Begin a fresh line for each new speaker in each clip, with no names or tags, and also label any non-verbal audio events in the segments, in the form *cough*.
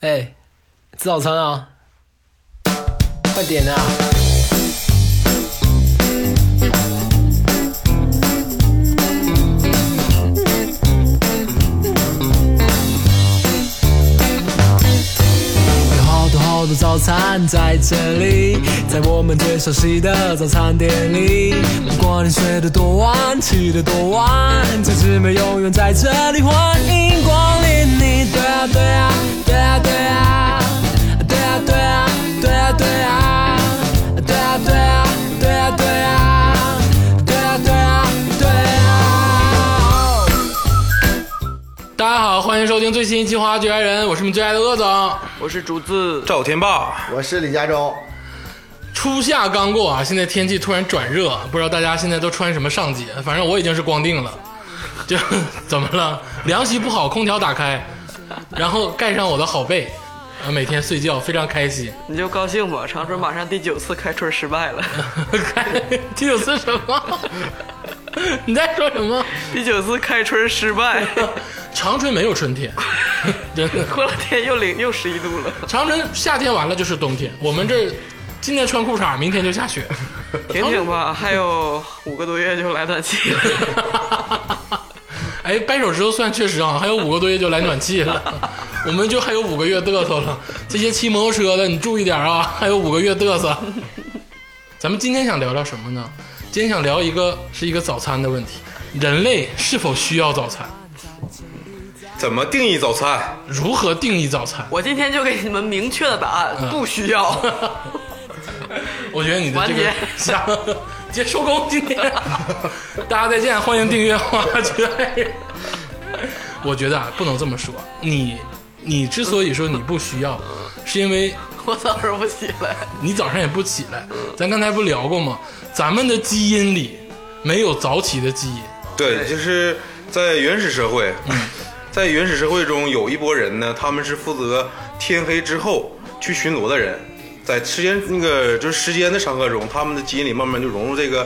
哎、吃早餐啊！快点啊！有好多好多早餐在这里，在我们最熟悉的早餐店里。不管你睡得多晚，起得多晚，最姊妹永远在这里，欢迎光临你。对啊，对啊，对啊，对啊，对啊，对啊，对啊，对啊，对啊，对啊，对啊，对啊，对啊，对啊，对啊。
大家好，欢迎收听最新一期《花花最爱人》，我是你们最爱的鄂总。
我是竹子，
赵天霸，
我是李佳洲，
初夏刚过啊，现在天气突然转热，不知道大家现在都穿什么上街？反正我已经是光腚了，就 *laughs* 怎么了？凉席不好，空调打开，然后盖上我的好被，啊，每天睡觉非常开心。 *laughs*
你就高兴吧。长春马上第九次开春失败了， *laughs*
开第九次什么？ *laughs* 你在说什么？
第九次开春失败， *laughs*
长春没有春天， *laughs* 真的。
过两天又零又十一度了，
长春夏天完了就是冬天，我们这儿今天穿裤衩，明天就下雪。
挺挺吧，还有五个多月就来暖气了。
*laughs* 哎，掰手指头算确实啊，还有五个多月就来暖气了，我们就还有五个月嘚瑟了。这些骑摩托车的，你注意点啊，还有五个月嘚瑟。 *laughs* 咱们今天想聊聊什么呢？今天想聊一个是一个早餐的问题，人类是否需要早餐？
怎么定义早餐？
如何定义早餐？
我今天就给你们明确的答案，不需要。
我觉得你的这 *laughs* 个
完结
下结束工今天， *laughs* 大家再见，欢迎订阅《花觉我觉得啊，不能这么说，你你之所以说你不需要，是因为
我早上不起来，
你早上也不起来。咱刚才不聊过吗？咱们的基因里没有早起的基因。
对，就是在原始社会， *laughs* 在原始社会中有一波人呢，他们是负责天黑之后去巡逻的人，在时间那个就是时间的长河中，他们的基因里慢慢就融入这个，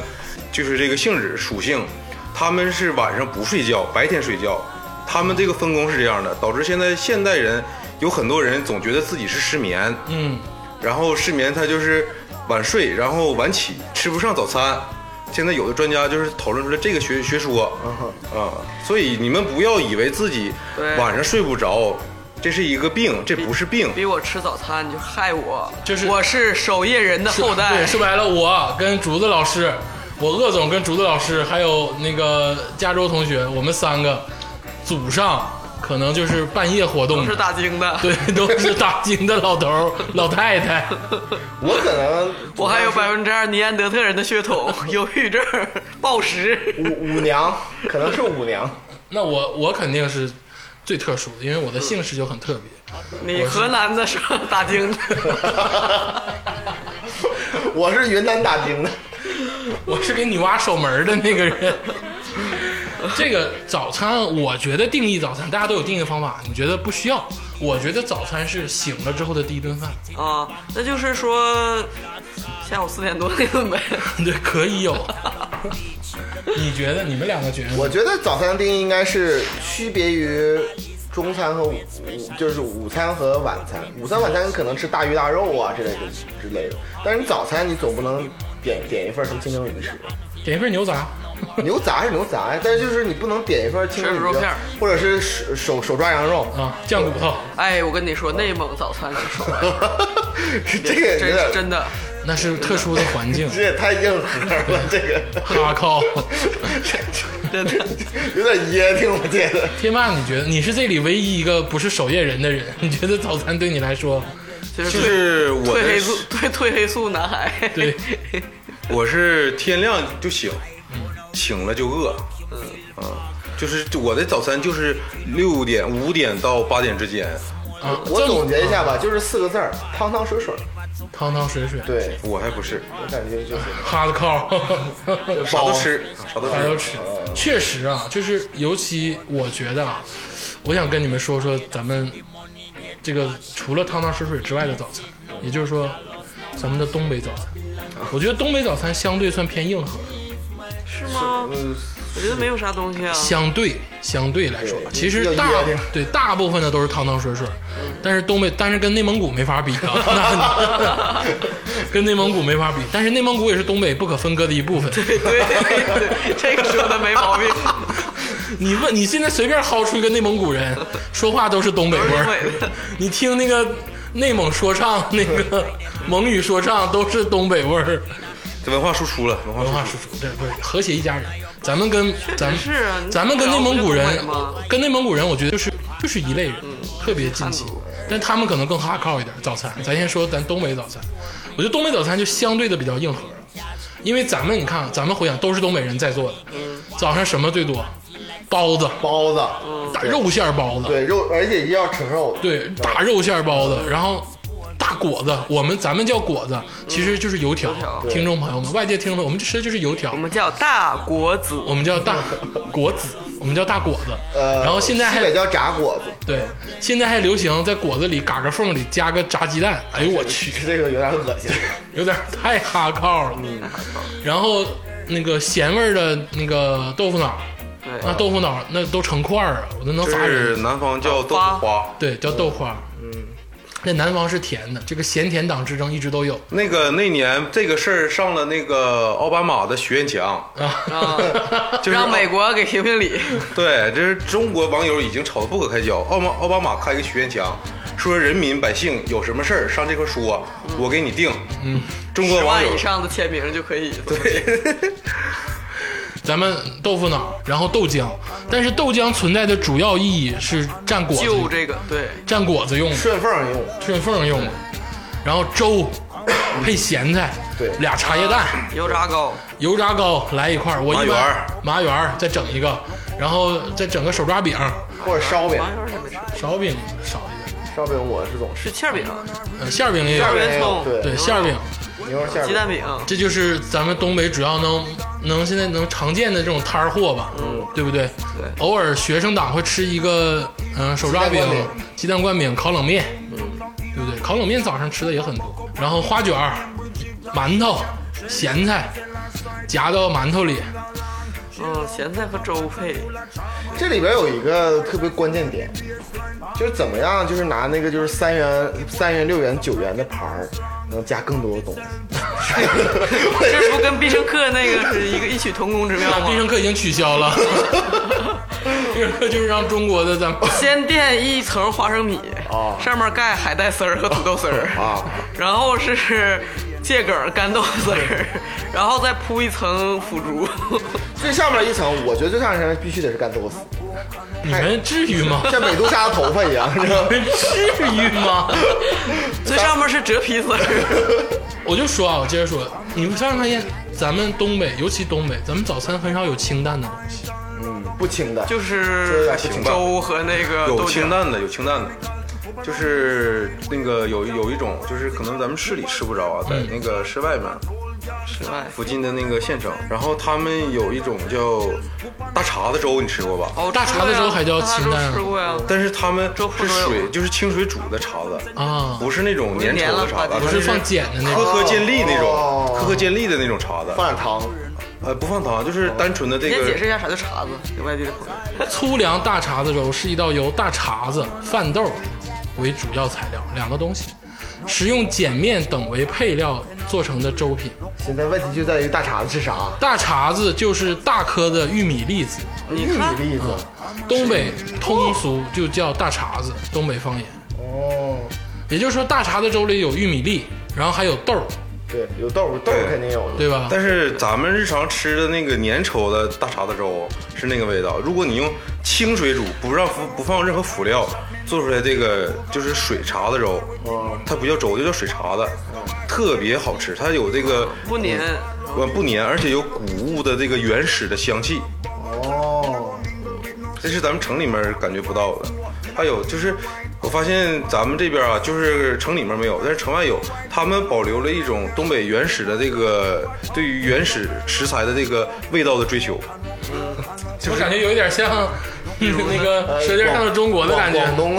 就是这个性质属性，他们是晚上不睡觉，白天睡觉，他们这个分工是这样的，导致现在现代人有很多人总觉得自己是失眠，
嗯，
然后失眠他就是晚睡，然后晚起，吃不上早餐。现在有的专家就是讨论出来这个学学说啊、所以你们不要以为自己
对
晚上睡不着，这是一个病，这不是病。
逼我吃早餐，你就害我。
就是
我是守夜人的后代
对，。说白了，我跟竹子老师，我鄂总跟竹子老师，还有那个加州同学，我们三个祖上可能就是半夜活动
我
的，
是打更的，
对， *laughs* 都是打金的老头儿、老太太。
我可能
我还有百分之二尼安德特人的血统，忧郁症、暴食。
五五娘，可能是五娘， *laughs*
那我我肯定是最特殊的，因为我的姓氏就很特别。
你河南的是打更的，
我是云南打更的，
我是给女娲守门的那个人。这个早餐，我觉得定义早餐，大家都有定义的方法。你觉得不需要？我觉得早餐是醒了之后的第一顿饭， *laughs*
啊，那就是说下午四点多那顿呗。
对，可以有。你觉得？你们两个觉得呢？
我觉得早餐的定义应该是区别于中餐和午，午就是午餐和晚餐。午餐晚餐可能吃大鱼大肉啊之类的之类的，但是你早餐你总不能点点一份什么清蒸鱼吃，
点一份牛杂，
牛杂是牛杂呀，但是就是你不能点一份清蒸
吃肉
鱼啊
片儿，
或者是手手手抓羊肉， *laughs*
啊，酱骨头，
哎，我跟你说，内蒙早餐可爽了，
是这个有
真是
点
真的。
那是特殊的环
*laughs*
境。
这也太硬核了，这个。
哈靠！
真的，
*laughs* 有点噎挺，我觉得。
天霸，你觉得你是这里唯一一个不是守夜人的人？你觉得早餐对你来说，
就
就是是我
褪
的
黑素，褪褪黑素男孩。
对，
我是天亮就醒，醒了就饿，嗯就是我的早餐就是六点五点到八点之间，
啊，
我
这
总结一下吧，就是四个字儿：汤汤水水。
汤汤水水，
对啊
我还不是
我感觉就是
哈子靠，
啥
*laughs*
都吃，啥都
啥都
吃。
吃。确实啊，就是尤其我觉得啊，我想跟你们说说咱们这个除了汤汤水水之外的早餐，也就是说咱们的东北早餐。我觉得东北早餐相对算偏硬核，
是吗？我觉得没有啥东西啊。
相对相对来说吧，
对
其实大
要约定
对大部分的都是汤汤水水，但是东北，但是跟内蒙古没法比啊，那跟内蒙古没法比。但是内蒙古也是东北不可分割的一部分。
对对，这个说的没毛
*laughs*
病，
你问你现在随便薅出一个内蒙古人，说话都是东北味
东
儿
北的。
你听那个内蒙说唱，那个蒙语说唱都是东北味儿。
这文化输出了，文化
文
输出
化输出，对对，和谐一家人。咱们跟咱们
是啊
咱们跟内蒙古人
你不了解东北吗，嗯
跟内蒙古人，我觉得就是就是一类人，特别近亲
汉族。
但他们可能更哈靠一点。早餐，咱先说咱东北早餐，我觉得东北早餐就相对的比较硬核，因为咱们你看，咱们回想都是东北人在做的，
嗯
早上什么最多？包子，
包子，嗯
大肉馅儿包子，
对肉，而且一定要盛肉，
对，大肉馅儿包子，然后大果子，我们咱们叫果子，其实就是油条。
条
听众朋友们，外界听众朋友们，我们吃的就是油条
我。们叫大国子，
我们叫大果子，我们叫大果子。
呃，
然后现在还
西北叫炸果子， *laughs*
对，现在还流行在果子里嘎个缝里加个炸鸡蛋。哎呦我去，
这个有点恶心。
有点太哈靠了。然后那个咸味儿的那个豆腐脑，那
对，
豆腐脑那都成块儿啊，我都能
这
发
是
人。
南方叫豆腐花，
对，叫豆花。嗯，那南方是甜的，这个咸甜党之争一直都有
那个那年这个事儿上了那个奥巴马的许
*laughs*
愿墙，
啊。 *laughs*
啊，
就是
哦
让美国给评评理，
对，这是中国网友已经吵得不可开交。奥巴奥巴马开个许愿墙，说人民百姓有什么事儿上这块说，我给你定。嗯，中国
十
网
万
友
以上的签名就可以。
咱们豆腐脑，然后豆浆，但是豆浆存在的主要意义是蘸果
就
子，
这个，对，
蘸果子用的。
顺缝用，
顺缝用的，然后粥配咸菜，
对
俩茶叶蛋，
油炸糕，
油炸糕来一块儿，我一
麻圆
般
儿
麻圆儿再整一个，然后再整个手抓饼，
或者烧饼，
麻是没吃，
勺饼少一点，
烧饼我是总吃，
是馅儿饼，
呃，馅儿饼也有
馅，儿
没
圆
有
葱，
对
对，馅儿饼，
牛肉馅儿
鸡蛋饼，
这就是咱们东北主要能能现在能常见的这种摊儿货吧，嗯，对不对？
对
偶尔学生党会吃一个，嗯、手抓饼
鸡蛋灌饼、嗯
鸡蛋灌饼、烤冷面，对不对？烤冷面早上吃的也很多，然后花卷儿、馒头、咸菜夹到馒头里，
嗯，咸菜和粥配，
这里边有一个特别关键点，就是怎么样，就是拿那个就是三元、三元、六元、九元的盘儿，能加更多的东西。
这不跟必胜客那个是一个异曲同工之妙
必
吗？
胜客已经取消
*laughs*
了。必胜客就是让中国的
*laughs*
咱们
先垫一层花生米，
啊
哦
上面盖海带丝儿和土豆丝儿，
啊
*laughs* 然后是芥梗、干豆丝儿，然后再铺一层腐竹。
最上面一层，我觉得最上面必须得是干豆丝，
你们至于吗？
像美杜莎的头发一样，你知道吗？
你们 *laughs* 至于吗？
*laughs* 最上面是折皮丝儿，
我就说啊，我接着说，你们发没发现咱们东北，尤其东北，咱们早餐很少有清淡的东西。
嗯，不清的，
就
这
是
还行
吧
粥和那个
有
豆
清
浆。
淡的，有清淡的，就是那个有有一种，就是可能咱们市里吃不
嗯
着啊，在那个市外面
室外
附近的那个县城，然后他们有一种叫大碴子粥，你吃过吧？
哦，
大碴子粥还叫
大碴
清淡啊
粥吃过呀，
但是他们
粥铺
是
都有
水，就是清水煮的碴子
啊
不是那种粘稠的碴子，
不
不
它
是
是
放碱的那
颗
种。
颗见粒那
哦
种，颗颗见粒的那种碴子，
放点糖，
呃，不放糖，就是单纯的这
你先解释
个
一下啥叫碴子，给外地的朋友。
粗粮大碴子粥是一道由大碴子、饭豆为主要材料，两个东西，食用碱面等为配料做成的粥品。
现在问题就在于大碴子是啥？
大碴子就是大颗的玉米粒子，
玉米粒子，
东北通俗就叫大碴子，东北方言。
哦，
也就是说，大碴子粥里有玉米粒，然后还有豆儿，
对，有豆儿，豆儿肯定有的。
对吧？
但是咱们日常吃的那个粘稠的大碴子粥是那个味道，如果你用清水煮，不让不不放任何辅料，做出来这个就是水碴子粥，
哦
它不叫粥，就叫水碴子，特别好吃，它有这个
不粘，
嗯
呃不粘，而且有谷物的这个原始的香气，
哦，
这是咱们城里面感觉不到的。还有就是，我发现咱们这边啊，就是城里面没有，但是城外有，他们保留了一种东北原始的这个对于原始食材的这个味道的追求。
*laughs* 我感觉有一点像那个《舌尖上的中国》的感觉。
广广东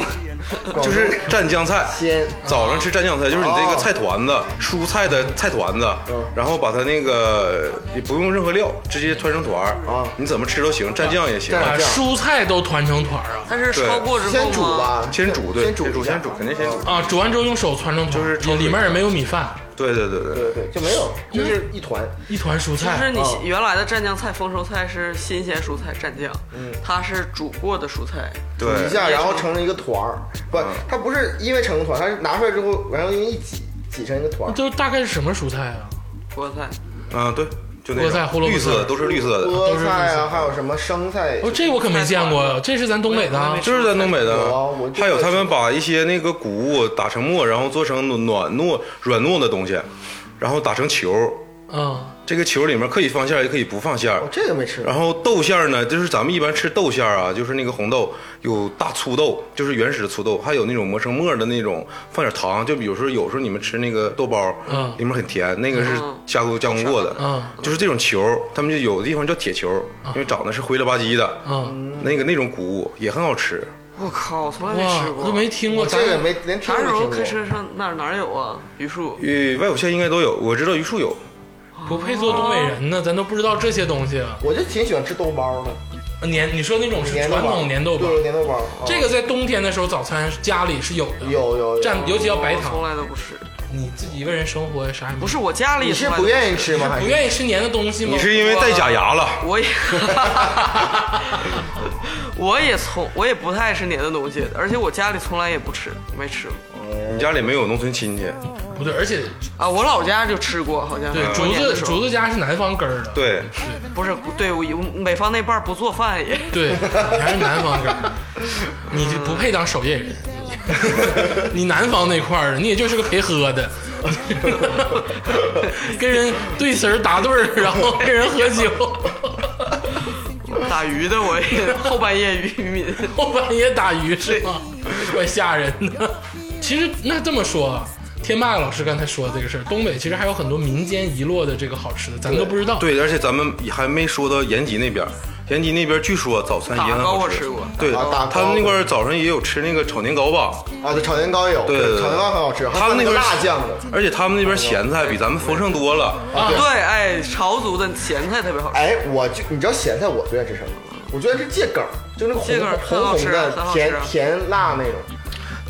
广
就是蘸酱菜，
鲜哦
早上吃蘸酱菜，就是你这个菜团子，蔬菜的菜团子，
嗯
然后把它那个也不用任何料，直接团成团儿
啊，
你怎么吃都行，蘸酱也行
蘸，
把
这样
蔬菜都团成团儿啊
它是
对
烧过之后
先煮
吗？
吧，
啊先煮对，
先煮
煮
一下
先煮，肯定先煮，
啊！煮完之后用手团成团儿，
就是
里面也没有米饭，
对对对对，
对对，就没有，就是一团。
一团蔬
就
菜
是你
嗯
原来的蘸酱菜、丰收菜是新鲜蔬菜蘸酱，它是煮过的蔬菜，
对
嗯煮一下，然后成了一个团儿。不
嗯，
它不是因为成个团，它是拿出来之后，然后因为一挤挤成一个团儿。
都大概是什么蔬菜啊？
菠菜。
嗯对，就那
菠菜胡萝卜
种绿色的
丝
都是绿色的，
菠菜啊，还有什么生菜？
哦，这我可没见过，这是咱东北的啊，
就是在东北的
有啊我，就
还有他们把一些那个谷物打成沫，然后做成暖糯软糯的东西，然后打成球，
嗯，
这个球里面可以放馅儿，也可以不放馅儿
我。哦这个没吃过
然。后豆馅儿呢，就是咱们一般吃豆馅儿啊，就是那个红豆，有大粗豆，就是原始的粗豆，还有那种磨成沫儿的那种，放点糖。就比如说有时候你们吃那个豆包，
嗯
里面很甜，那个是
嗯
加工加工过的，
嗯
就是这种球儿，他们就有的地方叫铁球儿，因为长得是灰了吧唧的，
嗯，
那个那种谷物也很好吃。
我靠，我从来没
哇
吃，过。
都没听过，
我
哦咱
这个没连听
啥
都
时候
没
开
听过。
车上那儿哪儿有啊？榆树。
呃，外口县应该都有，我知道榆树有。
不配做东北人呢，咱都不知道这些东西啊。
我就挺喜欢吃豆包的，
粘，你说那种是
粘豆
传
包，
统粘豆包，
对，粘豆包。哦
这个在冬天的时候早餐家里是有的，
有有有。
蘸，尤其要白
我从
糖。
来都不吃。
你自己一个人生活啥也
不
不是，
是我家里
你是
从来
不
都
愿意吃吗？还
不
是
愿意吃粘的东西吗？啊
你是因为戴假牙了？
*laughs* 我也， *laughs* 我也从我也不太爱吃黏的东西，而且我家里从来也不吃，没吃过
你家里没有农村亲戚？
不对，而且
啊。我老家就吃过，好像
对
过
竹
呃年的
子
时候
竹子家是南方根儿的，
对，
不是对我我北方那半儿不做饭也，
对，还是南方根儿，你就不配当守夜
*laughs*
人。你南方那块儿，你也就是个陪喝的， *laughs* 跟人对词儿答对儿，然后跟人喝酒，
打鱼的我也后半夜渔渔民。
后半夜打鱼是吗？怪吓人的。其实那这么说，啊，天霸老师刚才说的这个事儿，东北其实还有很多民间遗落的这个好吃的，咱都不知道。
对，而且咱们还没说到延吉那边儿，延吉那边据说早餐也很
打糕
好
我
吃。
吃过
对，
啊打糕
他们那块儿早上也有吃那个炒年糕吧？
啊，对，炒年糕有，
对对对，
炒年糕很好吃，
他们那
个
边
辣酱的。
而且他们那边咸菜比咱们丰盛多了。
对，哎，潮族的咸菜特别好吃。
哎，我就你知道咸菜我最爱吃什么吗？我最爱吃芥梗，就那个
芥
红
梗儿很
红
好
红
吃啊很
的，
好吃啊
甜甜辣那种。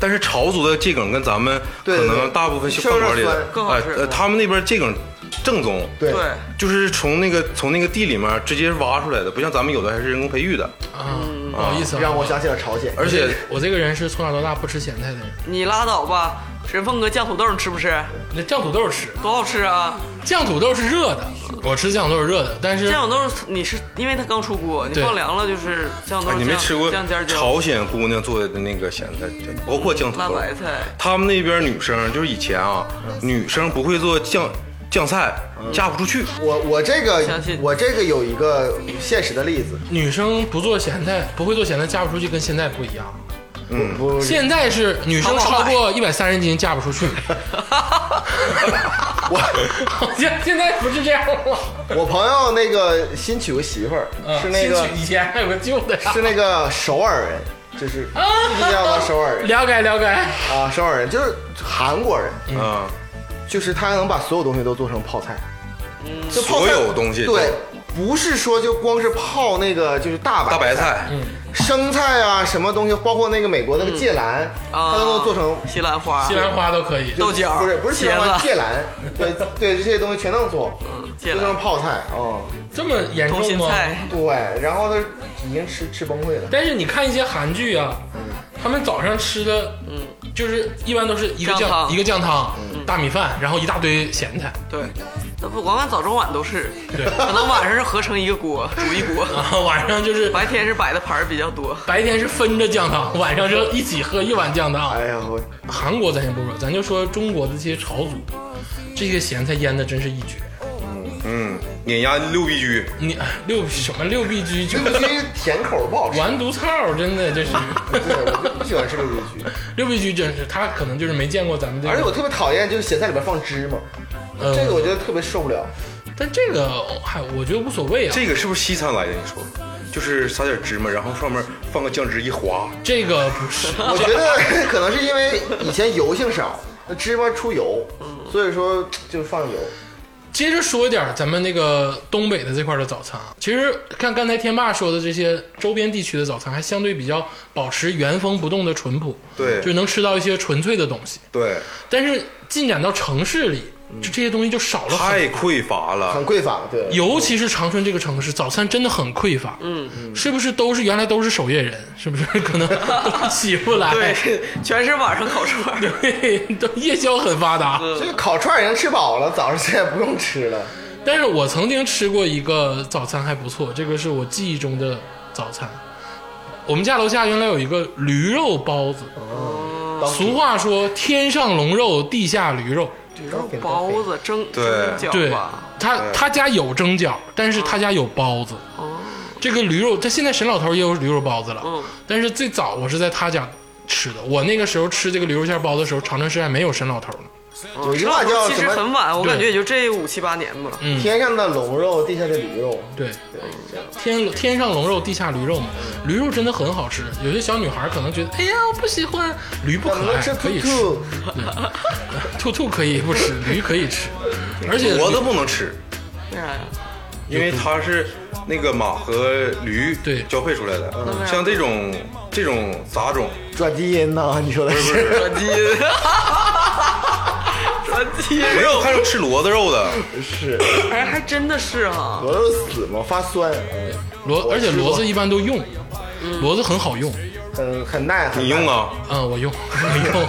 但是潮族的芥梗跟咱们
对
可
对
能
对
大部分
吃
小
着
饭馆里
酸
的，
更好
哎
吃嗯
呃，他们那边芥梗正宗。
对
对，
就是从那个从那个地里面直接挖出来的，不像咱们有的还是人工培育的，
啊，不好意思啊，
嗯让我想起了朝鲜。
而且
我这个人是从小到大不吃咸菜的人，
你拉倒吧。神凤哥酱土豆你吃不吃？
那酱土豆吃，
多好吃啊！
酱土豆是热的，我吃酱土豆是热的，但是
酱土豆你是因为它刚出锅，你
嗯对
放凉了就是酱土豆
啊，
酱、
你没吃过
酱尖儿椒
朝鲜姑娘做的那个咸菜，包括酱土
辣
豆
白菜。
他们那边女生就是以前啊，女生不会做酱酱菜，嫁不出去。
我我这个
相信
我这个有一个现实的例子，
女生不做咸菜，不会做咸菜嫁不出去，跟现在不一样。
嗯，不，
现在是女生超过一百三十斤嫁不出去，好像现在不是这样了。
我朋友那个新娶个媳妇儿
嗯
是那个
新娶以前还有个旧的呀，
是那个首尔人，就是
啊
一定
*laughs*
要到首尔
*laughs*
人
了解了解。
啊，首尔人就是韩国人，
啊，
就是他能把所有东西都做成泡菜，
嗯
就泡
所
菜
有东西都
对，不是说就光是泡那个就是大白
大白菜，
生菜啊，什么东西，包括那个美国那个芥蓝，
啊，
它都能做成
西兰花、
西兰花都可以，
豆角儿，
不是不是芥蓝，
茄
芥蓝，对对，这些东西全能做，
子、芥
做成
兰、
泡菜哦，
这么严
空
重
心
吗？
菜，
对，然后他已经吃吃崩溃了，
但是你看一些韩剧啊，他们早上吃的，嗯，就是一般都是一个
酱
酱
汤
一个酱汤，大米饭，然后一大堆咸菜。
对。那不，我看早中晚都是，
对啊
可能晚上是合成一个锅，煮一锅，
然后晚上就是
白天是摆的盘儿比较多。
白天是分着酱汤，晚上就一起喝一碗酱汤。
哎呀我，
韩国咱先不说，咱就说中国的这些朝族，这些咸菜腌的真是一绝。
嗯，碾压六必居。
你哎六什么六必居就
绿
是
菊甜口不好吃，
完犊操，真的这是 *laughs*
对，我就不喜欢吃绿
*laughs*
菊，
六必居，真是他可能就是没见过咱们这个。
而且我特别讨厌就是咸菜里边放芝麻，
嗯
呃
这个我觉得特别受不了，
但这个还我觉得无所谓啊。
这个是不是西餐来的？你说就是撒点芝麻，然后上面放个酱汁一划，
这个不
*laughs*
是，
我觉得可能是因为以前油性少，那芝麻出油，所以说就放油。
接着说一点咱们那个东北的这块的早餐啊，其实看刚才天霸说的这些周边地区的早餐，还相对比较保持原封不动的淳朴，
对
就能吃到一些纯粹的东西。
对，
但是进展到城市里，就这些东西就少了很
太
多。
匮乏了
很。匮乏，对，
尤其是长春这个城市，早餐真的很匮乏。嗯，是不是都是原来都是守夜人？是不是 *laughs* 可能都起不来？
对，
哎
*laughs* 全是晚上烤串儿。
对， *laughs* 都夜宵很发达。
这个烤串已经吃饱了，早上现在不用吃了。
但是我曾经吃过一个早餐还不错，这个是我记忆中的早餐。我们家楼下原来有一个驴肉包子，哦
当时
俗话说天上龙肉，地下驴肉。
肉包子啊蒸
对
蒸饺
对
吧，，
他他家有蒸饺，但是他家有包子。这个驴肉，他现在沈老头也有驴肉包子了。
嗯
但是最早我是在他家吃的。我那个时候吃这个驴肉馅包子的时候，长春市还没有沈老头呢。
有一句话叫
其
什
实
么？
很晚，我
对
感觉也就这五七八年吧。
嗯
天上的龙肉，地下的驴肉。
对，
对，这样
天天上龙肉，地下驴肉嘛，驴肉真的很好吃。有些小女孩可能觉得，哎呀，我不喜欢驴，不
怎么
可
能
爱，
吃
可
兔
以吃，
兔？
兔兔可以不吃，驴可以吃，而且
骡子不能吃，
为啥呀？
因为它是那个马和驴
对
交配出来的。
嗯
像这种这种杂种，
转基因呐？你说
*laughs*
的是？
转基因，转基因，
没有看吃骡子肉
*laughs*
的。
是，
哎，还真的是啊哈。
螺肉死嘛，发酸，
骡，而且骡子一般都用，骡子很好用。
很很耐。很耐
你用？啊？
嗯，我用， *laughs* 我用。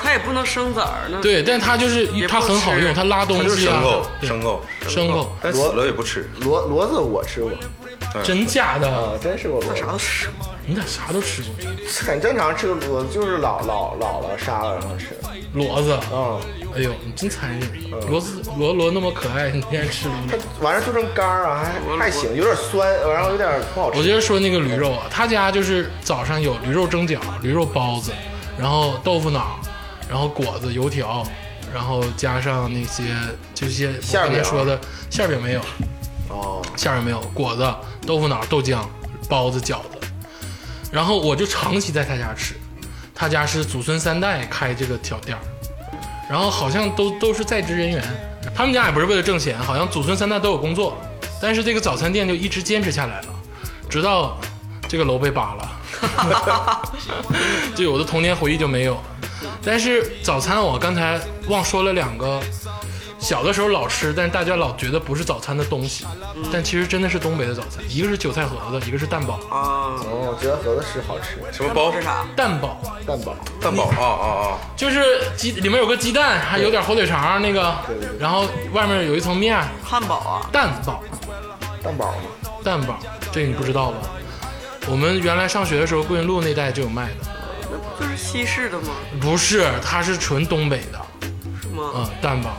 它也不能生崽儿
*laughs*
呢。，
对，但它就是
也不
它很好
吃
用，它拉
它
东
就是
西啊
牲口，，
对
牲口，
牲口，
但死了也不吃。
螺螺子我吃过
真假的？
啊，真吃过螺子
啥，都吃。
你咋啥都吃过？
很正常吃螺子，就是老老老了杀了然后吃。
骡子，
嗯，
哎呦，你真残忍！骡子骡骡那么可爱，你天天吃驴
它。完了做成干儿啊，还还行，有点酸，然后有点不好
我
吃。
接着说那个驴肉啊，他家就是早上有驴肉蒸饺、驴肉包子，然后豆腐脑，然后果子、油条，然后加上那些就一些
馅儿
我刚才
饼
说的馅儿饼没有，
哦，
馅儿饼没有，果子、豆腐脑、豆浆、包子、饺子，然后我就长期在他家吃，他家是祖孙三代开这个小店儿，然后好像都都是在职人员，他们家也不是为了挣钱，好像祖孙三代都有工作，但是这个早餐店就一直坚持下来了，直到这个楼被扒了， *laughs* 就我的童年回忆就没有。但是早餐我刚才忘说了两个，小的时候老吃，但是大家老觉得不是早餐的东西，但其实真的是东北的早餐，一个是韭菜盒子，一个是蛋堡，
啊，
哦，我觉得盒子吃好吃，
什么包
是？啥？
蛋堡。
蛋堡。
蛋堡啊啊啊！
*laughs*
就是鸡里面有个鸡蛋，还有点火腿肠那个，然后外面有一层面，
汉堡啊，
蛋堡，
蛋堡嘛，
蛋堡，这你不知道吧？我们原来上学的时候，桂云路那带就有卖的，
那不就是西式的吗？
不是，它是纯东北的，
是吗？
嗯，蛋堡，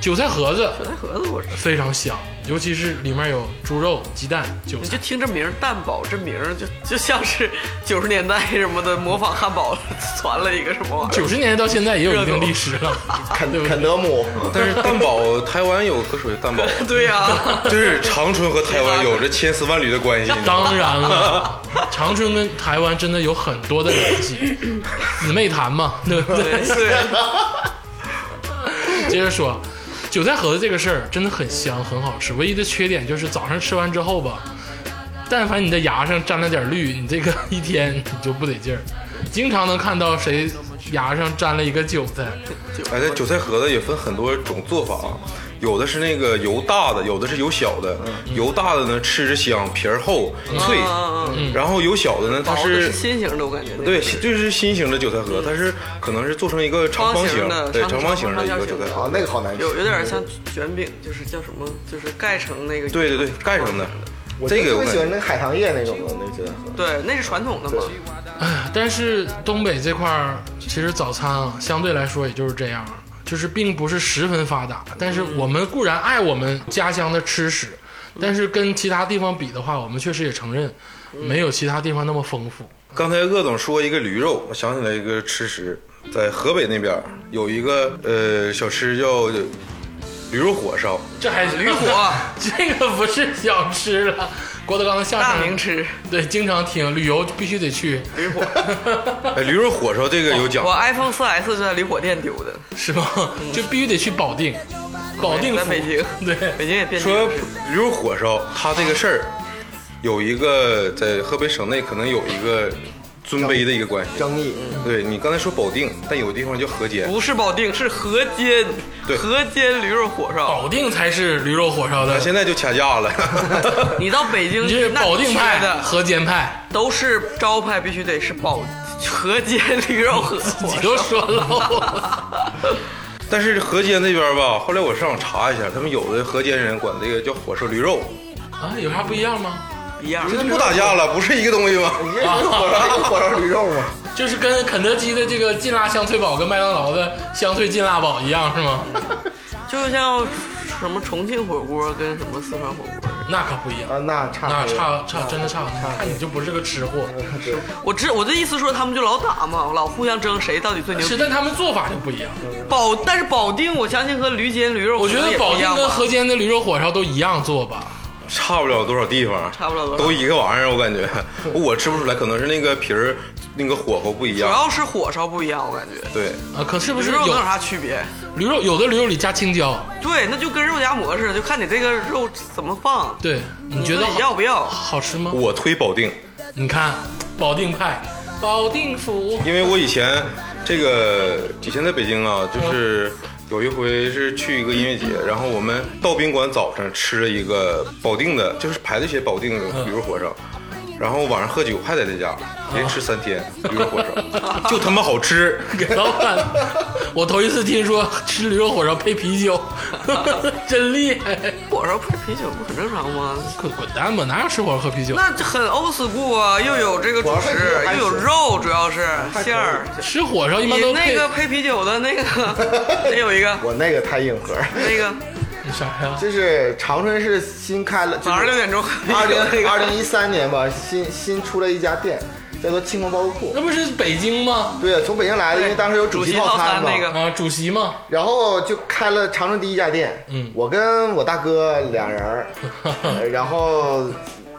韭菜盒子
韭菜盒子我吃。
非常香，尤其是里面有猪肉、鸡蛋、韭
你
菜
就，听这名儿，蛋堡这名儿就就像是九十年代什么的模仿汉堡 *laughs* 传了一个什么玩意儿。
九十年代到现在也有一定历史了，
*laughs* 肯
对不对
肯德姆，
但是蛋堡，台湾有可属于蛋堡，
*laughs* 对呀、
*laughs*
就是长春和台湾有着千丝万缕的关系。你知道
*laughs*
*laughs*
吗
当然了，长春跟台湾真的有很多的联系，姊妹谈嘛，对不
*laughs*
对？
对，
接着说，韭菜盒子这个事儿真的很香，很好吃。唯一的缺点就是早上吃完之后吧，但凡你的牙上沾了点绿，你这个一天你就不得劲儿。经常能看到谁牙上沾了一个韭菜，
哎，这韭菜盒子也分很多种做法啊，有的是那个油大的，有的是油小的。油大的呢吃着香，皮儿厚脆，
嗯嗯
然后油小的呢，它
薄的是
是
新型的，我感觉。
对，就是新型的韭菜盒，它是可能是做成一个长方形
方形，的
对，
长
长方形的一个
长方形
韭菜盒，
啊，那个好难吃。
有有点像卷饼，就是叫什么，就是盖成那个。
对对对，盖上的。
我
这个
特
我
别
感
喜欢
觉
那个海棠叶那种的，那个觉得很
对，那是传统的嘛。
但是东北这块儿其实早餐啊，相对来说也就是这样，就是并不是十分发达。但是我们固然爱我们家乡的吃食，但是跟其他地方比的话，我们确实也承认，没有其他地方那么丰富。
刚才鄂总说一个驴肉，我想起来一个吃食，在河北那边儿有一个呃小吃叫驴肉火烧，
这还驴 *laughs*
驴火，
这个不是小吃了，郭德纲的相
大
声
名，吃
对，经常听，旅游必须得去，
驴火，
哎，驴肉火烧这个有讲
我 iPhone 4S 就在驴火店丢的，
是吗？就必须得去保定，保定
嗯在
府
北京 *laughs*
对，
北京也变
说
成
驴肉火烧，它这个事儿有一个在河北省内可能有一个尊卑的一个关系。
争议。
对你刚才说保定，但有地方叫河间，
不是保定，是河间
对，
河间驴肉火烧。
保定才是驴肉火烧的
那，现在就掐
*laughs*
架了。
你到北京
你这是
去，那
保定
缺
派、
的
河间派，
都是招牌，必须得是保河间驴肉火
你
烧。
都说漏。
但是河间那边吧，后来我上网查一下，他们有的河间人管这个叫火烧驴肉，
啊，有啥不一样吗？
一样，
这不打架了，不是一个东西吗？
你这是火烧，这是火烧驴肉吗？
就是跟肯德基的这个劲辣香脆堡跟麦当劳的香脆劲辣堡一样是吗？
就像什么重庆火锅跟什么四川火锅似的。
那可不一样，
啊，那差
那
多了
差差真的差，那你就不是个吃货。
对
我知我的意思说，他们就老打嘛，老互相争谁到底最牛
是，。但他们做法就不一样。
保，但是保定，我相信和驴肩驴肉
我
火
觉
烧也
得
不
保
一
定
样
跟
吧，
河间的驴肉火烧都一样做吧。
*laughs* 差不了多少地方，
差不了多少
都一个玩意儿，我感觉我吃不出来，可能是那个皮儿那个火候不一
主
样。
要是火烧不一样，我感觉。
对，
啊，可是不
驴
是
肉能有
有
啥区别？
驴肉有的驴肉里加青椒？
对，那就跟肉夹馍似的，就看你这个肉怎么放，
对，你觉得
自己要
好
不要？
好吃吗？
我推保定，
你看，保定派，保定府，
因为我以前这个以前在北京啊，就是有一回是去一个音乐节，然后我们到宾馆早上吃了一个保定的，就是排队写保定的驴肉火烧，然后晚上喝酒还在这家连吃三天驴肉火 *laughs* 烧，就他妈好吃。 *laughs*
给老板，我头一次听说吃驴肉火烧配啤酒，真厉害！
火烧配啤酒不很正常吗？
滚滚蛋吧，哪有吃火烧喝啤酒？
那就很 old school 啊，又有这个主
火烧配啤酒
食，
还
又有
行
肉，主要是馅儿。
吃火烧一般
你
都
那
配
个配啤酒的那个，那有一 *laughs* 个
我那个太硬核了，
那个
啥呀？
就是长春市新开了，
早上六点钟
二
那
零
个
二零一三年吧，新新出了一家店，叫做庆丰包子铺。
那不是北京吗？
对，啊从北京来的，因为当时有
主
席
席套
餐
餐
嘛，
那个
啊，主席嘛，
然后就开了长春第一家店。
嗯
我跟我大哥俩人儿，呃
*laughs*
然后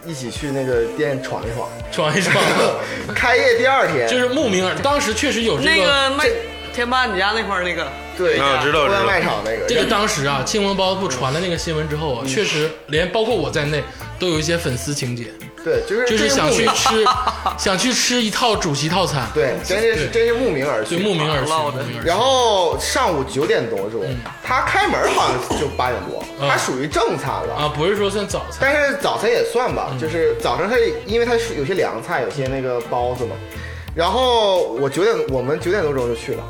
一起去那个店闯一闯。
闯一闯， *laughs*
开业第二天，
就是慕名而当时确实有这
那
个。
个卖天霸你家那块儿那个，
对，
啊，知道
中
知
央
道
卖。场那个，
这个当时啊，庆丰包子铺传了那个新闻之后啊，确实连包括我在内，都有一些粉丝情节，
对，就是
就是
真
想
慕
去
名
吃， *laughs* 想去吃一套主席套餐， *laughs*
对，真
对
是真是慕名而去，
就慕名而去，
好
慕
了
名而去。
然后上午九点多钟，他开门好像就八点多，
嗯
他属于正餐了。
啊，不是说算早餐，
但是早餐也算吧，就是早上他因为他是有些凉菜，有些那个包子嘛。然后我九点，我们九点多钟就去了。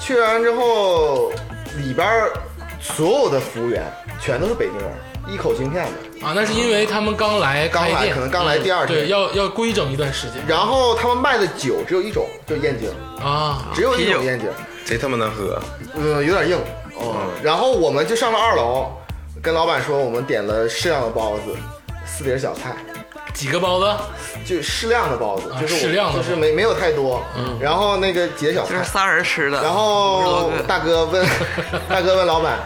去完之后，里边儿所有的服务员全都是北京人，一口京片子。
啊，那是因为他们刚来
刚来
开店嗯
可能刚来第二天
对，要要规整一段时间
然后他们卖的酒只有一种，就是燕京，
啊。
只有一
啤酒
种燕京。
贼他妈难喝，
嗯，有点硬。哦，然后我们就上了二楼，跟老板说我们点了适量的包子，四碟小菜，
几个包子？
就适量的包子，
啊
就是我
适量的包
就
子
是没没有太多。嗯，然后那个几碟小
就是
菜，
仨人吃的。
然
五十
后
多个
大哥
*laughs*
问大哥问老板，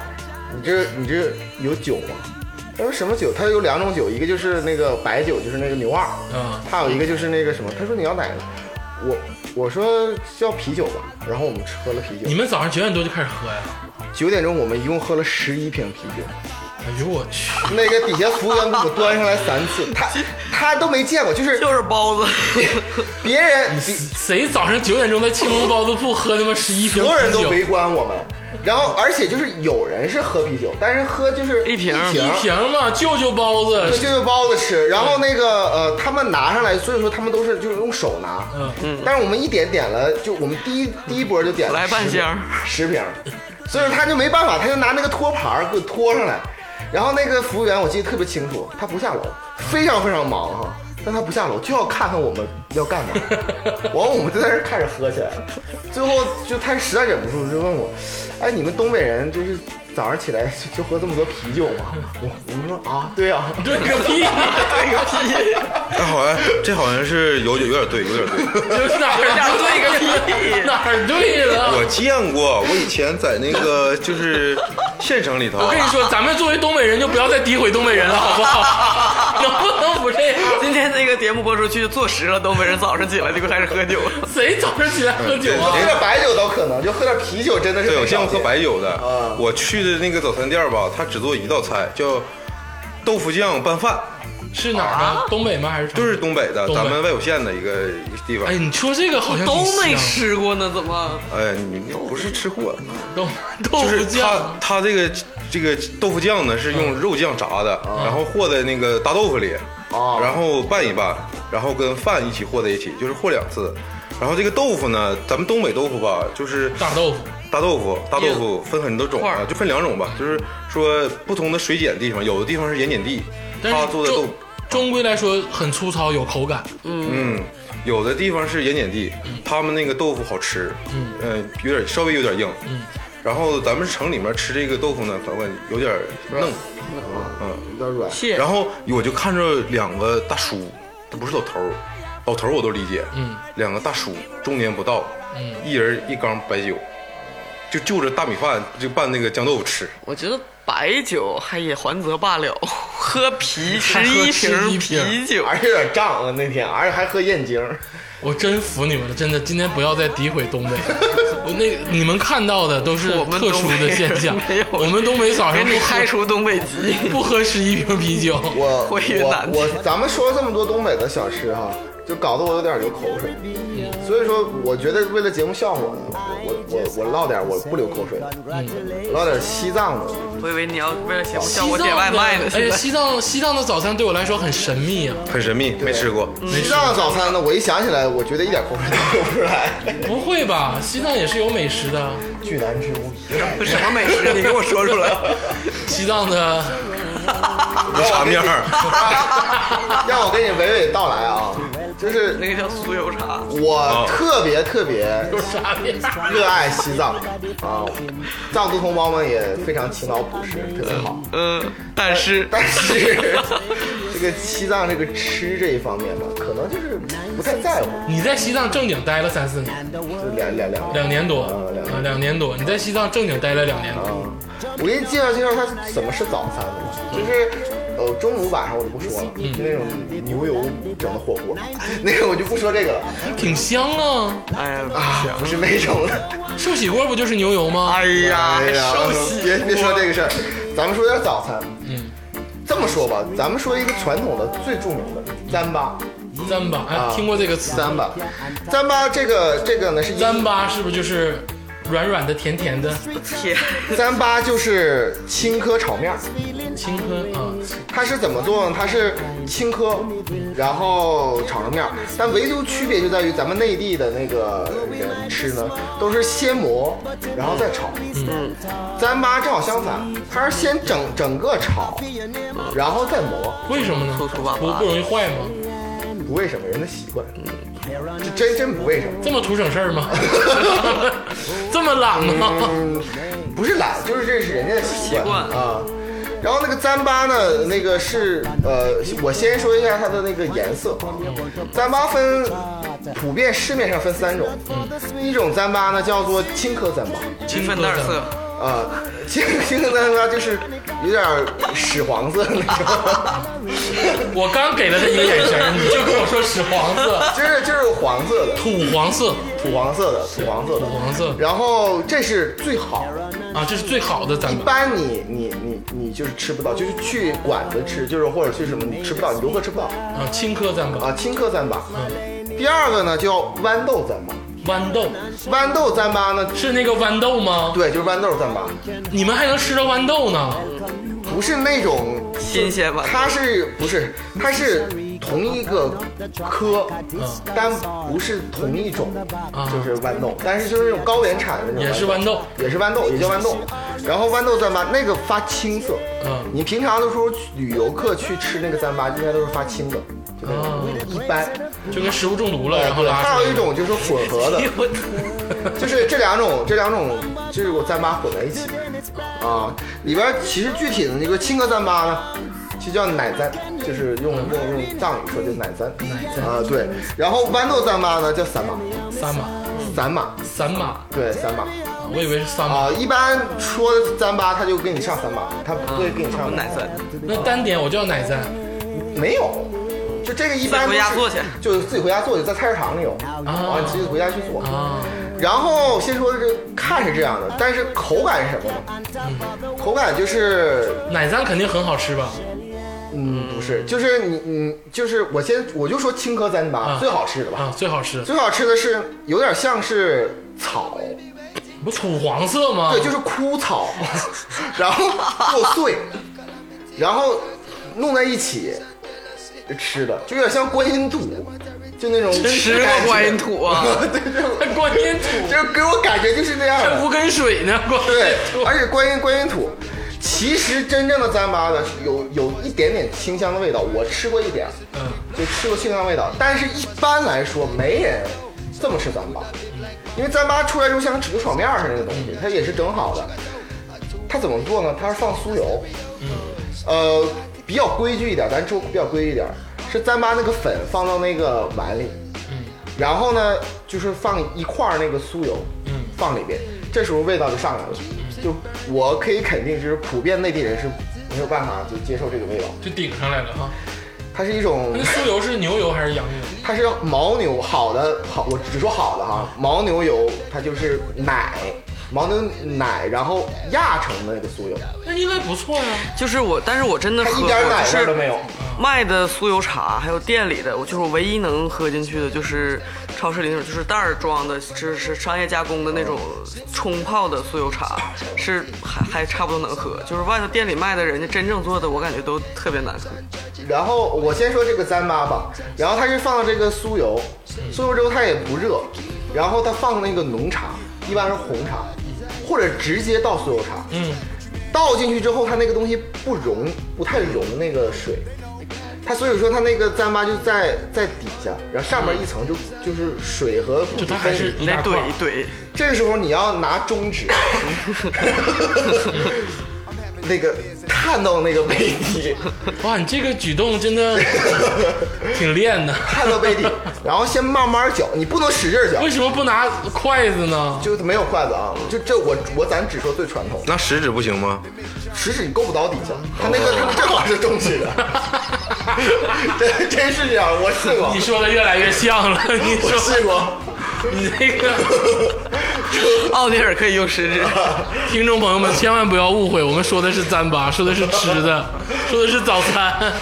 你这你这有酒吗？他说什么酒？他有两种酒，一个就是那个白酒，就是那个牛二，
嗯，
还有一个就是那个什么。他说你要哪个？我我说叫啤酒吧，然后我们喝了啤
你
酒。
们早上九点多就开始喝呀？
九点钟我们一共喝了十一瓶啤酒。
哎呦我去！
那个底下服务员给我端上来三次，他他都没见过，就是
就是包子， *laughs*
别人比
谁早上九点钟在庆丰包子铺喝他妈十一瓶
所有人
啤
都
酒？
围观我们，然后而且就是有人是喝啤酒，但是喝就是
一瓶
一瓶
一瓶嘛，舅舅包
对
子
就是包子吃，然后那个呃，他们拿上来，所以说他们都是就是用手拿，
嗯
嗯，但是我们一点点了，就我们第一第一波就点了
来半
10
箱
十瓶，所以说他就没办法，他就拿那个托盘儿给我托上来，然后那个服务员我记得特别清楚，他不下楼，非常非常忙哈。但他不下楼，就要看看我们要 *laughs* 干嘛。完，我们就在这儿开始喝起来了。最后就他实在忍不住，就问我：“哎，你们东北人就是早上起来就就喝这么多啤酒吗？”我我们说啊，对呀、啊，
对个屁！
但好像这好像是有有点对，有点对。
就是哪儿对个屁，哪儿对了？
我见过，我以前在那个就是县城里头啊
我，跟你说，咱们作为东北人就不要再诋毁东北人了，好不好？ *laughs* 能不能不这样？
今天那个节目播出去，坐实了东北人早上起来就开始喝酒了。
谁早上起来喝酒啊？
喝点白酒倒可能，就喝点啤酒真的是
对，我
很
见
少
过喝
见。
白酒的。
啊
我去的那个早餐店吧，他只做一道菜，叫豆腐酱拌饭，
是哪儿的？东北吗？还是
就是东北的，
东北
咱们外有县的一个地方
哎，。你说这个好像挺
*laughs*
啊
都没
像
吃过呢，怎么？
哎，你你不是吃货，啊
*laughs*
豆豆
就是
腐
它
酱，嗯
它这个这个豆腐酱呢是用肉酱炸的，然后和在那个大豆腐里，
啊
哦
然后拌一拌，然后跟饭一起和在一起，就是和两次。然后这个豆腐呢，咱们东北豆腐吧，就是
大豆腐，
大豆腐，大豆腐分很多种
块
啊
儿，
就分两种吧，就是说不同的水碱地方，有的地方是盐碱地，
但
它
是
做的豆
终，终归来说很粗糙，有口感。
嗯，有的地方是盐碱地，
嗯
他们那个豆腐好吃，嗯，有点稍微有点硬，嗯，然后咱们城里面吃这个豆腐呢，反正有点嫩，
有点软。
谢
然后我就看着两个大叔，他不是老头儿，老头儿我都理解，
嗯，
两个大叔中年不到，嗯，一人一缸白酒，就就着大米饭就拌那个酱豆腐吃。
我觉得白酒还也还则罢了，喝啤
还喝
十一
11
瓶
瓶
啤 *laughs* 酒，
而且有点胀啊，那天，而且还喝燕京，
我真服你们了，真的，今天不要再诋毁东北了。我那你们看到的都是
我们
特殊的现象
东北没有，
我们东北早
给
上
你
不
开
喝
除东北籍。
不喝十一瓶啤酒。
我我
回云南去
我，咱们说了这么多东北的小吃哈，就搞得我有点流口水。所以说，我觉得为了节目效果呢，我我我我唠点我不流口水的，
嗯
我唠点西藏的。
*laughs* 我以为你要为了节目效
西
果
藏
点
的
外卖 *laughs* 呢，
哎
现
呀，
在
西藏西藏的早餐对我来说很神秘啊。
很神秘，没吃过。
嗯
西藏的早餐呢，我一想起来，我觉得一点口水都流不出来， *laughs*
不会吧？西藏也是有美食的，
巨难吃无比。
什么美食？你给我说出来。
西藏的 *laughs*
茶面儿，
让我给你娓娓道来啊，就是
那个叫酥油茶，
哦
我特别特别
有啥面儿？
热爱西藏啊，藏族同胞们也非常勤劳朴实，特别好。
嗯，但是
但是这个西藏这个吃这一方面吧，可能就是不太在乎，
你在西藏正经待了三四年，
就两两两
两年多
嗯两年
啊，两年多。你在西藏正经待了两年多，
啊。我给你介绍介绍它怎么是早餐吧，就是呃中午晚上我就不说了，就那种牛油整的火锅，那个我就不说这个了
挺香啊。
哎呀，
啊，不是那种的。
寿喜锅不就是牛油吗？
哎呀，
哎呀
寿喜，
别别说这个事儿，咱们说点早餐。
嗯，
这么说吧，咱们说一个传统的最著名的糌粑，
糌粑，哎，
啊
听过这个词？
糌粑，糌粑这个这个呢是一
糌粑是不是就是软软的、甜甜的
天，
糌粑就是青稞炒面儿，
青稞啊？
它是怎么做呢？它是青稞，然后炒成面儿，但唯独区别就在于咱们内地的那个人吃呢，都是先磨，然后再炒。嗯，糌粑正好相反，它是先整整个炒，然后再磨。
为什么呢？
粗粗粑粑
不不容易坏吗？
不为什么，人的习惯，这真真不为什么，
这么图省事儿
*laughs*
吗？这么懒
嗯
吗？
啊不是懒，就是这是人家的习惯
习惯
啊。然后那个糌粑呢，那个是呃，我先说一下它的那个颜色。糌粑分普遍市面上分三种，一种糌粑呢叫做青稞糌粑，
金粉蛋色，
啊、青 *laughs* 青稞糌粑就是有点屎黄色那种， *laughs*
我刚给了他一个眼神儿，你就跟我说屎黄
*laughs*
色、
就是就是黄色的，
土黄色、
土黄色的，土黄色的
土。黄色
然后这是最好的。
啊，这是最好的糌
一
粑。
般你你你你就是吃不到，就是去馆子吃，就是或者去什么你吃不到，你游客吃不到
啊，青稞糌粑、
嗯啊。青稞糌粑，
嗯
第二个呢叫豌豆糌粑，
豌豆，
豌豆糌粑呢，
是那个豌豆吗？
对，就是豌豆糌粑，
你们还能吃着豌豆呢？
不是那种
新鲜吧？
它是不是它是同一个科，
嗯
但不是同一种，
啊
就是豌豆，但是就是那种高原产的那种，
也是豌豆，
也是豌豆，也叫豌豆。然后豌豆糌粑那个发青色，
嗯
你平常的时候去旅游客去吃那个糌粑，应该都是发青的，就那种、一般。
就跟食物中毒了，哦然后
对
拉
还
出
有一
来。
种就是混合的，
*laughs*
就是这两种，这两种就是我糌粑混在一起啊。里边其实具体的那个青稞糌粑呢，就叫奶糌，就是用用用藏语说就奶糌啊对。然后豌豆糌粑呢叫散马，
*laughs* 三马，
散马
散马，
对散马
我以为是三马。
啊。一般说
哦
糌粑，他就给你上散马，他不会给你上
奶糌，
那单点我就要奶糌，
没有，就这个一般
自己回家
都是
做去
就自己回家做去，在菜市场里有啊，自己回家去做。
啊
然后先说这看是这样的，但是口感是什么呢？口感就是
奶赞肯定很好吃吧？
嗯，不是，就是你你就是我先我就说青稞糌粑最好吃的吧，
啊，最好吃，
最好吃的是有点像是草，哎
不土黄色吗？
对，就是枯草， *laughs* 然后剁碎，然后弄在一起吃的，就有点像观音土，就那种
吃过观音，土啊，
*laughs* 对，就
还观音土，
就给我感觉就是那样
还
的，
无根水呢，观
对
音，土。
而且观音观音土。其实真正的糌粑呢，有有一点点清香的味道，我吃过一点儿，
嗯，
就吃过清香味道，但是一般来说没人这么吃糌粑，因为糌粑出来之后像煮炒面儿似的那个东西，它也是整好的。它怎么做呢？它是放酥油，呃，比较规矩一点，咱说比较规矩一点，是糌粑那个粉放到那个碗里，然后呢就是放一块儿那个酥油，放里边，这时候味道就上来了。就我可以肯定，就是普遍内地人是没有办法就接受这个味道，
就顶上来了哈。
它是一种
那酥油是牛油还是羊油？
它是牦牛好的好，我只说好的哈，牦牛油它就是奶，牦牛奶然后压成的那个酥油，
那应该不错呀。
就是我，但是我真的
它
喝
一
过，
点奶
就
味儿都
是
没有。
卖的酥油茶，还有店里的，我就是我唯一能喝进去的，就是超市里那种，就是袋儿装的，就是商业加工的那种冲泡的酥油茶，是还还差不多能喝。就是外头店里卖的，人家真正做的，我感觉都特别难喝。
然后我先说这个糌粑吧，然后它是放这个酥油，酥油之后它也不热，然后它放那个浓茶，一般是红茶，或者直接倒酥油茶。
嗯，
倒进去之后，它那个东西不溶，不太溶那个水，它所以说它那个糌粑就在在底下，然后上面一层就就是水和
就它还是
你
一
得
大块
怼
儿
一。怼，
这个时候你要拿中指， *laughs* 那个探到那个杯底，
哇，你这个举动真的挺练的。 *laughs*
探到杯底，然后先慢慢搅，你不能使劲儿搅
为，什么不拿筷子呢？
就没有筷子啊，就这我我咱只说最传统，
拿食指不行吗？
食指你够不到底下，它那个它正好是中指的，真真是这样，我试过
你，说的越来越像了。你
我
说
试过。
你这个，
奥尼尔可以用食指。
听众朋友们千万不要误会，我们说的是糌粑， *laughs* 说的是吃的，说的是早 *laughs* 餐。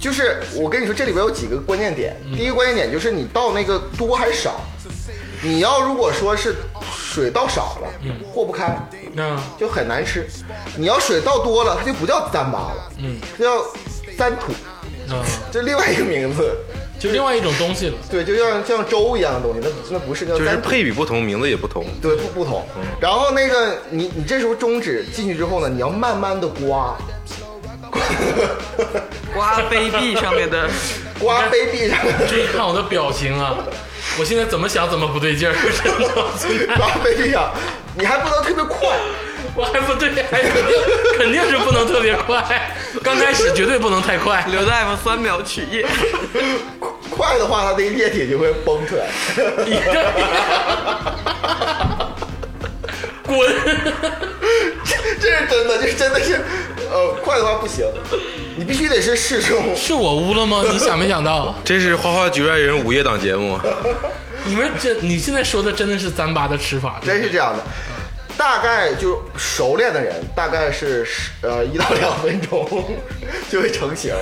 就是我跟你说，这里边有几个关键点。第一个关键点就是你倒那个多还是少。你要如果说是水倒少了，和不开，
嗯，
就很难吃。你要水倒多了，它就不叫糌粑了，嗯，它叫糌土，
嗯，
这另外一个名字。
就另外一种东西了。
对，就像像粥一样的东西，那那不是叫
就是
糌土。
配比嗯不同，名字也不同。
对，不不同。然后那个你你这时候中指进去之后呢，你要慢慢的刮，
刮杯壁上面的，
刮杯壁
*laughs*
上，
这一看我的表情啊，我现在怎么想怎么不对劲儿， *laughs* 真的，
刮杯壁上，你还不能特别快，
我还不对，还肯定肯定是不能特别快，刚开始绝对不能太快。 *laughs*
刘大夫三秒取液，
快的话，它那个液体就会崩出来。
你这，滚！
*laughs* 这是真的，这是真的是，呃，快的话不行，你必须得是适中。
是我污了吗？你想没想到？
这是《花花局外人》午夜档节目，
*laughs* 你们这你现在说的真的是糌粑的吃法，
真是这样的。大概就是熟练的人，大概是十呃一到两分钟 *laughs* 就会成型，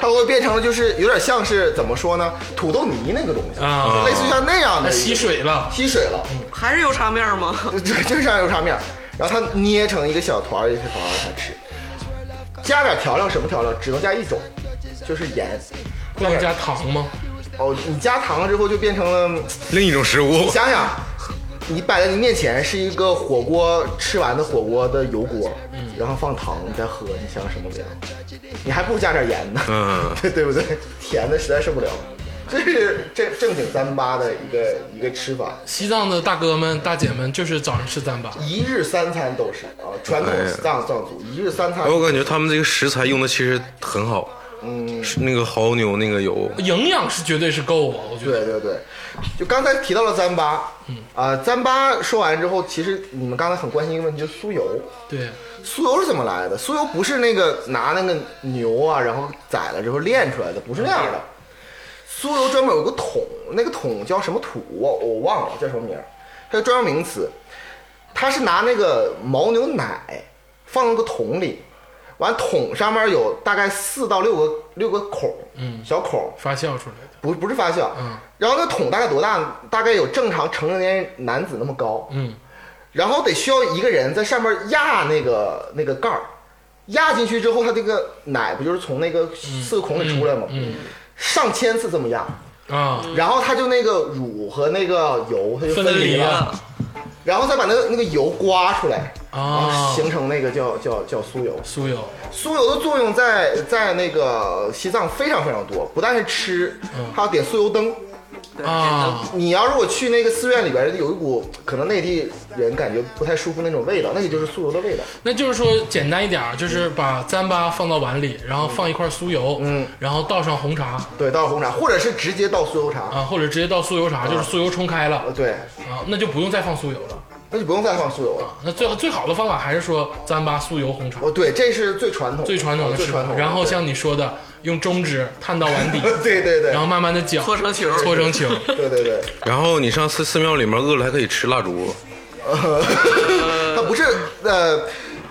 它会变成就是有点像是怎么说呢，土豆泥那个东西，
啊
类似于像那样的
它吸水了。
吸水了，
还是油茶面吗？
就就就是像油茶面，然后它捏成一个小团儿一个小团儿它吃，加点调料什么调料只能加一种，就是盐。
不能加糖吗？
哦，你加糖了之后就变成了，
另一种食
你
物。
想想，你摆在你面前是一个火锅吃完的火锅的油锅，然后放糖你再喝，你想想什么味道？你还不如加点盐呢，
嗯
*laughs* 对对不对？甜的实在受不了。这是正正经三八的一个一个吃法，
西藏的大哥们、大姐们就是早上吃糌粑，
一日三餐都是啊，传统藏藏族一日三餐
哎，我感觉他们这个食材用的其实很好，
嗯
是那个蚝牛那个油，
营养是绝对是够啊，我觉得。
对对对，就刚才提到了糌粑，啊、糌粑说完之后，其实你们刚才很关心一个问题，就是酥油。
对，
酥油是怎么来的？酥油不是那个拿那个牛啊，然后宰了之后炼出来的，不是那样的。酥油专门有个桶，那个桶叫什么土，我我忘了叫什么名儿，它有专有名词。它是拿那个牦牛奶放到个桶里，完桶上面有大概四到六个六个孔，嗯，小孔，
发酵出来的。
不不是发酵，
嗯
然后那桶大概多大？大概有正常成年男子那么高，
嗯，
然后得需要一个人在上面压那个那个盖儿，压进去之后，它这个奶不就是从那个四个孔里出来吗？
嗯
上千次这么压，
啊，
然后它就那个乳和那个油它就
分
嗯离
离
了，
了
然后再把那个那个油刮出来，
啊，
形成那个叫叫叫酥油。
酥油
酥油的作用在在那个西藏非常非常多，不但是吃，
嗯
还要点酥油灯。
对
啊，
你要如果去那个寺院里边，有一股可能内地人感觉不太舒服那种味道，那个就是酥油的味道。
那就是说简单一点儿，就是把糌粑放到碗里，然后放一块酥油，
嗯，
然后倒上红茶
对，倒红茶，或者是直接倒酥油茶。
啊，或者直接倒酥油茶，就是酥油冲开了
呃，对，
啊，那就不用再放酥油了。
那就不用再放酥油了。
那最最好的方法还是说糌粑、酥油、红茶，
哦，对，这是最传统的、
最传统的
哦最
吃法
传统。的。
然后像你说的，用中指探到
*laughs*
碗底，
对对对
然后慢慢的搅，
搓成球，
搓成球。
对对对，
然后你上寺寺庙里面饿了还可以吃蜡烛，
它不是呃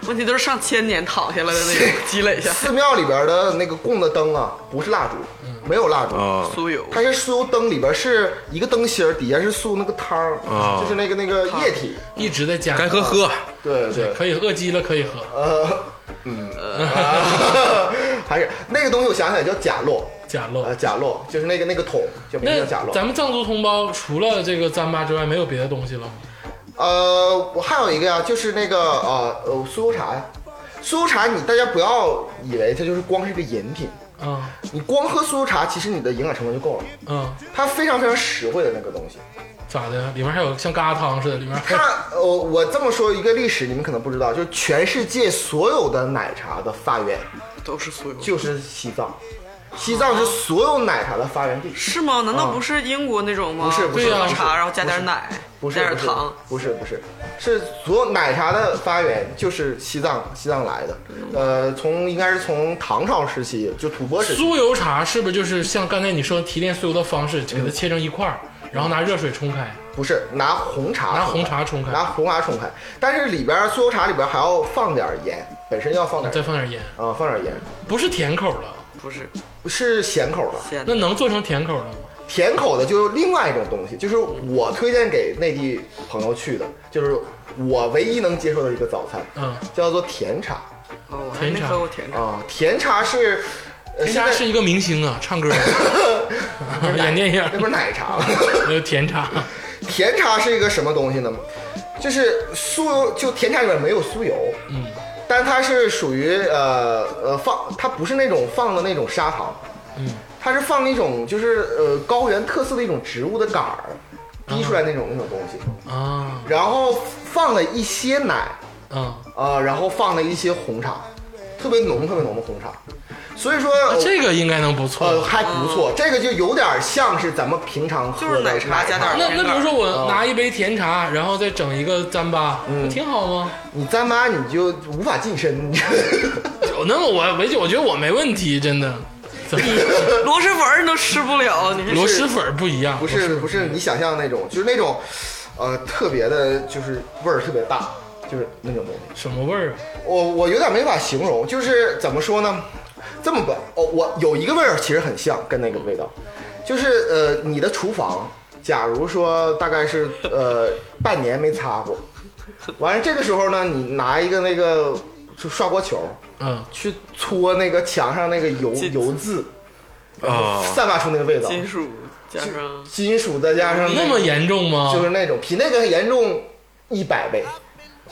问题都是上千年躺下来的那种积累下
寺庙里边的那个供的灯啊，不是蜡烛，
嗯
没有蜡烛。
啊
酥油，
它是酥油灯里边是一个灯芯儿，底下是酥那个汤儿，
啊
就是那个那个液体。
一直在加，
该喝喝。
对对，
可以饿鸡了可以喝，
呃， *laughs* 嗯， *laughs* 啊还是那个东西，我想起来叫甲洛，
假
呃，
肉。
甲洛就是那个那个桶，叫名字
那
叫甲洛。
咱们藏族同胞除了这个糌粑之外，没有别的东西了吗？
呃，我还有一个呀、就是那个呃呃酥油茶呀，酥油茶你大家不要以为它就是光是个饮品，
嗯
你光喝酥油茶，其实你的营养成分就够了，
嗯，
它非常非常实惠的那个东西。
咋的？里面还有像疙瘩汤似的，里面
*laughs*
还
它，呃，我这么说一个历史，你们可能不知道，就是全世界所有的奶茶的发源
都是酥油。
就是西藏，西藏是所有奶茶的发源地。
是吗？难道不是英国那种吗？
啊不是不是
对呀
不是
茶然后加点奶，
不是
加点糖，，
不是不是，是所有奶茶的发源就是西藏西藏来的，
嗯
呃，从应该是从唐朝时期就吐蕃时期，
酥油茶是不是就是像刚才你说提炼酥油的方式，给它切成一块儿，然后拿热水冲开？
不是拿红茶
拿红茶冲开
拿红茶冲开，但是里边酥油茶里边还要放点盐，本身要放点
再
盐
放点盐，
啊、放点盐，
不是甜口了，
不是
是咸口的，
咸
那
的。
能做成甜口的吗？
甜口的就是另外一种东西，就是我推荐给内地朋友去的，就是我唯一能接受的一个早餐，
嗯，
叫做甜茶
哦，我还没
甜茶
喝过甜茶。 *laughs*
啊、甜茶是，呃，
人
现
家
在
是一个明星啊，唱歌
*laughs*
的， *laughs* 演电影
那不是奶茶吗？ *laughs*
呃甜茶，
甜茶是一个什么东西呢？就是酥油，就甜茶里面没有酥油，
嗯，
但它是属于呃呃放，它不是那种放的那种砂糖，
嗯，
它是放那种就是呃高原特色的一种植物的杆儿滴出来
嗯
那种那种东西，
啊，
然后放了一些奶，
嗯，
啊，然后放了一些红茶，特别浓特别浓的红茶，所以说、
那啊这啊个应该能不
呃
错。
还不错，这个就有点像是咱们平常喝
就是
的啊
奶茶加点儿
那那比如说
哦
我拿一杯甜茶，然后再整一个糌粑，
嗯
不挺好吗？
你糌粑你就无法近 *laughs* 身，你
有那么我维姐，我觉得我没问题，真的。怎么
螺蛳粉儿你都吃不了，你
螺蛳粉儿不一样，
不是嗯不是你想象的那种，就是那种，呃，特别的，就是味儿特别大，就是那种东西。
什么味儿啊？
我我有点没法形容，就是怎么说呢？这么吧，哦，我有一个味儿其实很像，跟那个味道，就是呃，你的厨房，假如说大概是呃半年没擦过，完了这个时候呢，你拿一个那个就刷锅球
嗯，
去搓那个墙上那个油
金
油渍，
啊，
散发出那个味道，
金属加上
金属再加上
那么严重
啊
吗？
就是那种比那个严重一百倍，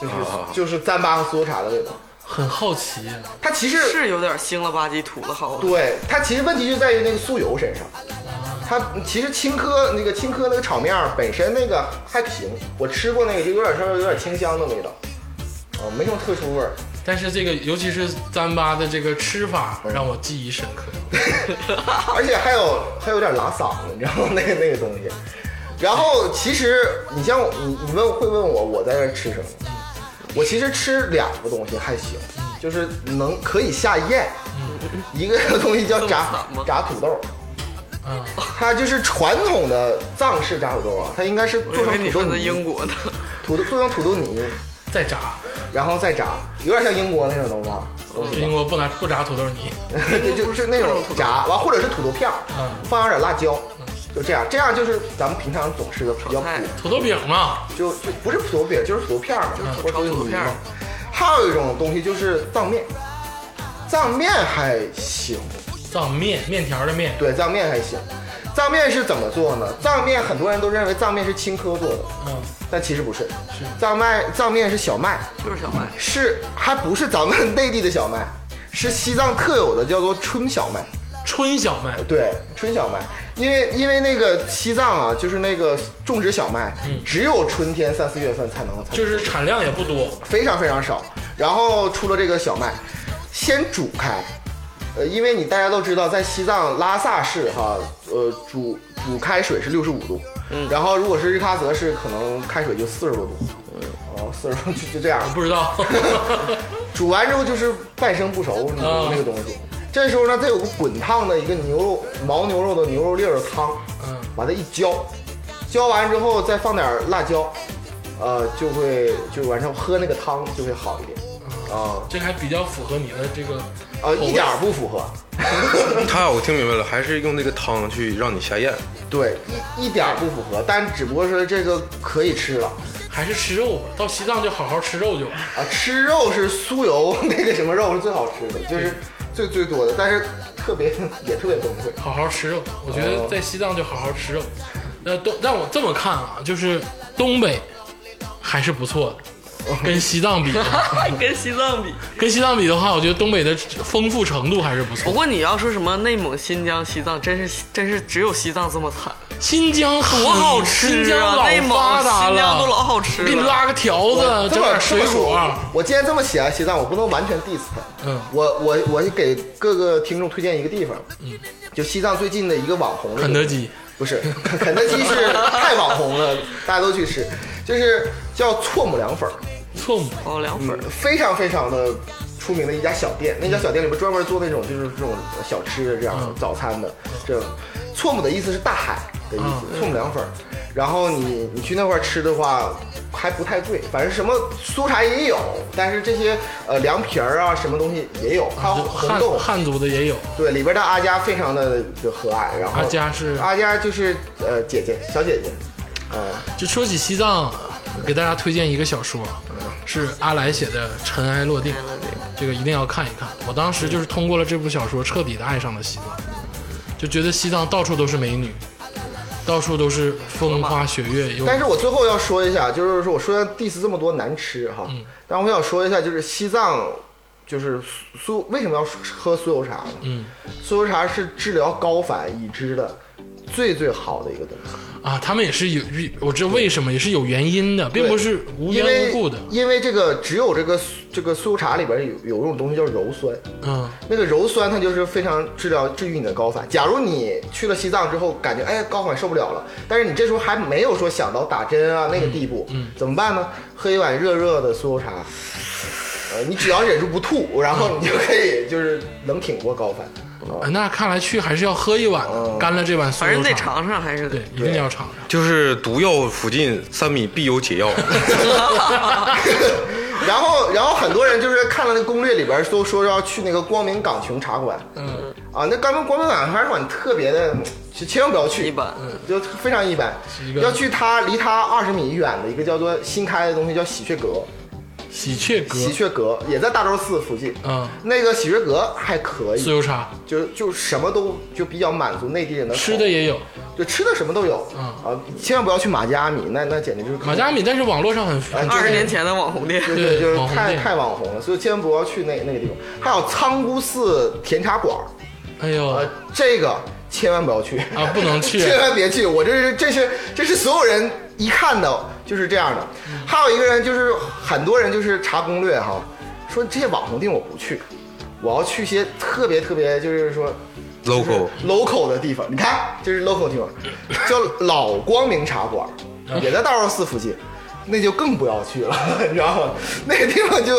就是就是糌粑和酥油茶的味道。
很好奇啊，
它其实
是有点腥了吧唧，土了好多。
对它其实问题就在于那个酥油身上。它其实青稞那个青稞那个炒面儿本身那个啊还行，我吃过那个就有点稍微有点清香的味道，哦，没什么特殊味儿。
但是这个尤其是糌粑的这个吃法让我记忆深刻。
而且还有还有点拉嗓子，你知道吗？那个那个东西。然后其实你像我你你问会问我我在这吃什么？我其实吃两个东西还行，就是能可以下咽。一个东西叫炸
嗯这么惨吗
炸土豆，
嗯，
它就是传统的藏式炸土豆啊，它应该是
我
做
以为
成
你
土
说
豆
在英
泥，
国呢，
土豆做成土豆泥，
再炸，
然后再炸，有点像英国那种东西吧，东西吧
英国不拿不炸土豆泥，
*laughs* 对，就是那种炸完，或者是土豆片嗯儿
嗯，
放上点辣椒，就这样，这样就是咱们平常总吃的比较普，
土豆饼嘛，
就就不是土豆饼，就是土豆片儿嘛，或者
炒啊土豆片儿
泥嘛。还有一种东西就是藏面，藏面还行，
藏面面条的面，
对，藏面还行。藏面是怎么做呢？藏面很多人都认为藏面是青稞做的，
嗯，
但其实不是，藏麦藏面是小麦，
*laughs* 就是小 *laughs* 麦。
是还不是咱们内地的小麦，是西藏特有的，叫做春小麦。
春小麦，
对，春小麦，因为因为那个西藏啊，就是那个种植小麦，只有春天三四月份才能采，
嗯就是产量也不多，
非常非常少。然后出了这个小麦，先煮开，呃，因为你大家都知道，在西藏拉萨市哈，呃，煮煮开水是六十五度，嗯，然后如果是日喀则市，可能开水就四十多度，嗯，哦，四十多就就这样，
不知道。 *laughs*
煮完之后就是半生不熟那
啊
个那个东西。这时候呢，再有个滚烫的一个牛肉牦牛肉的牛肉粒儿的汤，
嗯，
把它一浇，浇完之后再放点儿辣椒，呃，就会就晚上喝那个汤就会好一点。啊
这还比较符合你的这个
啊，
嗯口味
一点儿不符合，
他我听明白了，还是用那个汤去让你下咽。
对，一一点儿不符合，但只不过是这个可以吃了
还是吃肉吧，到西藏就好好吃肉就完。
啊。吃肉是酥油 *laughs* 那个什么肉是最好吃的，就是最最多的，但是特别 *laughs* 也特别崩溃。
好好吃肉，我觉
哦
得在西藏就好好吃肉。那东让我这么看啊，就是东北还是不错
哦
的，跟西藏
*laughs*
比，
跟西藏比，
跟西藏比的话，我觉得东北的丰富程度还是不
不
错。
过你要说什么内蒙、新疆、西藏，真是真是只有西藏这么惨，
新疆
多
多
好吃
新疆
啊！
老
内蒙、
发达
新疆都
了，
老好吃
给你
了。
拉个条子，
这
呃整
么
点
这
水
么
果
说，我今天这么写啊，西藏，我不能完全 diss 他。
嗯
我我我给各个听众推荐一个地方，嗯，就西藏最近的一个网红的
肯
地方
德基，
不是肯德基是太网红了，大家都去吃，就是叫错母凉粉儿，
错母
哦，凉粉儿，
非常非常的出名的一家小店。那家小店里边专门做那种就是这种小吃的这样、早餐的这种。错母的意思是大海的意思，错母凉粉儿。然后你你去那块儿吃的话，还不太贵，反正什么蔬菜也有，但是这些呃凉皮儿啊什么东西也有，
啊
还有红
汉
豆，
汉族的也有，
对里边的阿佳非常的就和蔼，然后
阿佳是
阿佳就是呃姐姐小姐姐，呃
就说起西藏，给大家推荐一个小说，是阿来写的《尘埃落定》，这个一定要看一看。我当时就是通过了这部小说，彻底的爱上了西藏，就觉得西藏到处都是美女，到处都是风花雪月。有
但是我最后要说一下，就是说我说要 diss 这么多难吃哈，
嗯
但我想说一下，就是西藏，就是苏为什么要喝酥油茶呢？
嗯，
酥油茶是治疗高反已知的最最好的一个东西，
啊，他们也是有，我知道为什么也是有原因的，并不是无
因
缘
为
无故的。
因为这个只有这个这个酥油茶里边有有一种东西叫鞣酸，
嗯，
那个鞣酸它就是非常治疗治愈你的高反。假如你去了西藏之后，感觉哎高反受不了了，但是你这时候还没有说想到打针啊那个地步，怎么办呢？喝一碗热热的酥油茶，呃，你只要忍住不吐，然后你就可以就是能挺过高反。
呃那看来去还是要喝一碗
嗯
的，干了这碗酥
反正
油
得
茶，
尝尝，还是得
对，一定要尝尝。
就是毒药附近三米必有 *laughs* 解药，
然后，然后很多人就是看了那攻略里边都说要去那个光明岗琼茶馆，
嗯，
啊，那刚刚光明港茶馆特别的，就千万不要去，嗯
一般。嗯
就非常一般
是一。个
要去它离它二十米远的一个叫做新开的东西叫喜鹊阁，
喜鹊哥，
喜鹊阁也在大昭寺附近。
嗯，
那个喜鹊阁还
酥
可以，
油茶
就就什么都就比较满足内地人的口
吃的，也有。
就吃的什么都有。
嗯
啊，千万不要去马加米，那那简直就是
马加米，但是网络上很很
对
二十年前的网红店，
对对，就是
网红
太
店
太网红了，所以千万不要去那那个地方。还有仓姑寺甜茶馆儿，
哎呦
呃，这个千万不要去。
啊，不能去，
千万别 *laughs* 去！我这是这是这是所有人一看到就是这样的。还有一个人就是很多人就是查攻略哈，说这些网红地方我不去，我要去一些特别特别就是说
local，
local 的地方。你看，这是 local 地方，叫老光明茶馆，也在大绕寺附近，那就更不要去了， *laughs* 你知道吗？那个地方就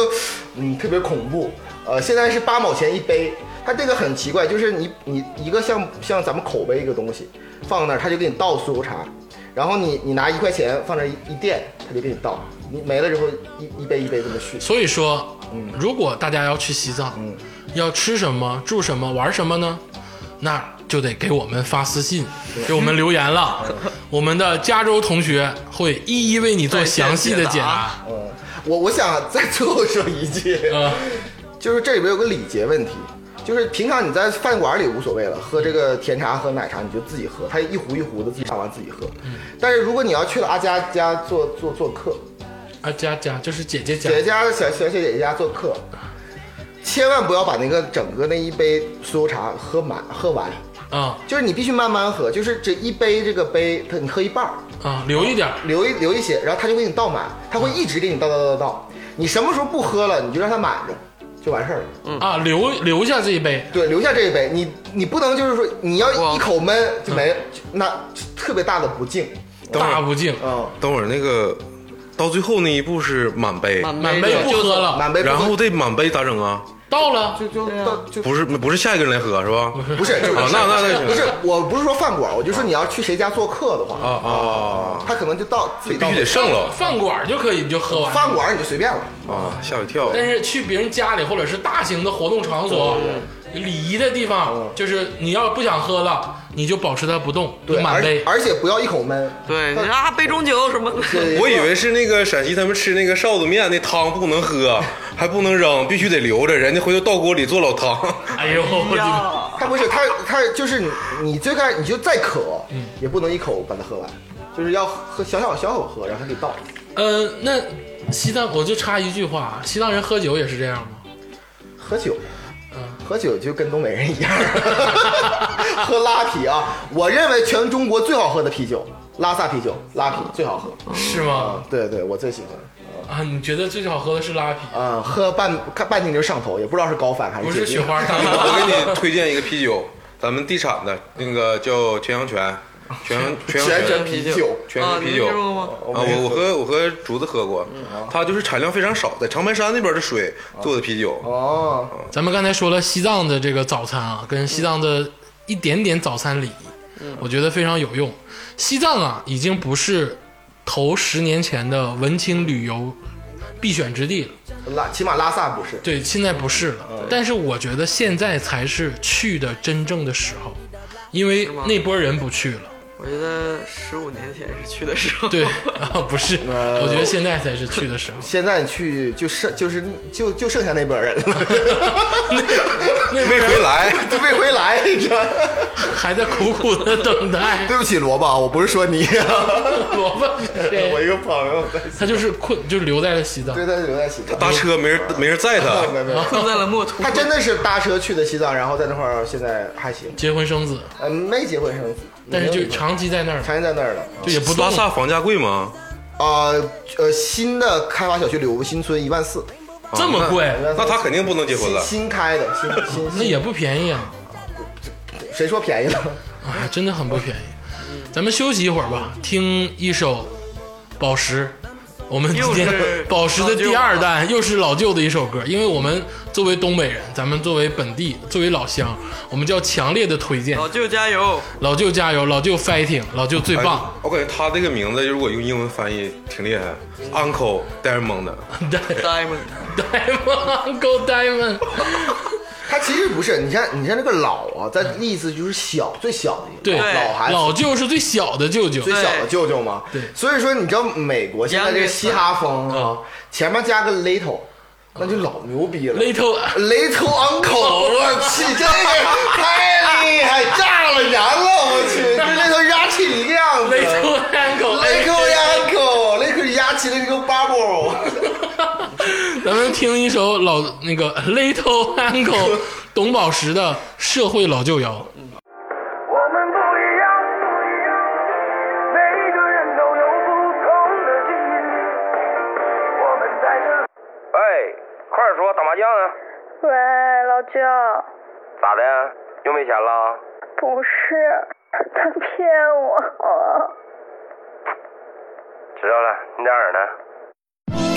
嗯特别恐怖。呃，现在是八毛钱一杯，它这个很奇怪，就是你你一个像像咱们口碑一个东西放那儿，他就给你倒酥油茶。然后你你拿一块钱放那儿一一垫，他就给你倒，你没了之后一一杯一杯这么续。
所以说，如果大家要去西藏，要吃什么、住什么、玩什么呢？那就得给我们发私信，给我们留言了。我们的加州同学会一一为你做详细的解答。
嗯， *laughs* 我我想再最后说一句，
呃，
*laughs* 就是这里边有个礼节问题，就是平常你在饭馆里无所谓了，喝这个甜茶喝奶茶你就自己喝，他一壶一壶的自己上完自己喝。但是如果你要去了阿佳家做做做客，
啊，加加就是姐姐家
姐姐家小小姐姐家做客，千万不要把那个整个那一杯酥油茶喝满喝完，
啊
就是你必须慢慢喝，就是这一杯这个杯，它你喝一半儿。
啊，留一点儿。
留一留一些，然后他就给你倒满，他
嗯
会一直给你倒倒倒倒倒。你什么时候不喝了，你就让他满着，就完事儿了。
啊，留留下这一杯，
对，留下这一杯，你你不能就是说你要
哇
一口闷就没，
嗯
就那特别大的不敬。
等会
大
儿
不敬，
嗯，
等会儿那个到最后那一步是满杯，
满杯不喝了，
啊满杯不
然
喝
后这满杯咋整啊？
到了
就就倒就
不是不是下一个人来喝是吧？
不是，就是
啊那那那行
不是，我不是说饭馆，我就说你要去谁家做客的
*laughs* 啊
话，
啊，
他可能就倒自己
必
倒
须。得剩了
饭馆就可以，你就喝完。
饭馆你就随便了，
啊！吓我一跳。
但是去别人家里或者是大型的活动场所、礼仪的地
嗯
方，就是你要不想喝了，你就保持它不动，
对，
满
而
杯。
而且不要一口闷。
对啊，杯中酒什么的，
对
我以为是那个陕西他们吃那个臊子面，那汤不能喝，啊还不能扔，必须得留着，人家回头倒锅里做老汤。
哎呦，我的
呀，
他不是他他就是你你最开始你就再渴，也不能一口把它喝完，就是要喝小小小口喝，然后给倒。
呃，那西藏我就插一句话，西藏人喝酒也是这样吗？
喝酒，喝酒就跟东北人一样， *laughs* 喝拉啤啊！我认为全中国最好喝的啤酒，拉萨啤酒，拉啤最好喝。
是吗？
啊，对对，我最喜欢。
啊，你觉得最好喝的是拉啤，
啊，喝半看半瓶就上头，也不知道是高反还
不
是
是
解
雪
冰。 *laughs*
花大
我
麻？
给你推荐一个啤酒，咱们地产的那个叫全阳泉，全阳全阳
全
泉
全啤酒，
全
啊
是，
你们
啤酒
听说过吗？
啊，我我和我和竹子喝过，它就是产量非常少，在长白山那边的水做的啤酒。
哦，
咱们刚才说了西藏的这个早餐啊，跟西藏的一点点早餐礼仪，我觉得非常有用。西藏啊，已经不是头十年前的文青旅游必选之地了，
拉起码拉萨不是。
对，现在不是了。但是我觉得现在才是去的真正的时候，因为那波人不去了。
我觉得十五年前是去的时
*laughs*
候，
对，啊，不是，我觉得现在才是去的时候。
现在你去就剩就是就就剩下那波人了，
没回来，
*laughs*
就没回来，你知道吗。
还在苦苦的等待
对不起，萝卜，啊我不是说你，
*laughs* 萝卜是
我
谁，
一个朋友在，
他就是困，就留在了西藏
对，。他留在西藏，
搭车没人没人载
*laughs*
他，
没没没，
困在了墨脱
他。真的是搭车去的西藏，然后在那块儿现在还行，
结婚生子，
呃，没结婚生子，
但是
没有
就
离婚
长期在那儿，
全是在那儿了。
就也不动
拉。萨房价贵吗？
呃呃，新的开发小区柳屋新村一万四，
这么贵
啊那那他肯定不能结婚
新
了。
新开的，新新
那
新，
也不便宜啊，
谁说便宜了？ *laughs*
啊，真的很不便宜。咱们休息一会儿吧，听一首《宝石》。我们今天
又是
*laughs* 宝石的第二弹又是老旧的一首歌，因为我们作为东北人，咱们作为本地，作为老乡，我们就要强烈的推荐
老舅加油！
老舅加油，老舅 fighting，老舅最
哎
棒。
我感觉他这个名字如果用英文翻译挺厉害，Uncle Diamond 的。
*laughs*
Diamond，
Diamond Go Diamond，
他其实不是，你看你看这个老啊，在意思就是小，最小的一个，
对，
老孩子。
老舅是最小的舅舅，
最小的舅舅嘛，
对
所以说你知道美国现在这个嘻哈风啊，前面加个 little，那就老牛逼了。
Little
Little Uncle，我去，这个太厉害，炸了燃了，我去，这那头压起一个样子。
Little Uncle
Little Uncle，Little 压起了一个 bubble，
咱们听一首老那个 Little Uncle *laughs* 董宝石的《社会老舅谣
我们不一样，每个人都有不同的境遇。我们在这，哎，
快点说，打麻将啊？
喂，老舅，
咋的呀？又没钱了？
不是，他骗我。
知道了，你在哪儿呢？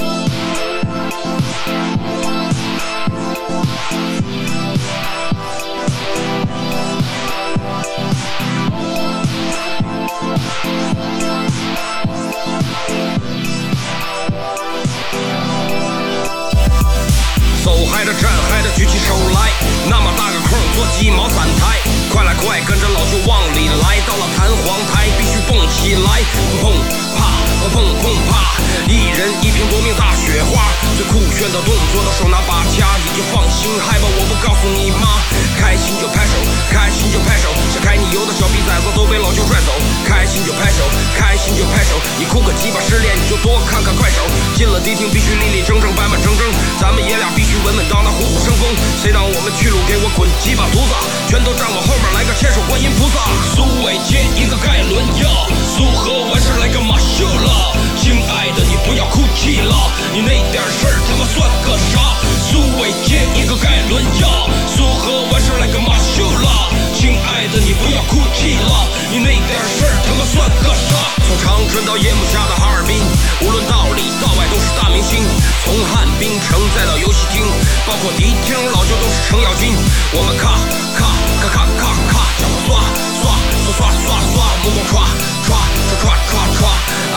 走嗨的站嗨的举起手来，那么大个空做鸡毛散台，快来快跟着老舅往里来，到了弹簧台必须蹦起来，砰啪砰砰啪，一人一瓶夺命大雪花，最酷炫的动作的手拿把掐，你就放心嗨吧，我不告诉你妈，开心就拍手，开心就拍手，想开你油的小逼崽子都被老舅拽走，开心就拍手，开心就拍手，你哭个鸡巴失恋你就多看看快手，进了迪厅必须立立正正板板正正，咱们爷俩必须稳稳当当虎虎生风，谁挡我们去路给我滚鸡巴犊子，全都站我后面来个千手观音菩萨，苏伟接一个盖伦亚，苏荷完事儿来个马秀拉，亲爱的你不要哭泣了，你那点事儿他妈算个啥？苏伟接一个盖伦亚，苏荷完事儿来个马秀拉，亲爱的你不要哭泣了，你那点事儿他妈算个啥？从长春到夜幕下的哈尔滨，无论到里到外都是大明星，从汉滨城再到游戏厅，包括迪厅老舅都是程咬金，我们咔咔咔咔咔咔，脚刷刷刷刷刷刷，目光刷刷刷刷刷刷，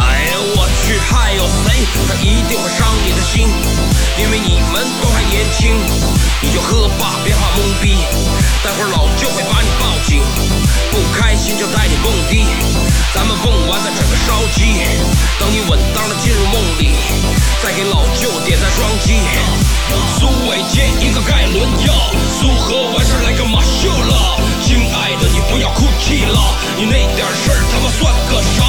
哎呦我去，还有谁？他一定会伤你的心，因为你们都还年轻，你就喝吧，别怕懵逼，待会儿老舅会把你抱紧，不开心就带你蹦迪，咱们蹦完再整个烧鸡，等你稳当的进入梦里，再给老舅点赞双击。苏伟接一个盖伦药，苏荷完事儿来个马秀了，亲爱的你不要哭泣了，你那点事儿他妈算个啥？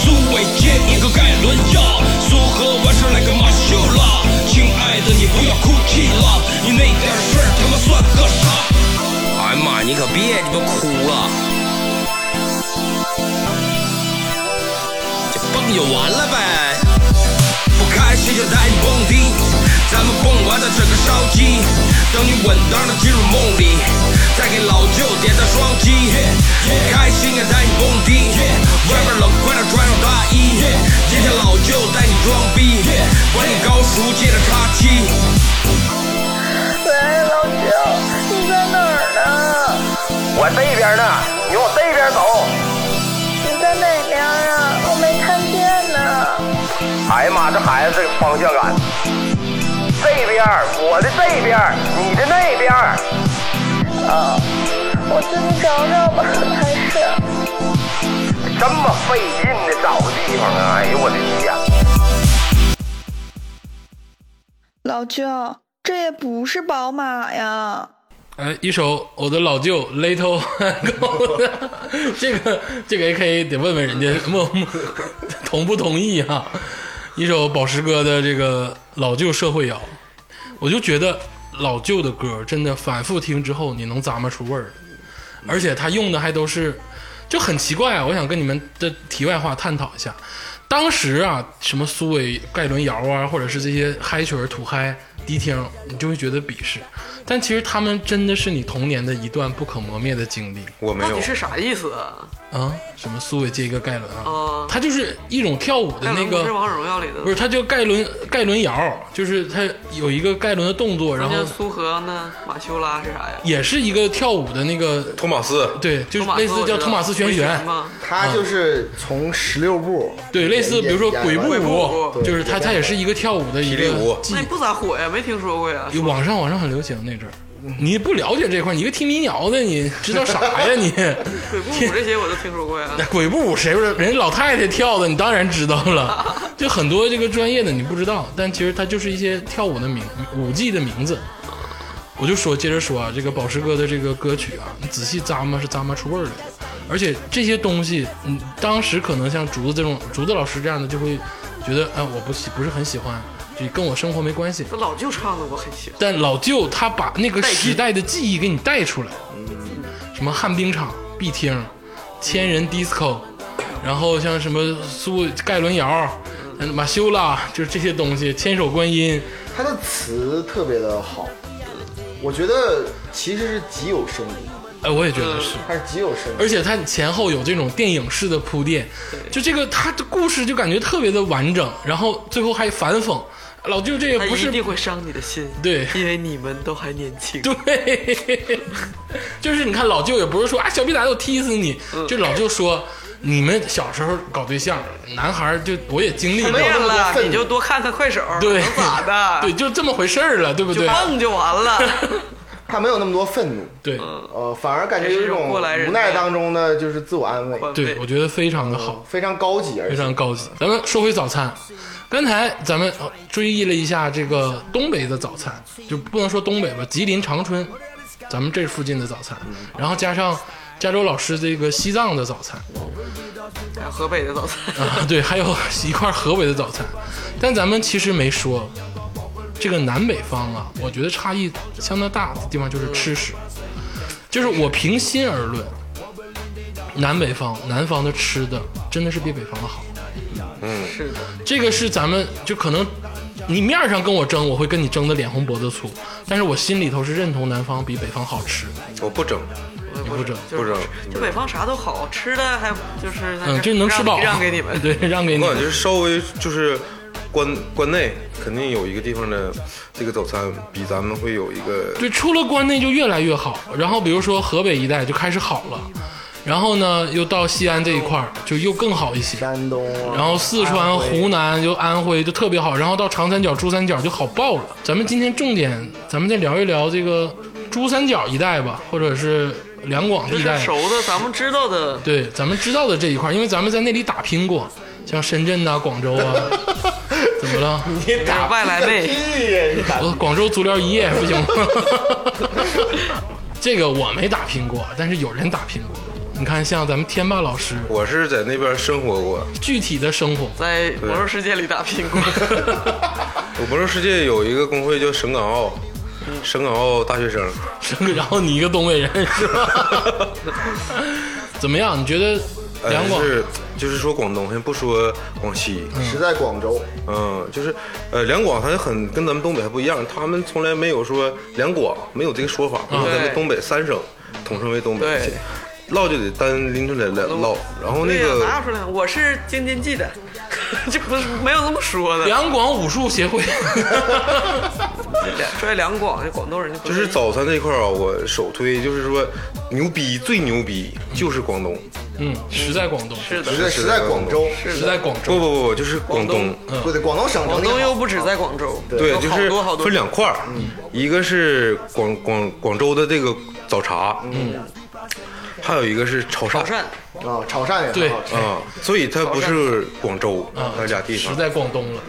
苏伟接一个盖伦药，苏荷完事儿来个马秀了，亲爱的你不要哭泣了，你那点事儿他妈算个啥？哎呀妈，你可别鸡巴哭啊了，这蹦就完了呗。不开心就带你蹦迪，咱们蹦完再整个烧鸡，等你稳当的进入梦里，再给老舅点赞双击。不开心也带你蹦迪，外面冷快点穿上大衣，今天老舅带你装逼，管你高数借着叉七。
喂，老舅，你在哪儿呢？
我这边呢，你往这边走。
你在哪边啊？我没看见呢。
哎呀妈，这孩子这个方向感，这边儿我的这边儿，你的那边儿。
我自己找找吧，还是。
这么费劲的找地方啊！哎呦我的天！
老舅，这也不是宝马呀。
呃，一首我的老舅 Little Go，这 *laughs* 个这个 AK 得问问人家默默 *laughs* 同不同意哈、一首宝石哥的这个老旧社会摇，我就觉得老旧的歌真的反复听之后，你能咂摸出味儿，而且他用的还都是就很奇怪啊！我想跟你们的题外话探讨一下，当时啊，什么苏伟、盖伦摇啊，或者是这些嗨曲儿、土嗨、迪厅，你就会觉得鄙视，但其实他们真的是你童年的一段不可磨灭的经历
我没
到
有
底。是啥意思啊？
啊！什么苏伟接一个盖伦啊，
啊，
他就是一种跳舞的
盖
那
伦不
个
是王者荣耀里的
不，是，他叫盖伦盖伦摇，就是他有一个盖伦的动作，然后
那苏荷呢？马修拉是啥呀？
也是一个跳舞的那个，
托马斯，
对，就是类似叫托马斯
旋
旋旋，
吗？
他就是从十六步，
*laughs* 对，类似比如说鬼步
演完
舞，就是他他也是一个跳舞的一
霹雳
个
舞
技
那，不咋火呀，没听说过呀。
有网上网上很流行那阵儿。你不了解这块儿，你一个听民谣的，你知道啥呀你？ *laughs*
鬼步舞这些我都听说过呀。
鬼步舞谁不知道？人家老太太跳的，你当然知道了。就很多这个专业的你不知道，但其实它就是一些跳舞的名舞技的名字。我就说，接着说啊，这个宝石哥的这个歌曲啊，你仔细咂摸是咂摸出味儿来的。而且这些东西，嗯，当时可能像竹子这种竹子老师这样的，就会觉得，哎、我不喜不是很喜欢，就跟我生活没关系。
这老舅唱的我很喜欢，
但老舅他把那个时代的记忆给你带出来，什么旱冰场、必听、千人 disco，然后像什么苏盖伦摇，嗯马修啦，就是这些东西，千手观音，
他的词特别的好，我觉得其实是极有深意，
哎，我也觉
嗯
得是。
他是极有深意。
而且它前后有这种电影式的铺垫，就这个他的故事就感觉特别的完整，然后最后还反讽，老舅这也
他
不
一
是
定会伤你的心，
对
因为你们都还年
*laughs*
轻。
对，就是你看老舅也不是说啊小逼崽子我踢死你，
嗯
就老舅说你们小时候搞对象，男孩儿就我也经历
什么
这
呀
了，
样了，
愤怒
你就多看看快手，
对
能咋的？
*laughs* 对，就这么回事儿了，对不
就
对？
蹦就完
*laughs*
了。
他没有那么多愤怒，
对
嗯
呃，反而感觉有一
还是
种
过来人的
无奈当中的就是自我安慰，
对，我觉得非常的好。
非常高级，
嗯
而
非
且
常高级。咱们说回早餐，刚才咱们呃追忆了一下这个东北的早餐，就不能说东北吧，吉林长春，咱们这附近的早餐，
嗯
然后加上加州老师这个西藏的早餐
还有河北的早餐，
啊，对，还有一块河北的早餐，但咱们其实没说。这个南北方啊，我觉得差异相当大的地方就是吃食，就是我平心而论，南北方南方的吃的真的是比北方的好。
是的，
这个是咱们就可能你面儿上跟我争，我会跟你争的脸红脖子粗，但是我心里头是认同南方比北方好吃。
我不整，
我
不整
就是
不整
就北方啥都好吃的，还就是
嗯，就是能吃饱，。
让给你
*laughs*
们
对，让给你
我。感觉稍微就是关关内肯定有一个地方的这个早餐比咱们会有一个
对，出了关内就越来越好。然后比如说河北一带就开始好了，然后呢又到西安这一块儿就又更好一些。
山东，
然后四川、湖南就安徽就特别好，然后到长三角、珠三角就好爆了。咱们今天重点，咱们再聊一聊这个珠三角一带吧，或者是两广
就
地
是
带。
熟的，咱们知道的，
对，咱们知道的这一块儿，因为咱们在那里打拼过，像深圳呐、广州啊，怎么了？
你打
外来妹
屁呀你打
我哦广州足疗一夜不行吗？这个我没打拼过，但是有人打拼过。你看，像咱们天霸老师，
我是在那边生活过，
具体的生活，
在魔兽世界里打拼过。
我魔兽世界有一个工会叫省港澳，
嗯
省港澳大学生，
然后你一个东北人是吧？怎么样？你觉得
呃
两广？
是就是说广东，先不说广西，
实在广州，
嗯，就是呃两广还很跟咱们东北还不一样，他们从来没有说两广没有这个说法，因为咱们
嗯对
东北三省统称为东北
对，
唠就得单拎出来来唠，然后那
对呀，
个
哪有出来？我是京津冀的， *laughs* 这不是没有那么说的。
两广武术协会，
两说两广，这广东人就不
就是早餐这块儿啊，我首推就是说牛逼最牛逼就是广东，
嗯，实在广东，
是的
实，在实在广州，
实在广州
不，不不不，就是广东，
不对，广东省
广
城
东
里
又
好
不止在广州，
对，
有
就
好
是
多好多
分两块儿，一个是广广广州的这个早茶，嗯，还有一个是潮
潮
汕，
汕，
啊，潮汕也
对
很好吃。
啊，所以它不是广州
啊
那俩地
实
方。
在广东了。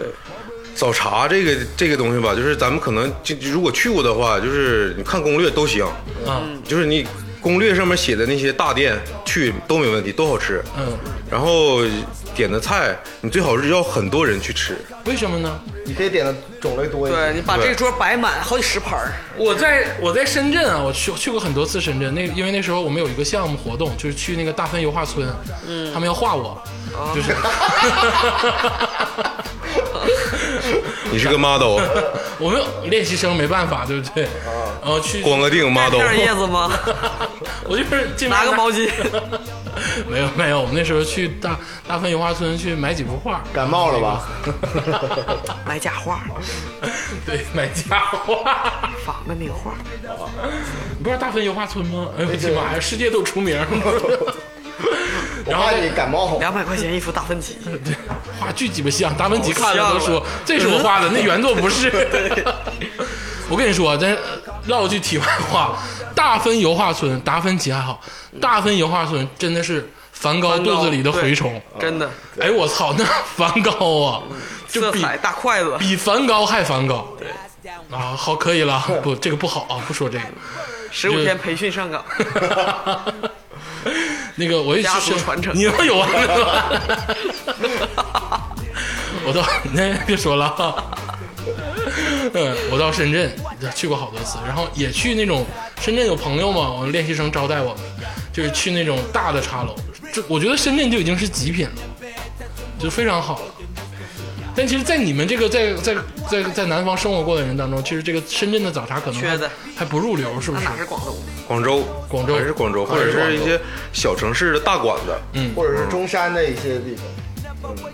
早茶这个这个东西吧，就是咱们可能就如果去过的话，就是你看攻略都行，
啊，
就是你攻略上面写的那些大店去都没问题，都好吃。
嗯，
然后点的菜，你最好是要很多人去吃。
为什么呢？
你可以点的种类多一
对
点。
你把这桌摆满好几十盘儿，
我在我在深圳啊，我去我去过很多次深圳。那因为那时候我们有一个项目活动，就是去那个大芬油画村，
嗯
他们要画我，
哦 *laughs*
就是，
你是
*laughs*
个 model，
我们练习生没办法，对不对？
哦
然后去，
光个
*laughs*
腚 model
片。儿叶子吗？
我就是进门
拿个毛巾，
*laughs* 没有没有，我们那时候去大大芬油画村去买几幅
*laughs*
画，
感冒了吧？
嗯买假花，
对，买家画。
*laughs* 仿的名画。
你不知道大芬油画村吗？哎呦我的妈呀，世界都出
*laughs*
名了。
我
然后
怕你感冒。
两百块钱一幅大分级，
*laughs* 画巨鸡巴像，达芬奇看
好
了
像
都说
了
这是我画
嗯
的，那原作不
*laughs*
是。 *laughs* 我跟你说，咱唠句题外话，大芬油画村、达芬奇还好，大芬油画村真的是梵高肚子里的蛔虫。
真的，
哎我操，那梵高啊，就
色
比
彩大筷子，
比梵高还梵高。对啊，好，可以了，不，这个不好啊，不说这个。
十五天培训
*laughs*
上岗，
那个我一
家
直
族传承
你要有啊？ *laughs* 我到那别说了啊，嗯，我到深圳去过好多次，然后也去那种深圳有朋友嘛，我们练习生招待我们，就是去那种大的茶楼，这我觉得深圳就已经是极品了，就非常好了。但其实，在你们这个在在在在南方生活过的人当中，其实这个深圳的早茶可能
缺的
还还不入流，是不
那
是？
哪是广东？
哦
广州，
广州
还是广州，或
还
者
是广州嗯
是一些小城市的大馆子。
或者是中山的一些地方。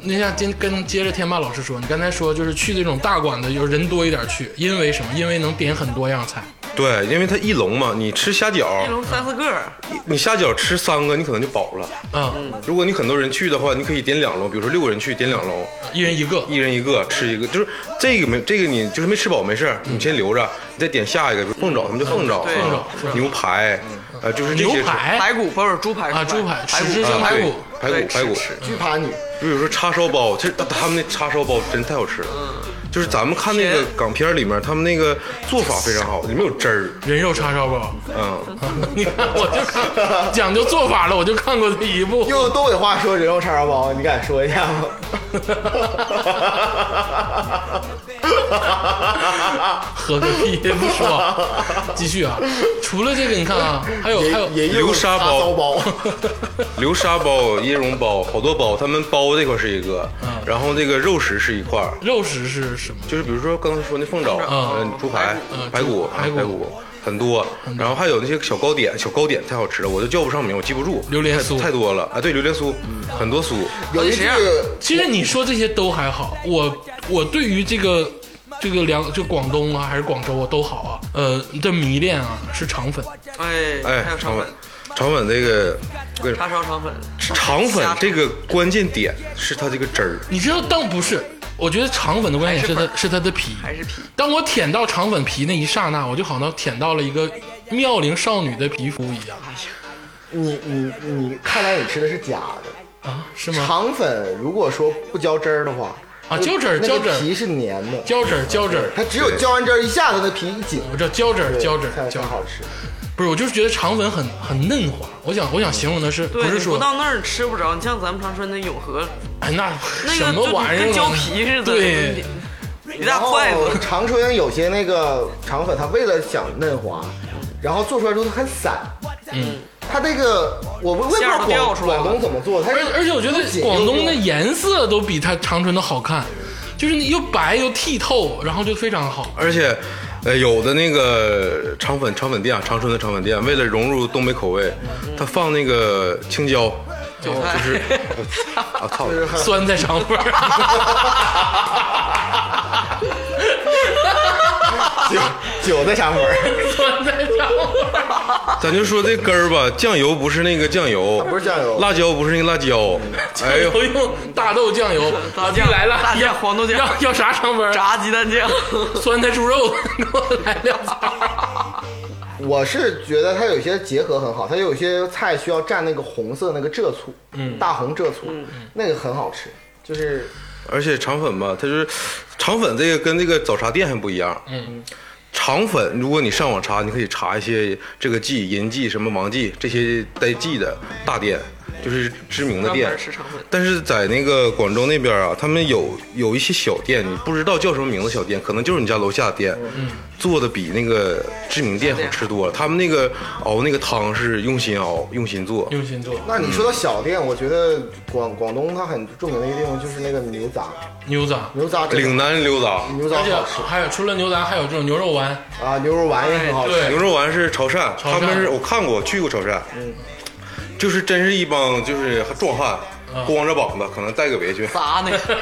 那像今跟接着天霸老师说，你刚才说就是去这种大馆子，就是人多一点去，因为什么？因为能点很多样菜。
对，因为它一笼嘛，你吃虾
一
饺，
笼三四个儿，
你虾饺吃三个，你可能就饱了。
嗯，
如果你很多人去的话，你可以点两笼，比如说六个人去点两笼，
一人一个。
一人一个吃一个，就是这个没这个你就是没吃饱没事儿，你先留着，你再点下一个，比如凤爪，咱们就凤爪
对，
凤爪嗯
牛排，呃，就是这
牛
些吃
排
排骨或者猪
哎
排
啊，
猪
猪排，
排
豉
骨
汁香
啊
排
对
骨。
排骨
对
排骨，
吃吃
巨扒女，
比如说叉烧包，其实他他们那叉烧包真太好吃了，
嗯
就是咱们看那个港片里面，他们那个做法非常好，里面有汁儿，
人肉叉烧包，
嗯，
*laughs* 你看我就看讲究做法了，我就看过这一
*laughs*
部。
用东北话说人肉叉烧包，你敢说一下吗？
喝个屁不说，继续啊！除了这个，你看啊，还有还有
也也用
流沙包
烧包，
流沙包、椰蓉包，好多包，他们包这块是一个，
嗯
然后这个肉食是一块儿，
肉食是什么？
就是比如说刚才说那凤爪，嗯，猪排、排骨、
排骨
排骨。很多，然后还有那些小糕点，小糕点太好吃了，我都叫不上名，我记不住。
榴莲
太
酥
太多了啊！对，榴莲酥，很多酥。
*laughs* 有一句
啊
其实你说这些都还好，我我对于这个这个两就广东啊还是广州啊都好啊，呃的迷恋啊是肠粉，
哎，
哎
还有，肠
肠粉
粉、，
肠粉这个，我跟你说
叉烧肠粉，
肠粉
虾
这个关键点是它这个汁儿，
你知道当不是，我觉得肠粉的关键是它是它的皮，
还是皮，
当我舔到肠粉皮那一刹那，我就好像舔到了一个妙龄少女的皮肤一样
啊
你你你，看来你吃的是假的。
啊，是吗？
肠粉如果说不浇汁儿的话，
啊浇汁儿
那个
浇汁儿
皮是粘的，
胶质儿胶质儿，
它只有浇完汁儿一下子，那皮一紧，
我知道胶质儿
对
胶质
才
儿胶质
才好
儿，
吃。
不是，我就是觉得肠粉很很嫩滑，我想我想形容的是，不
对，
是
你
说
不到那儿吃不着。你像咱们长春的永和，
哎那
那
什
个
么
就
玩意儿
跟
呢
胶皮似的，
对。，哦
一大筷
然后
子，
长春有些那个肠粉，它为了想嫩滑，然后做出来之后它很散。
嗯，
它这个我不我也不知道
馅儿都掉
广
出来了
广东怎么做，它
而而且我觉得广东的
那
颜色都比它长春的好看，就是你又白又剔透，然后就非常好。
而且，呃，有的那个肠粉肠粉店啊，长春的肠粉店，为了融入东北口味，它放那个青椒，
韭菜
就是啊操，
酸菜肠粉儿，啊
韭菜肠粉儿， *laughs*
酸菜肠粉儿，啊
咱就说这根儿吧，酱油不是那个酱油，
不是酱油
辣椒不是那个辣椒， *laughs* 哎呦
我，用大豆酱油，
大
老弟
酱
来了，
大酱
要
黄豆酱
要要啥肠粉儿？
炸鸡蛋酱，
酸菜猪肉， *laughs* 给我来两盘。
我是觉得它有些结合很好，它有些菜需要蘸那个红色那个浙醋，嗯，大红浙醋，那个很好吃，就是
而且肠粉吧，它就是肠粉这个跟这个早茶店还不一样。嗯，肠粉如果你上网查，你可以查一些这个记、银记、什么王记这些带记的大店，就是知名的店
专门吃肠
*laughs*
粉。
但是在那个广州那边啊，他们有有一些小店，你不知道叫什么名字小店，可能就是你家楼下店，做的比那个知名店好吃多了。他们那个熬那个汤是用心熬、用心做。
*laughs* 用心做
那你说到小店，我觉得广广东它很著名的一个地方就是那个牛杂，
牛杂，
牛杂真的
岭南溜达，
牛杂
而且
好吃
还有除了牛杂，还有这种牛肉丸，
啊，牛肉丸也很好吃。
对 *laughs*
牛，肉丸是潮汕，
潮汕
他们是我看过，去过潮汕，就是真是一帮就是壮汉，光着膀子，可能带个围裙，
砸那个，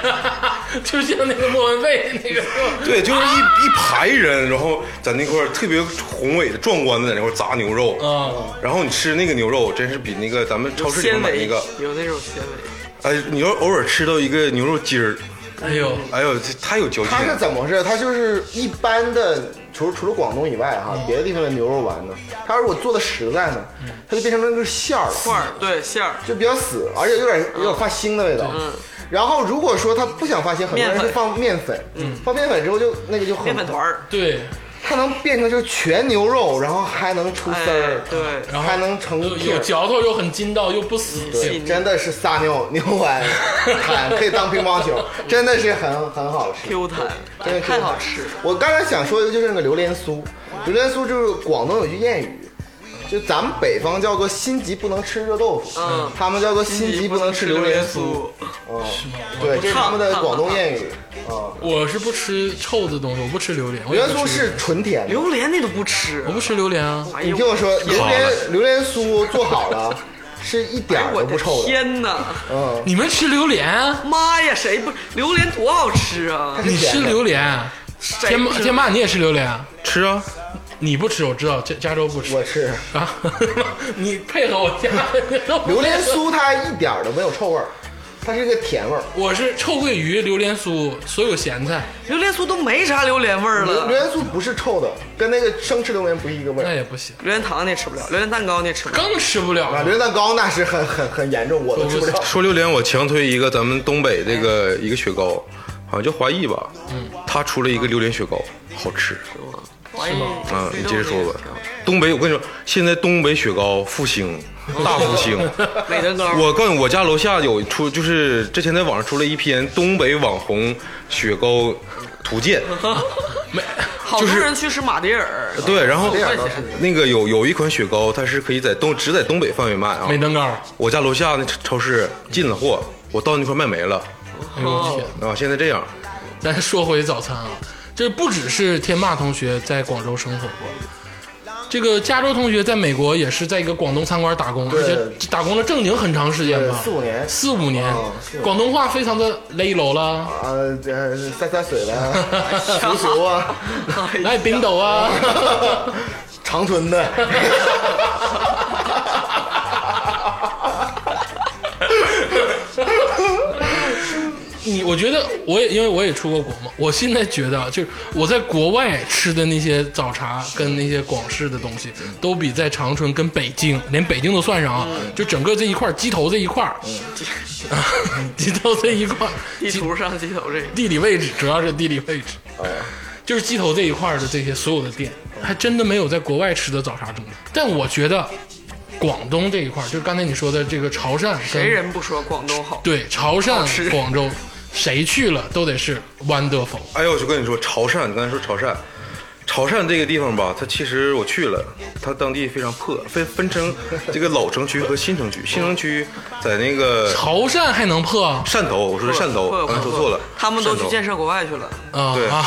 就像那个莫文蔚那个。
对，就是一一排人，然后在那块儿特别宏伟的、壮观的在那块儿砸牛肉，
*laughs* 啊，
然后你吃那个牛肉，真是比那个咱们 *laughs* 超市里
纤
买
维
那个，
有那种纤维，
哎，你要偶尔吃到一个牛肉筋儿，
哎呦，
哎呦，这太有嚼劲
它是
了，
怎么回事？它就是一般的，除除了广东以外哈，别的地方的牛肉丸呢，它如果做的实在呢，它就变成那个馅儿
块儿对馅儿，
就比较死，而且有点
嗯
有点发腥的味道。然后如果说它不想发腥，很多人
面
是
粉嗯
放面粉，放面粉之后就那个就很
面粉团，儿，
对，
它能变成就是全牛肉，然后还能出
嗯
丝
哎
儿，，
对，
然后
还能成
有
片
有
儿。
嚼头，又很筋道，又不死
对
性。
真的是撒
*laughs*
尿牛丸， *laughs* 弹可以当乒乓球，真的是很很好吃。
Q 弹
真的，
太好吃了。。
我刚才想说一个，就是那个榴莲酥，榴莲酥就是广东有句谚语，就咱们北方叫做“心急不能吃热豆腐”，
嗯
他们叫做“心急不能吃榴莲酥
酥，”，
对，这是他们的广东谚语。
我是不吃臭的东西，我不吃榴莲。我也
元
不吃
酥
榴
是
莲，
纯甜的。
榴莲你都不吃
我，不吃榴莲啊。
哎
你
呦
听我说，榴
好
莲榴莲酥做好了，是一点儿
哎我
都不
的
臭的。
天哪！
*laughs*
嗯，
你们吃榴莲啊？
妈呀，谁不榴莲多好吃啊？
是
你
甜的
吃榴莲？啊
谁
天
不
霸
吃
天霸，你也吃榴莲啊？
吃啊，
你不吃，我知道，加加州不吃
我吃
啊。 *laughs* 你配合我加
榴莲酥，它一点儿都没有臭味儿，它是一个甜味儿。
我是臭鳜鱼、榴莲酥，所有咸菜，
榴莲酥都没啥榴莲味儿
榴
了，
榴莲酥不是臭的，跟那个生吃榴莲不是一个味
那
儿。
也不行，
榴莲糖你也吃不了，榴莲蛋糕你也吃不了。
更吃不了
啊，
了
榴。莲蛋糕那是很很很严重，我都吃不了。
说榴莲，我强推一个咱们东北这个一个雪糕，好像叫华谊吧，嗯，他出了一个榴莲雪糕，好吃。
哎，
嗯，你接着说吧。东北，我跟你说，现在东北雪糕复兴，大
*laughs*
复兴。
美登高，
我告诉你，我家楼下有出，就是之前在网上出了一篇东北网红雪糕
*laughs*
图鉴，
好多人去吃马迭尔，
对，然后
这样倒是
那个有有一款雪糕，它是可以在东只在东北范围卖啊
美。登高，
我家楼下那超超市进了货，我到那块卖没了
哎呦我天！
啊，现在这样。
咱说回早餐啊，这不只是天霸同学在广州生活过，这个加州同学在美国也是在一个广东餐馆打工，而且打工了正经很长时间吧，
对四五年
四五年
哦四五，年
广东话非常的勒楼了，
啊，这散散水了，足球啊， *laughs*
来冰斗啊，
长春的， *laughs*
你我觉得我也因为我也出过国嘛，我现在觉得啊就是我在国外吃的那些早茶跟那些广式的东西，都比在长春跟北京，连北京都算上啊，就整个这一块儿鸡头这一块儿， *laughs* 鸡头这一块儿，
地图上鸡头这个。
地理位置，主要是地理位置，就是鸡头这一块儿的这些所有的店，还真的没有在国外吃的早茶正宗。但我觉得广东这一块儿，就是刚才你说的这个潮汕跟
谁人不说广东好？
对潮汕、
吃
广州，谁去了都得是 wonderful。
哎呦，我就跟你说，潮汕，你刚才说潮汕，潮汕这个地方吧，它其实我去了，它当地非常破，分分成这个老城区和新城区。新城区在那个
潮汕还能破啊？
汕头，我说是汕头，
会有
刚才
朋
说
友
错了。
他们都
汕
去
头
建设国外去了。
对
啊，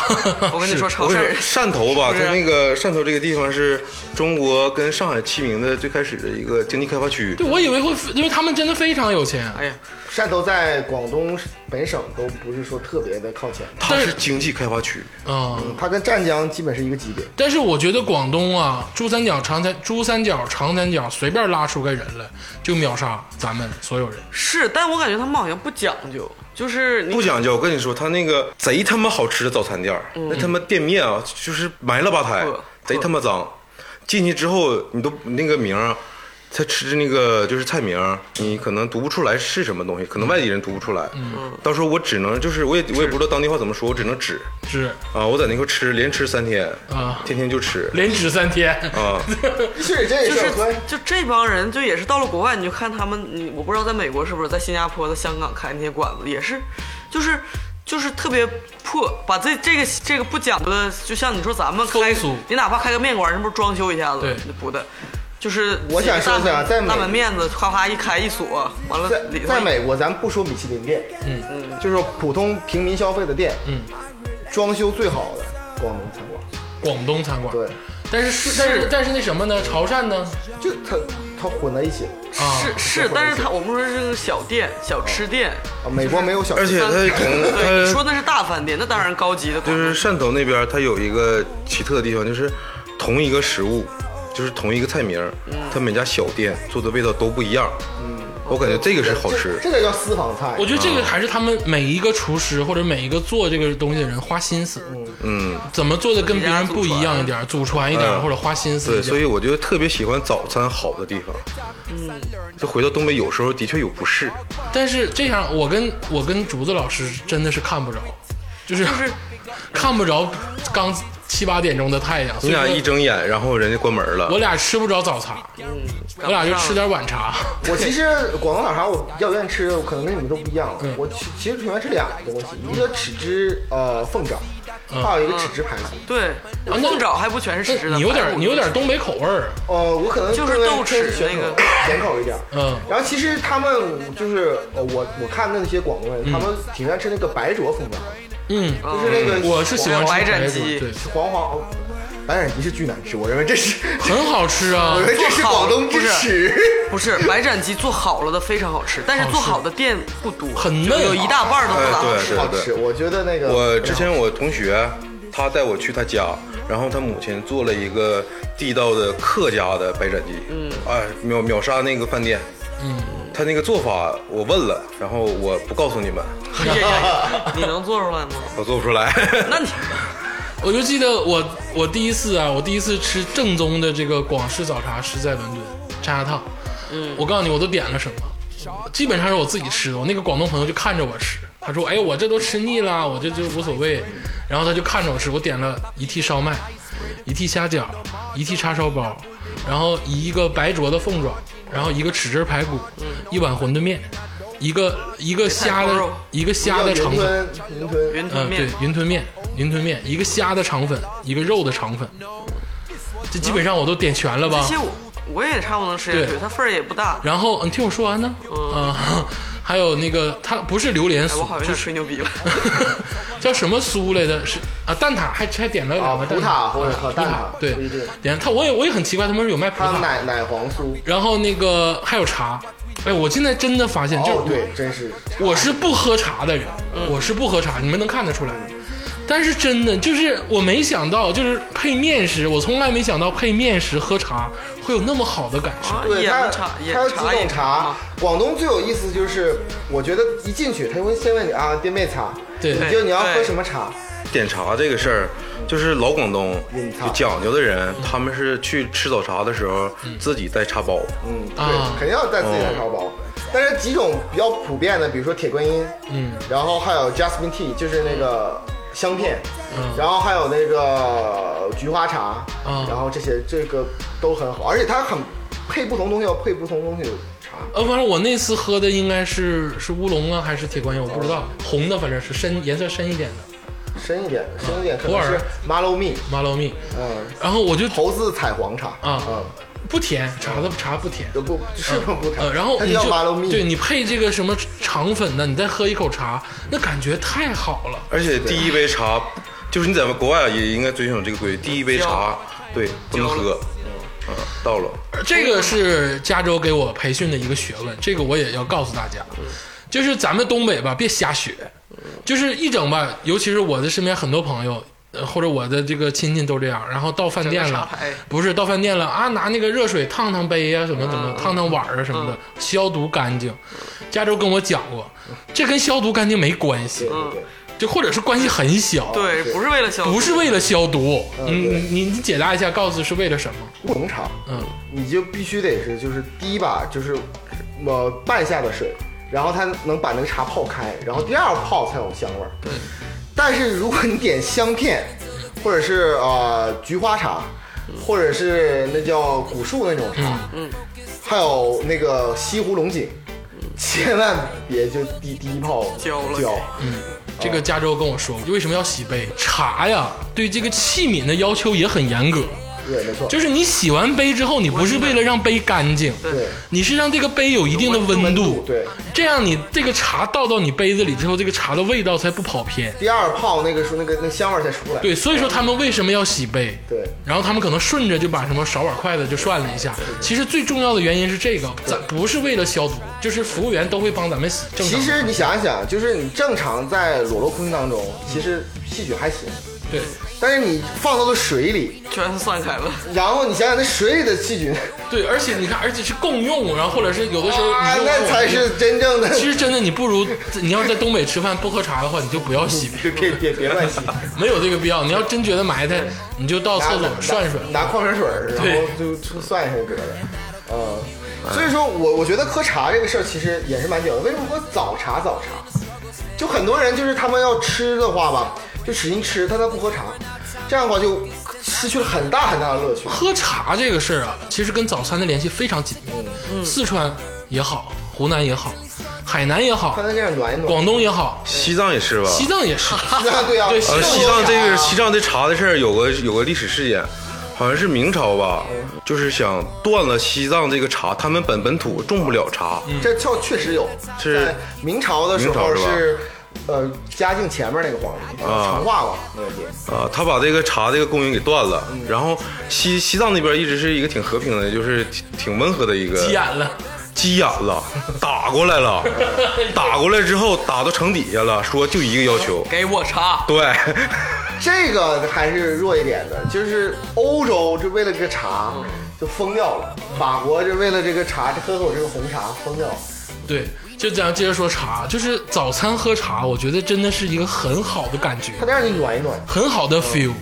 我跟你说，
是
潮
我
汕
跟
人
你说汕头吧，
*laughs* 是不是啊
它那个汕头这个地方是中国跟上海齐名的最开始的一个经济开发区。
对，我以为会，因为他们真的非常有钱。
哎呀，
汕头在广东本省都不是说特别的靠前，
它是经济开发区，
啊，
嗯它跟湛江基本是一个级别。
但是我觉得广东啊，珠三角、长三珠三角、长三角随便拉出个人来，就秒杀咱们所有人。
是，但我感觉他们好像不讲究，就是你
不讲究。我跟你说，它那个贼他妈好吃的早餐店儿，那他妈店面啊，就是埋了吧台
破，
贼他妈脏。进去之后，你都那个名儿，他吃那个就是菜名儿，你可能读不出来是什么东西，可能外地人读不出来。到时候我只能就是我也我也不知道当地话怎么说，我只能指
是
啊，我在那块吃，连吃三天
啊
天天就吃
连指三天，
啊。
是这
就
事
是
儿，突然
就这帮人，就也是到了国外，你就看他们，你我不知道在美国是不是，在新加坡、在香港开那些馆子也是，就是就是特别破，把这这个这个不讲究的，就像你说咱们开
风俗，
你哪怕开个面馆，人不是装修一下子，
对
不的，就是
我想说的啊在美
大门面子，咔咔一开一锁，完了
在
里头
在美国，咱不说米其林店，嗯嗯，就是说普通平民消费的店，嗯，装修最好的广东餐馆，
广东餐馆。
对，
但是是但是但是那什么呢？潮汕呢？
就它它混在一起
啊，
是是，但是他我们说是个小店、小吃店，
啊，美国没有小吃，
而且它
哦
同
对，
呃
你说
它
那是大饭店，那当然高级的广
就
东，
是汕头那边，它有一个奇特的地方，就是同一个食物，就是同一个菜名儿，它每家小店做的味道都不一样。嗯，我感觉这个是好吃
这，这个叫私房菜
我，觉得
嗯
这个还是他们每一个厨师或者每一个做这个东西的人花心思，嗯，怎么做的跟别人不一样一点，祖传一点
嗯
或者花心思
对，
一
所以
点。
我就特别喜欢早餐好的地方。嗯，就回到东北，有时候的确有不适，
但是这样，我跟我跟竹子老师真的是看不着，就是
就是
*laughs* 看不着刚七八点钟的太阳。
你俩
所以
一
说
睁眼，然后人家关门了
我。俩吃不着早茶，
嗯
我俩就吃点晚茶。 *laughs*
我其实广东早茶我比较愿意吃，可能跟你们都不一样了。我其其实挺愿意吃两个东西，一个豉汁呃凤爪，还有一个豉汁排骨。
对，
啊那
凤爪还不全是吃的，
你有
排
点
骨
你有点东北口味儿，
呃，我可能
就是
更愿意
豆
偏
豉
咸
那
口
个
咸口一点。
嗯
然后其实他们就是呃，我我看那些广东人，他们挺愿意吃那个白灼凤爪，
嗯，
啊
就是那个
我是喜欢吃
白斩
排骨
鸡
对，
黄黄白斩鸡是巨难吃，我认为这是，
*laughs* 很好吃啊
我认。为这是广东之
不
耻。
不是
*laughs*
白斩鸡做好了的非常好吃，但是做好的店不多，
哦很
就
嫩啊
有一大半都不咋好
哎
吃。
对
好吃，我觉得那个
我之前我同学，他带我去他家，然后他母亲做了一个地道的客家的白斩鸡，嗯，哎，秒秒杀那个饭店，嗯，他那个做法我问了，然后我不告诉你们，
*laughs* 哎呀呀你能做出来吗？
嗯
我做不出 *laughs* 来。
那你
我就记得我我第一次啊，我第一次吃正宗的这个广式早茶是在伦敦沙滩。嗯，我告诉你，我都点了什么，基本上是我自己吃的。我那个广东朋友就看着我吃，他说：“哎呀，我这都吃腻了，我这就无所谓。”然后他就看着我吃，我点了一屉烧麦，一屉虾饺，一屉叉烧包，然后一个白灼的凤爪，然后一个豉汁排骨，一碗馄饨面，一个一个虾
菜
的
包肉
一个虾
叫
的
云
肠粉。
吞云吞，
云吞
嗯，
面
对，云吞面，云吞面，一个虾的肠粉，一个肉的肠粉，这基本上我都点全了
这
吧？
些我我也差不多能吃下去，
对
它份儿也不大。
然后嗯你听我说完呢，
嗯
啊、还有那个它不是榴莲
哎，
酥
我，好像有
就
点
是
吹牛逼了。
*laughs* 叫什么酥来着？是啊，蛋挞还还点了两个
啊葡
蛋
挞
挞，嗯
或者和蛋挞
对
不一定，
点它我也我也很奇怪，他们是有卖葡
还有
挞，
奶奶黄酥，
然后那个还有茶，哎，我现在真的发现，就是
哦
我
对，真是
我是不喝茶的人，
嗯
我是不喝茶，你们能看得出来的。但是真的就是我没想到，就是配面食，我从来没想到配面食喝茶会有那么好的感受。
啊
对，
野
它
蛮茶，野
它有几
茶也
种茶
啊。
广东最有意思就是，我觉得一进去，他会先问你啊，店妹茶，
对
你就你要喝
对
什么茶？
点茶这个事儿，就是老广东
隐藏
有讲究的人，他们是去吃早茶的时候自己带茶包，
嗯，
啊哦
对，肯定要带自己的茶包。但是几种比较普遍的，比如说铁观音，嗯，然后还有 jasmine tea，就是那个香片，嗯，然后还有那个菊花茶，
啊
然后这些这个都很好，而且它很配不同东西要配不同东西的茶。
呃，完了，我那次喝的应该是是乌龙啊，还是铁观音，我不知道，
嗯
红的反正是深颜色深一点的
深一点，深一点可
普
能
洱
是 Malo Me，
马老蜜，
嗯，
然后我就
猴子采黄茶
啊
嗯，
不甜，茶的茶不甜。
都不是不不
呃，
甜。
然后
它
你
叫
就
Malo Me，
对你配这个什么肠粉呢？你再喝一口茶，那感觉太好了。
而且第一杯茶，就是你在国外也应该遵守这个规矩，第一杯茶对不能喝，嗯，到了。
这个是加州给我培训的一个学问，这个我也要告诉大家，就是咱们东北吧，别瞎学，就是一整吧，尤其是我的身边很多朋友。呃，或者我的这个亲戚都这样，然后到饭店
整个
了
茶牌，
不是到饭店了啊，拿那个热水烫烫杯啊，什么怎
嗯
么烫烫碗啊什么的，消毒干净。加州跟我讲过，这跟消毒干净没关系，
对对
就或者是关系很小，
嗯对，嗯不是为了消费，
不是为了消毒。你
对
你你解答一下，告诉是为了什么？
乌龙茶，
嗯，
你就必须得是就是第一把就是呃半夏的水，然后它能把那个茶泡开，然后第二泡才有香味儿。对，但是如果你点香片，或者是呃菊花茶，或者是那叫古树那种茶，嗯，还有那个西湖龙井，千万别就第第一泡
浇了
浇，
这个加州跟我说过，为什么要洗杯？茶呀，对这个器皿的要求也很严格，
对，没错，
就是你洗完杯之后，你不是为了让杯干净，
对
你是让这个杯有一定的温度，
对。
这样你这个茶倒到你杯子里之后，这个茶的味道才不跑偏。
第二泡那个时候那个那香味儿才出来。
对，所以说他们为什么要洗杯？
对
然后他们可能顺着就把什么勺碗筷子就涮了一下。其实最重要的原因是这个，咱不是为了消毒，就是服务员都会帮咱们洗。正常
其实你想一想，就是你正常在裸露空气当中，其实细菌还行，
对，
但是你放到了水里，
全散开了。
然后你想想那水里的细菌，
对，而且你看，而且是共用，然后或者是有的时候
啊，
你用
那才是真正的。
*laughs* 其实真的，你不如你要在东北吃饭不喝茶的话，你就不要洗杯，
别别别别
*laughs*
乱洗，
没有这个必要。你要真觉得埋汰，你就到
拿
厕所
拿
涮涮。
拿矿泉水儿，然后就就涮一下就得了。嗯，所以说我我觉得喝茶这个事儿其实也是蛮屌的。为什么喝早茶早茶？就很多人就是他们要吃的话吧，就使劲吃，但他不喝茶，这样的话就失去了很大很大的乐趣。
喝茶这个事儿啊，其实跟早餐的联系非常紧密。四川也好，湖南也好，海南也好
看，他这样暖一暖。
广东也好，
西藏也是吧？
*laughs* 西藏也是。
对啊，
对
呃，西藏这个西
藏
藏这茶的事儿有个有个历史事件，好像是明朝吧，
嗯
就是想断了西藏这个茶，他
嗯
们本本土种不了茶，
这确确实有，
是
在明朝的时
明朝
候
是吧
是呃嘉靖前面那个皇帝，长化王那个地。
啊，他把这个茶这个供应给断了，
嗯
然后西西藏那边一直是一个挺和平的，就是挺挺温和的一个
急眼了，
急眼了，打过
*laughs*
来了，打过来之后打到城底下了，说就一个要求，
给我茶，
*laughs*
对，
这个还是弱一点的，就是欧洲就为了这个茶就疯掉了，法国就为了这个茶喝口这个红茶疯掉了。
对，就这样接着说茶，就是早餐喝茶，我觉得真的是一个很好的感觉，
它得让你暖一暖。
很好的 feel。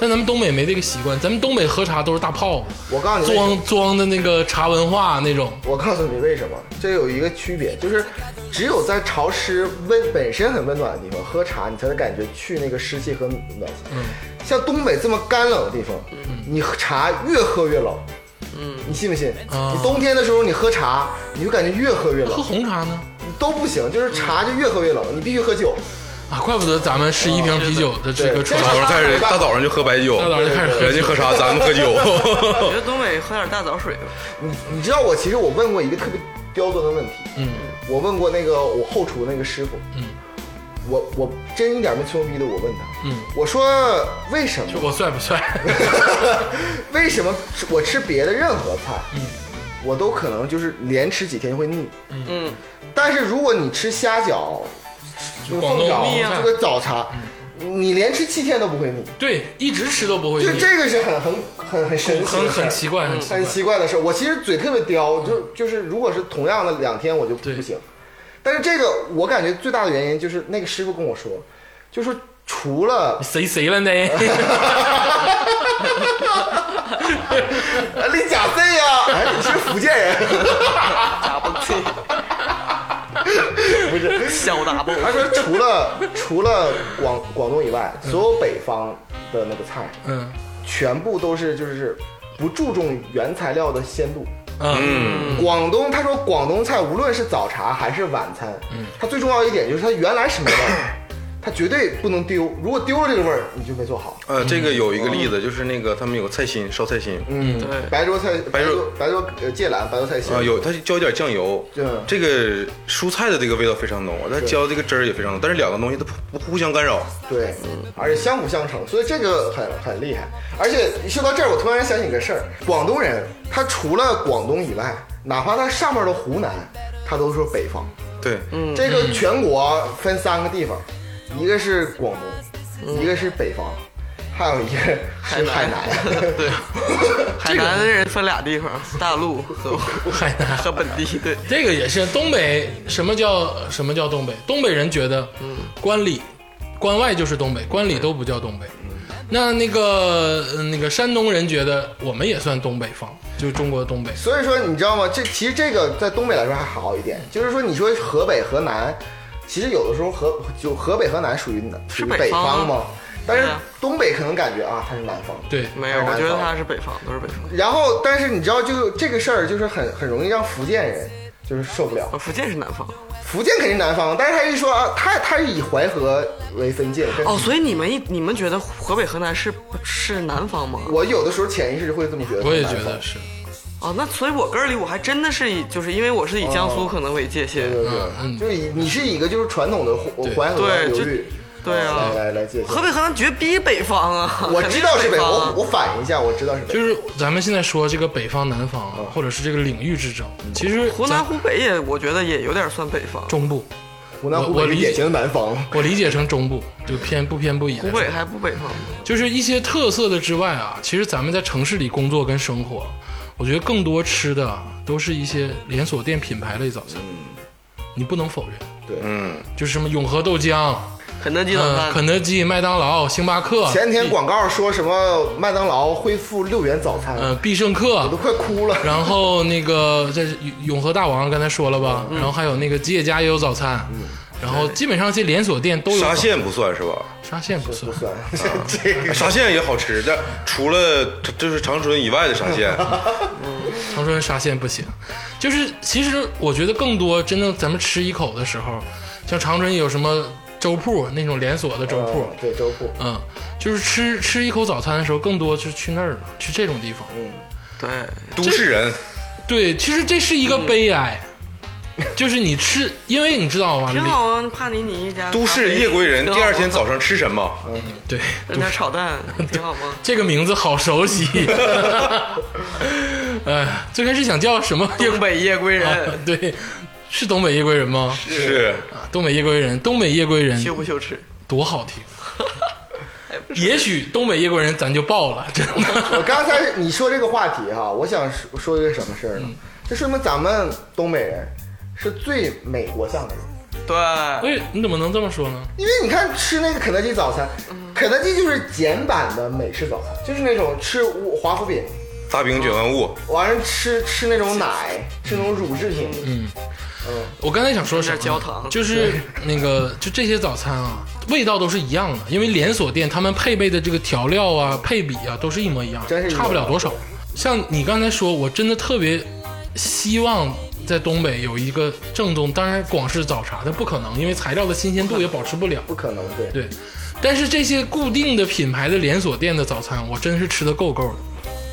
但咱们东北没这个习惯，咱们东北喝茶都是大泡，
我告诉你为什么，
装装的那个茶文化那种。
我告诉你为什么，这有一个区别，就是只有在潮湿温本身很温暖的地方喝茶，你才能感觉去那个湿气和暖气。像东北这么干冷的地方，你喝茶越喝越冷。嗯，你信不信？
啊
你冬天的时候你喝茶，你就感觉越喝越
喝
冷，
红茶呢？
都不行，就是茶就越喝越冷，你必须喝酒。
啊，怪不得咱们十一瓶啤酒的这个传
对这
早
统，
上开始大早上就喝白酒，
大早上就开始喝
人家喝茶，咱们喝
我
酒，
哦
觉得东北喝点大枣水吧。
你你知道我其实我问过一个特别刁钻的问题，
嗯，
我问过那个我后厨那个师傅，嗯，我我真一点没吹牛逼的，我问他，嗯，我说为什么？
我帅不帅？
*laughs* 为什么我吃别的任何菜，
嗯
我都可能就是连吃几天就会腻，
嗯，
但是如果你吃虾饺、就是
广
凤
东
爪
蜜啊
这个早茶，你连吃七天都不会腻，
*laughs* 对，一直吃都不会
就
腻，
这个嗯是很很很很神奇
很
的事
很
儿。
奇怪，
嗯
很奇怪
很。奇怪的是，我其实嘴特别刁，就就是如果是同样的两天，我就
对
不行。但是这个我感觉最大的原因就是那个师傅跟我说，就说除
*laughs*
了
谁谁了呢？
啊你假醉呀，哎，你是福建人，
咋不去？不是小打不？
他说除了除了广广东以外，所有北方的那个菜
嗯
全部都是就是不注重原材料的鲜度。
*laughs* 嗯，
*laughs*
广东，他说广东菜无论是早茶还是晚餐，它最重要一点就是它原来什么味儿，它绝对不能丢。如果丢了这个味儿，你就没做好。
呃，这个有一个例子，就是那个他们有菜心烧菜心，
嗯，
对
白灼菜、
白
白
灼
灼、白灼呃芥蓝、白灼菜心
啊，有它浇一点酱油
对，
这个蔬菜的这个味道非常浓，它浇这个汁儿也非常浓，但是两个东西它不不互相干扰，
对，而且相辅相成，所以这个很很厉害。而且一说到这儿，我突然想起个事儿：广东人他除了广东以外，哪怕他上面的湖南，他都说北方。
对，
嗯
这个全国分三个地方，一个是广
嗯
东，一个是北方，还有一个是海南。
*laughs*
对，
海南的人分俩地方，大陆和 *laughs*
海南
和本地。对，
这个也是东北，什么叫什么叫东北？东北人觉得，关里、关外就是东北，关里都不叫东北。那那个呃那个山东人觉得我们也算东北方，就是中国东北。
*laughs* 所以说你知道吗？这其实这个在东北来说还好一点，就是说你说河北、河南，其实有的时候河就河北、河南属于南属于
北
北
方
方嘛，但是
对啊
东北可能感觉啊它是南方。
对，
没有，我觉得他是北方，都是北方。
然后，但是你知道，就这个事儿，就是很很容易让福建人就是受不了。
啊，福建是南方
福建肯定南方，但是他一说啊，他他是以淮河为分界。跟
哦，所以你们一你们觉得河北河南是是南方吗？
我有的时候潜意识会这么觉得。
我也觉得。是。
哦，那所以我根儿里我还真的是以就是因为我是以江
哦
苏可能为界限
对，对
嗯
对，就是以你是以一个就是传统的
对
淮淮河
对
流
就
域，
对啊
来来来界
河
限。
北河南绝逼北方啊！
我
肯定
知道是
是
北，
方啊
我我反应一下，我知道是北。
就是咱们现在说这个北方南方啊，或者是这个领域之争，其实
湖南
咱
湖北也我觉得也有点算北方，
中部，
湖南
我
湖
我
北是
理
典
解
型的南方，
我理解成中部，就偏不偏不倚
湖
的。
北还不北方吗？
就是一些特色的之外啊，其实咱们在城市里工作跟生活，我觉得更多吃的啊都是一些连锁店品牌类早餐，你不能否认，
嗯，
就是什么永和豆浆、
肯德基早
嗯、
餐，
肯德基、麦当劳、星巴克、
前天广告说什么麦当劳恢复六元早餐，
呃必胜
我都
客，
快哭了。
然后那个在永和大王刚才说了吧，然后还有那个吉野家也有早餐，然后基本上这连锁店都有早
沙
餐。
县不算是吧？
沙县不算，
算 *laughs* 这个
沙县也好吃，但除了就是长春以外的沙
*laughs*
县，
长春沙县不行，就是其实我觉得更多真正咱们吃一口的时候，像长春有什么粥铺那种连锁的粥铺，
对粥铺，
嗯，就是吃吃一口早餐的时候，更多是去那儿了，去这种地方。
对，
都市人
对，其实这是一个悲哀，就是你吃，因为你知道吗？
挺好啊，帕尼尼一家
都市夜归人，第二天早上吃什么？
嗯
对，
扔点啊炒蛋，挺好 *laughs* 吗？
这个名字好熟悉。哎，最开始想叫什么？
东北夜归
啊
人，
对，是东北夜归人吗？
是
啊东北夜归人，东北夜归人
羞不羞耻？
多好听。也许东北夜归人咱就爆了，真的。
我刚才你说这个话题哈，我想说说一个什么事儿呢？这说明咱们东北人是最美国向的人，
对，
哎，你怎么能这么说呢？
因为你看吃那个肯德基早餐，肯德基就是简版的美式早餐，就是那种吃华夫饼，
大饼卷万物，
完了吃吃那种奶，吃那种乳制品，
我刚才想说
有
什么
点
呢？
焦糖，
就是那个，就这些早餐啊，味道都是一样的，因为连锁店他们配备的这个调料啊、配比啊都是一模一样
真是，一模一样
差不了多少。像你刚才说，我真的特别希望在东北有一个正宗，当然广式早茶，但不可能，因为材料的新鲜度也保持不了。
不可能对。
对，但是这些固定的品牌的连锁店的早餐，我真是吃的够够的。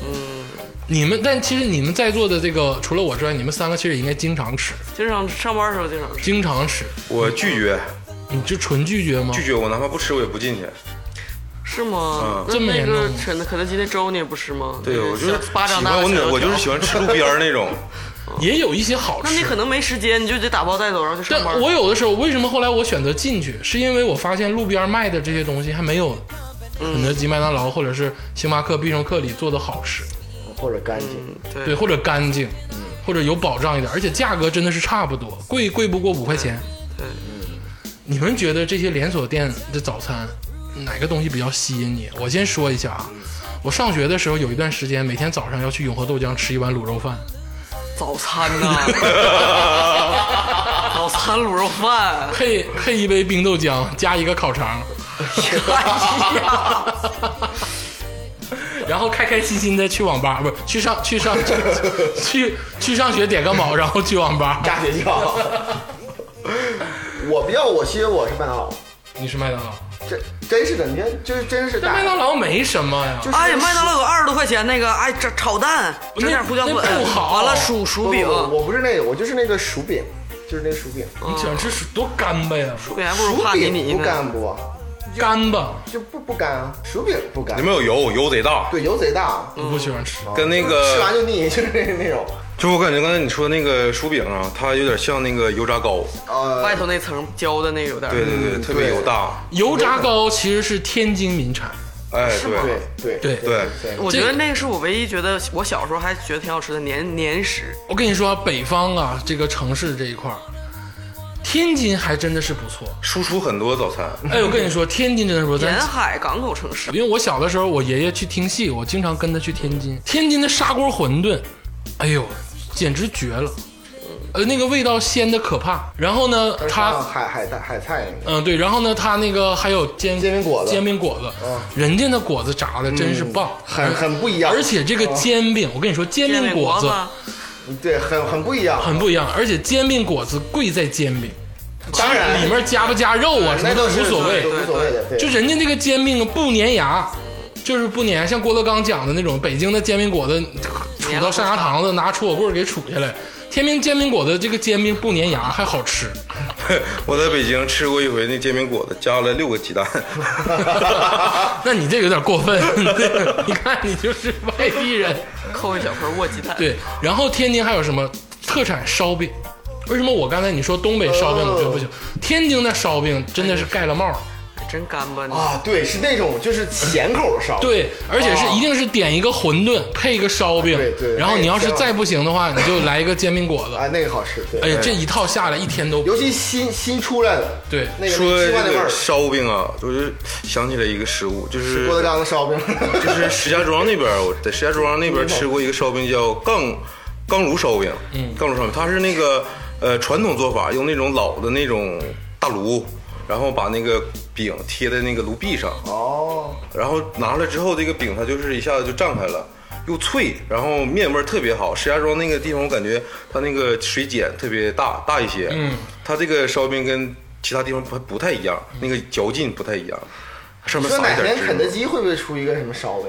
嗯，你们，但其实你们在座的这个，除了我之外，你们三个其实也应该经常吃，
经常上班的时候经常吃。
经常吃，
我拒绝
你就纯拒绝吗？
拒绝，我哪怕不吃我也不进去。
是吗？
嗯
那
这么
那
严重
个
吗
肯肯德基那粥你也不吃吗？
对，我就是喜
巴掌大
欢
的
我
小
哪
油
我
条
就是喜欢吃路边儿
*laughs*
那种，
也有一些好
那你
吃
可。能没时间，你就得打包带走，然后就上班。
但我有的时候，为什么后来我选择进去，是因为我发现路边卖的这些东西还没有肯德基、麦当劳或者是星巴克、必胜客里做的好吃，
或者干净。
对嗯
对，或者干净，或者有保障一点，而且价格真的是差不多，贵贵不过五块钱。
对
你们觉得这些连锁店的早餐哪个东西比较吸引你？我先说一下
嗯
啊，我上学的时候有一段时间，每天早上要去永和豆浆吃一碗卤肉饭，
早餐呐，早餐卤肉饭，
配配一杯冰豆浆，加一个烤肠， *laughs*
哎呀，
然后开开心心的去网吧，不是去上去上去去上学点个卯，然后去网吧。
炸学校。我比较，我其实我是麦当劳，
你是麦当劳，
真真是的，你看就是真是
但
大
麦当劳没什么呀
就。是
哎呀，麦当劳有二十多块钱那个，哎，这炒蛋，整点胡椒粉，
那不好
完了薯
不哦
薯
不
饼，啊
不我不是那个，我就是那个薯饼，就是那个薯饼，
你喜欢吃
嗯
薯多干巴呀？
薯饼还不如
薯
帕尼尼
饼不
呢。
干不，
干巴，
就不不干啊，薯饼不干
里，面有油，油贼大，
对，油贼大，啊
我不喜欢
嗯
吃。
跟那
吃完
个
就腻， *laughs* 就是那那种，
就我感觉刚才你说那个薯饼啊，它有点像那个油炸糕，
外
呃，
头那层焦的那个有
嗯
点，
对对对，特别油大，
油炸糕其实是天津名产，
哎
对
对
对
对
对，
对，
我觉得
这
那个是我唯一觉得我小时候还觉得挺好吃的年年食，
我跟你说啊、北方啊，这个城市这一块儿，天津还真的是不错。
输出很多早
*laughs*
餐，
哎，我跟你说，天津真的是不错。
沿
咱
海港口城市。
因为我小的时候，我爷爷去听戏，我经常跟他去天津。天津的砂锅馄饨，哎呦，简直绝了！
嗯
呃，那个味道鲜的可怕。然后呢，
像
他，
海海带海菜那个，
嗯，对，然后呢，他那个还有煎
煎饼果子嗯
煎饼果子，人家那果子炸的真是棒，
很很不一样，
而且这
哦
个煎饼，我跟你说，煎
煎
饼
饼果
果子
子，
对很很不一样，
很不一样，而且煎饼果子贵在煎饼，
当然
里面加不加肉啊，什
那
么都
都
无
是
所谓
都。无所谓的，对，
就人家那个煎饼不粘牙，就是不粘，像郭德纲讲的那种，北京的煎饼果子杵到上牙膛子，拿杵火棍儿给杵下来。天津煎饼果子这个煎饼不粘牙，还好
*laughs*
吃。 *laughs*
我在北京吃过一回那煎饼果子，加了六个鸡蛋，
那你这有点过分， *laughs* 你看你就是外地人。
扣一小块卧鸡蛋。
对，然后天津还有什么特产烧饼？为什么我刚才你说东北烧饼你觉得不行？天津的烧饼真的是盖了帽儿，
真干巴你。
啊，对，是那种就是咸口烧，
对，而且是
哦
一定是点一个馄饨配一个烧饼，
对对
然后你要是
哎
再不行的话，你就来一个煎饼果子，
啊，那个好吃，对，
哎呀，这一套下来一天都
尤其新新出来的，
对
*laughs* 那个
说
那
这
个鸡冠那味
个
儿，
烧饼啊，我就想起来一个食物，就是
郭德纲的烧饼， *laughs*
就是石家庄那边儿，我在石家庄那边儿吃过一个烧饼叫杠杠炉烧饼，嗯，杠炉烧饼，它是那个呃传统做法，用那种老的那种大炉，然后把那个饼贴在那个炉壁上，
哦，
然后拿出来之后，这个饼它就是一下子就胀开了。又脆，然后面味儿特别好。石家庄那个地方，我感觉它那个水碱特别大大一些。嗯，它这个烧饼跟其他地方不不太一样，那个嚼劲不太一样。上面
说
撒
哪
一点
天
芝麻。
肯德基会不会出一个什么烧饼？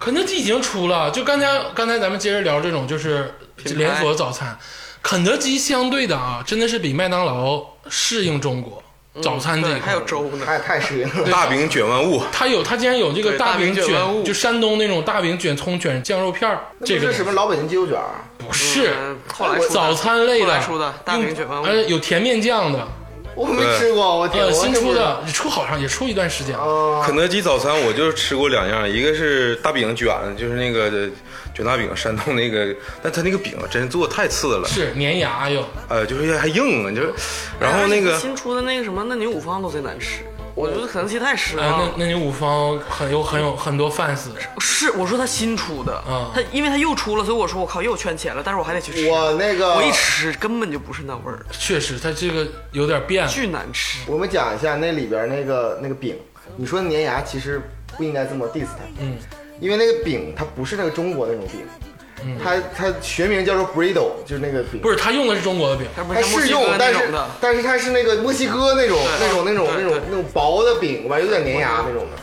肯德基已经出了，就刚才刚才咱们接着聊这种就是连锁早餐，肯德基相对的啊，真的是比麦当劳适应中国早餐这一
对，
块
还
儿。
有粥呢，
太太适应了。
大饼卷万物，
它有，它竟然有这个
对大
饼
饼卷
卷
万，物
就山东那种大饼卷葱卷酱肉片儿，这
那
个
不是什么老北京鸡肉卷儿，啊
不是
嗯后来出的
早餐类
后
的
来出的大饼卷万物哎
呃，有甜面酱的，
我没吃过，我天，
呃，
我
新
真不
出
知道。
的出好像也出一段时间了，
哦，
啊
肯德基早餐我就吃过两样，一个是大饼卷，就是那个卷大饼，山东那个，但它那个饼真做得太次了，
是粘牙哟，
呃，就是还硬啊，就是，然后那个
新出的哎那个什么嫩牛五方都贼难吃，我觉得肯德基太失
呃，
望
那
了。
那你五方很有很有很多 fans，
是，我说他新出的
嗯，
他因为他又出了，所以我说我靠又圈钱了，但是我还得去吃。
我那个
我一吃根本就不是那味儿，
确实它这个有点变了，
巨难吃。
我们讲一下那里边那个那个饼，你说粘牙其实不应该这么 diss 它，嗯，因为那个饼它不是那个中国那种饼，
嗯
它它学名叫做 burrito，就是那个饼，
不是它用的是中国的饼，
它不
它
是像墨
是
西
用
哥，那
但是
种的，
但是它是那个墨西哥那种那种那种那
对
种
对
那种薄的饼吧，有点粘牙那种的。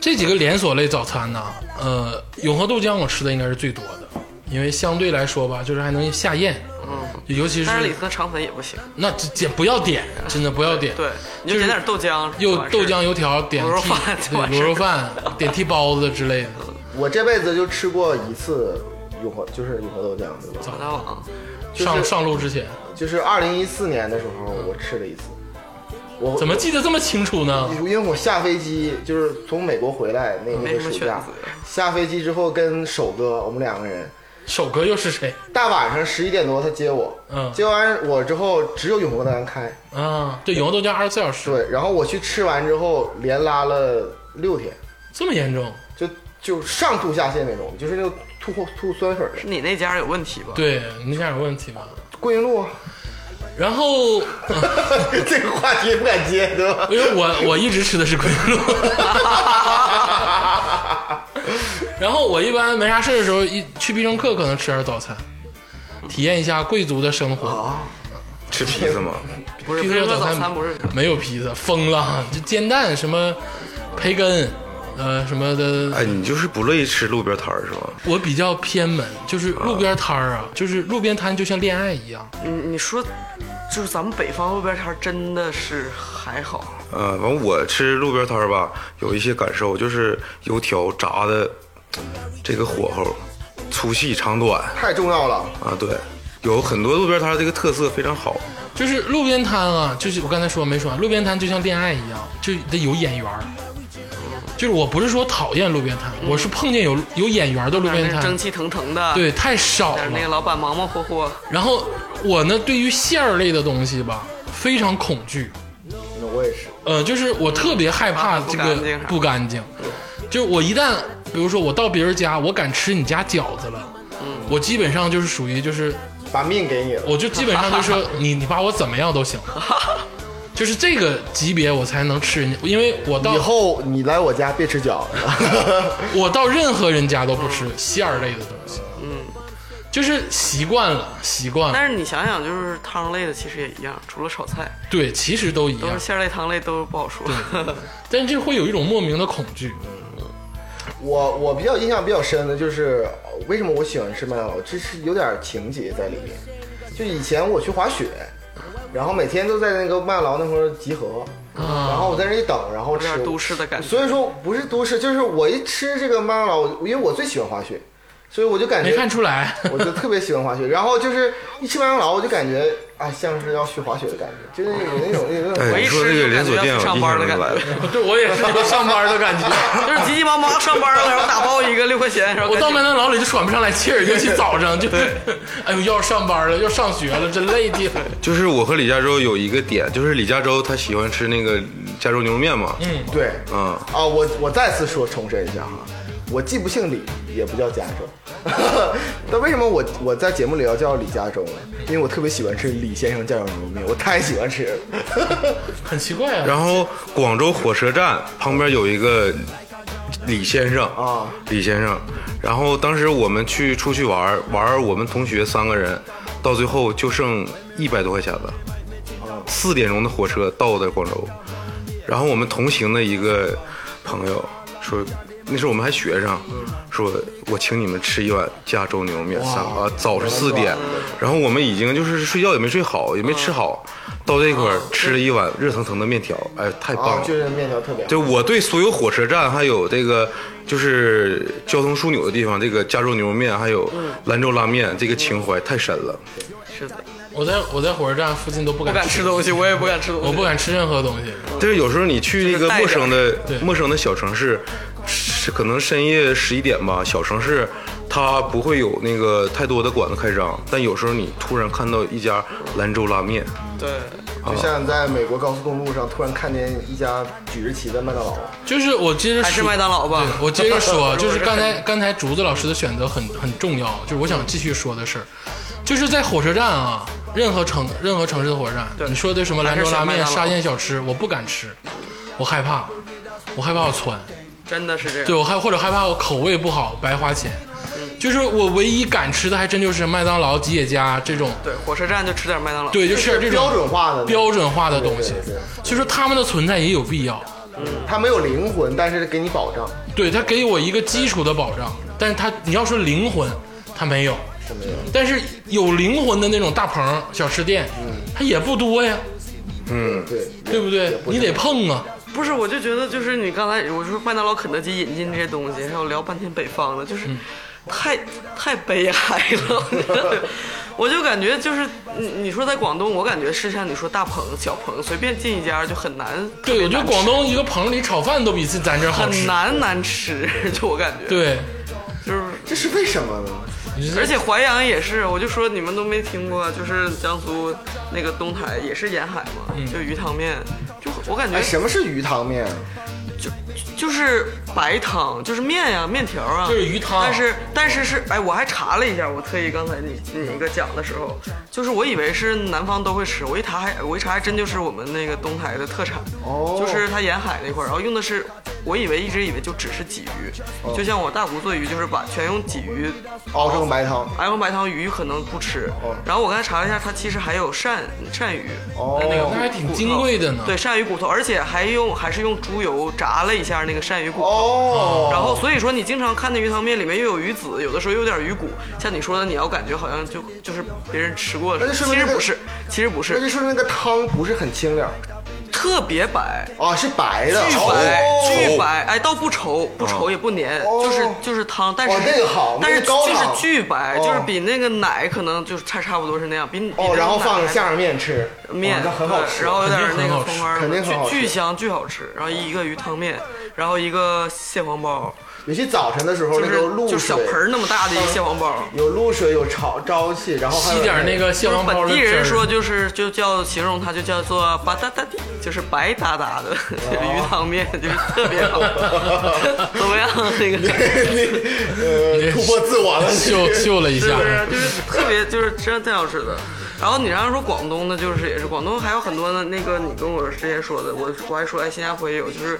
这几个连锁类早餐呢，呃，永和豆浆我吃的应该是最多的，因为相对来说吧，就是还能下咽，嗯，尤其是
但是里头的肠粉也不行。
那这这不要点，真的不要点，
对，你就点点豆浆，
又
就完事儿
豆浆油条点
卤肉
屉
饭就完
对
事
卤
儿
肉
*laughs*
饭，点屉包子之类的。
我这辈子就吃过一次永和，就是永和豆浆，对吧？
早大网，
上
就是
上路之前，
就是二零一四年的时候我吃了一次，我
怎么记得这么清楚呢？
因为我下飞机就是从美国回来那那
嗯没
个
什
暑
么
假
选择，
下飞机之后跟首哥我们两个人，
首哥又是谁？
大晚上十一点多他接我，
嗯
接完我之后只有永和豆浆开，
啊，对，永和豆浆二十四小时，
对，然后我去吃完之后连拉了六天，
这么严重？
就就上吐下泻那种，就是那种吐吐酸水的，
是你那家有问题吧？
对，你家有问题吧？
桂林路啊， *laughs*
然后，
这个话题不敢接，对吧？
因为我我一直吃的是桂林路，然后我一般没啥事儿的时候，一去必胜客可能吃点早餐，体验一下贵族的生活。
吃披
*laughs*
萨嘛，
不是，
必
必
胜客
胜客
早
早
餐
餐不是
没有披萨，疯了！就煎蛋什么培根，呃什么的，
哎，你就是不乐意吃路边摊儿是吧？
我比较偏门，就是路边摊儿啊，就是路边摊就像恋爱一样，
你你说，就是咱们北方路边摊儿真的是还好，
呃，完我吃路边摊儿吧，有一些感受，就是油条炸的这个火候、粗细、长短
太重要了，
啊，对，有很多路边摊儿这个特色非常好。
就是路边摊啊，就是我刚才说没说完，路边摊就像恋爱一样，就得有眼缘儿。就是我不是说讨厌路边摊，我是碰见有有眼缘儿的路边
但嗯是
摊
蒸，气腾腾的，，
对，啊太少
但是那个
了。
老板忙忙活活，
然后我呢，对于馅儿类的东西吧，非常恐惧。
那我也是。
呃，就是我特别害怕
啊不
这
干
个
净啥
不干净，就是我一旦比如说我到别人家，我敢吃你家饺子了，我基本上就是属于就是，
把命给你了。
我就基本上就 *laughs* 说你你把我怎么样都 *laughs* 行，就是这个级别我才能吃人家，因为我到
以后你来我家别吃饺子，
我到任何人家都不吃馅儿类的东西，嗯，就是习惯了习惯了，
但是你想想，就是汤类的其实也一样，除了炒菜，
对，其实都一
都
样
是，馅儿类、汤类都不好说。 *laughs*
但是这会有一种莫名的恐惧，
我我比较印象比较深的就是呃为什么我喜欢吃麦当劳，这是有点情节在里面。就以前我去滑雪，然后每天都在那个麦当劳那块儿集合，
啊
然后我在那一等，然后
有
吃
点都市的感觉
所以说不是都市，就是我一吃这个麦当劳，我因为我最喜欢滑雪，所以我就感觉
没看出来，
我就特别喜欢滑雪，然后就是一吃麦当劳，我就感觉啊，像是要去滑雪的感觉，就是有那种有那种
哎，
一
你说
吃就
这个连
感觉
锁
要
店，
去
我
上
印
班
象
的
就
感
来了。
*laughs* 对我也是有上班的感觉。 *laughs*
就是急急忙忙上班了，然后打包一个六块钱，然后
我到
赶紧
麦当劳里就喘不上来气儿，尤其早上就， *laughs* 哎呦，要上班了，要上学了，真累的。
就是我和李佳洲有一个点，就是李佳洲他喜欢吃那个加州牛肉面嘛，嗯，
对，
嗯
啊，我我再次说重申一下哈，我既不姓李，也不叫加州， *laughs* 但为什么我我在节目里要叫李加州呢？因为我特别喜欢吃李先生酱油牛肉面，我太喜欢吃了。 *laughs*
很奇怪啊。
然后广州火车站旁边有一个李先生
啊，
李先生。然后当时我们去出去玩儿玩儿，我们同学三个人，到最后就剩一百多块钱了。四点钟的火车到的广州，然后我们同行的一个朋友说那时候我们还学生，
嗯
说我请你们吃一碗加州牛肉面三啊，早上四点，然后我们已经就是睡觉也没睡好，也没吃好，
嗯
到这块儿吃了一碗热腾腾的面条，哎，太棒
啊，
了！
就是面条特别好。
就我对所有火车站还有这个就是交通枢纽的地方，这个加州牛肉面还有
嗯
兰州拉面，这个情怀太深了。
是的，
我在我在火车站附近都不
不
敢
敢吃东西，嗯我也不敢吃东西，
我不敢吃任何东西。
但是有时候你去那个陌生的
对
陌生的小城市，是可能深夜十一点吧，小城市它不会有那个太多的馆子开张，但有时候你突然看到一家兰州拉面，
对，
就像在美国高速公路上突然看见一家举着旗的麦当劳，
就是我接着
还是
说
麦当劳吧
对。我接着
*laughs*
说，啊就是刚
如果
才
是
刚才竹子老师的选择很很重要，就是我想继续说的事儿，就是在火车站啊，任何城任何城市的火车站，你说的什么兰州拉面、
还是选麦当劳
沙县小吃，我不敢吃，我害怕，我害怕我窜，
真的是这样。
对我害或者害怕我口味不好白花钱，
嗯
就是我唯一敢吃的还真就是麦当劳、吉野家这种，
对，火车站就吃点麦当劳。，
对，就吃点这种
标准化的那种
标准化的东西
对对对，
所以说他们的存在也有必要。
它没有灵魂，但是给你保障。
对他给我一个基础的保障，但是他你要说灵魂，他没有，但是有灵魂的那种大棚小吃店，它也不多呀，
嗯对，
对不对？你得碰啊，
不是，我就觉得就是你刚才我说麦当劳、肯德基引进这些东西，还有聊半天北方的，就是
嗯
太、太悲哀了。我觉
*laughs*
得我就感觉就是你你说在广东，我感觉是像你说大棚、小棚，随便进一家就很难。特
对，
别
我觉得
难
广
吃
东一个棚里炒饭都比这咱这儿好
很
吃，
难难吃， *laughs* 就我感觉。，
对，
就是
这是为什么呢？
而且淮扬也是，我就说你们都没听过，就是江苏那个东台也是沿海嘛，
嗯
就鱼汤面，就我感觉
哎，什么是鱼汤面？啊
就是白汤，就是面呀、面条啊，
就是鱼汤
但是但是是，哎，我还查了一下，我特意刚才你你那个讲的时候，就是我以为是南方都会吃，我一查还我一查还真就是我们那个东台的特产，
哦
就是它沿海那块儿，然后用的是，我以为一直以为就只是鲫鱼，
哦
就像我大骨做鱼就是把全用鲫鱼
熬成白汤。
白红白汤鱼可能不吃，然后我刚才查了一下，它其实还有鳝鳝鱼，
哦
那个
那还挺金贵的呢
对，鳝鱼骨头，而且还用还是用猪油炸了一下那个鳝鱼骨头。
哦，
然后，所以说你经常看那鱼汤面里面又有鱼子，有的时候又有点鱼骨，像你说的，你要感觉好像就就是别人吃过的，
那就
其
说明
实
那个
不是，其实不，
那就是说明那个汤不是很清亮
特别白，
啊，是白的，
巨
哦
白巨
哦
白，哎，倒不稠，不稠也不粘，
哦
就是就是汤，但是
哦那个好
但是
那个高
就是
汤
巨白，
哦
就是比那个奶可能就是差差不多是那样，比比那
哦，
个
然后
奶
放
还
着下面面吃，
面
哇，哦那很好
对
吃。
然后有点
肯定很
那个
好吃
葱花儿，
肯定很好
巨巨
吃
香，巨好吃。然后一个鱼汤面，然后一个蟹黄包，
尤其早晨的时候，
就
那
是
时候露
就
水，
是小盆儿那么大的一个蟹黄包。
有露水，有潮朝气，然后还有
吸点那个 *laughs* 蟹
就是
黄包
本
的
地
汁
人说，
儿。
就是就叫形容它，就叫做吧嗒嗒地，就是白哒哒的， *laughs* 就是鱼汤面，就是特别
*laughs*
好。怎么样？那个
*laughs*
呃突破自我了。
秀秀了一
是
下
不，是？啊就是特别，就是真的太好吃的。然后你刚才说广东的，就是也是广东还有很多的那个，你跟我之前说的，我我还说哎，新加坡也有，就是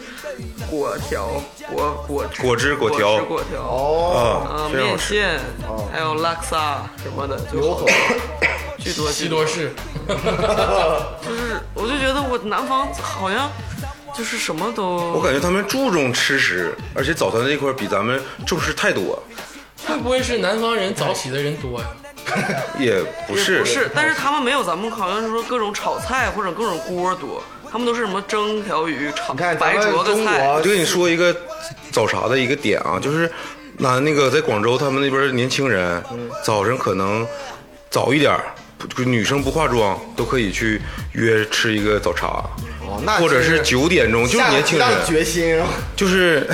果条、果果汁
果汁
果
果条
汁果条，
哦，
啊
啊，非常好
面
吃。
线，还有拉克萨什么的，就
牛
好
河，
巨多
西
巨
多
*laughs*
士，
就是我就觉得我南方好像就是什么
我
都
感觉他们注重吃食，而且早餐这块儿比咱们重视太多，
会不会是南方人早起的人多呀？
也不是，
不是，但是他们没有咱们好像是说各种炒菜或者各种锅多，他们都是什么蒸条鱼、炒
你看咱
白
们
灼个
中
菜。
我
国
啊就跟你说一个早茶的一个点啊，就是那那个在广州他们那边儿年轻人，早晨可能早一点儿，不就女生不化妆都可以去约吃一个早茶，
哦那
或者是
是
九点钟，就是
下了
年轻
极
人
大的决心，
就是。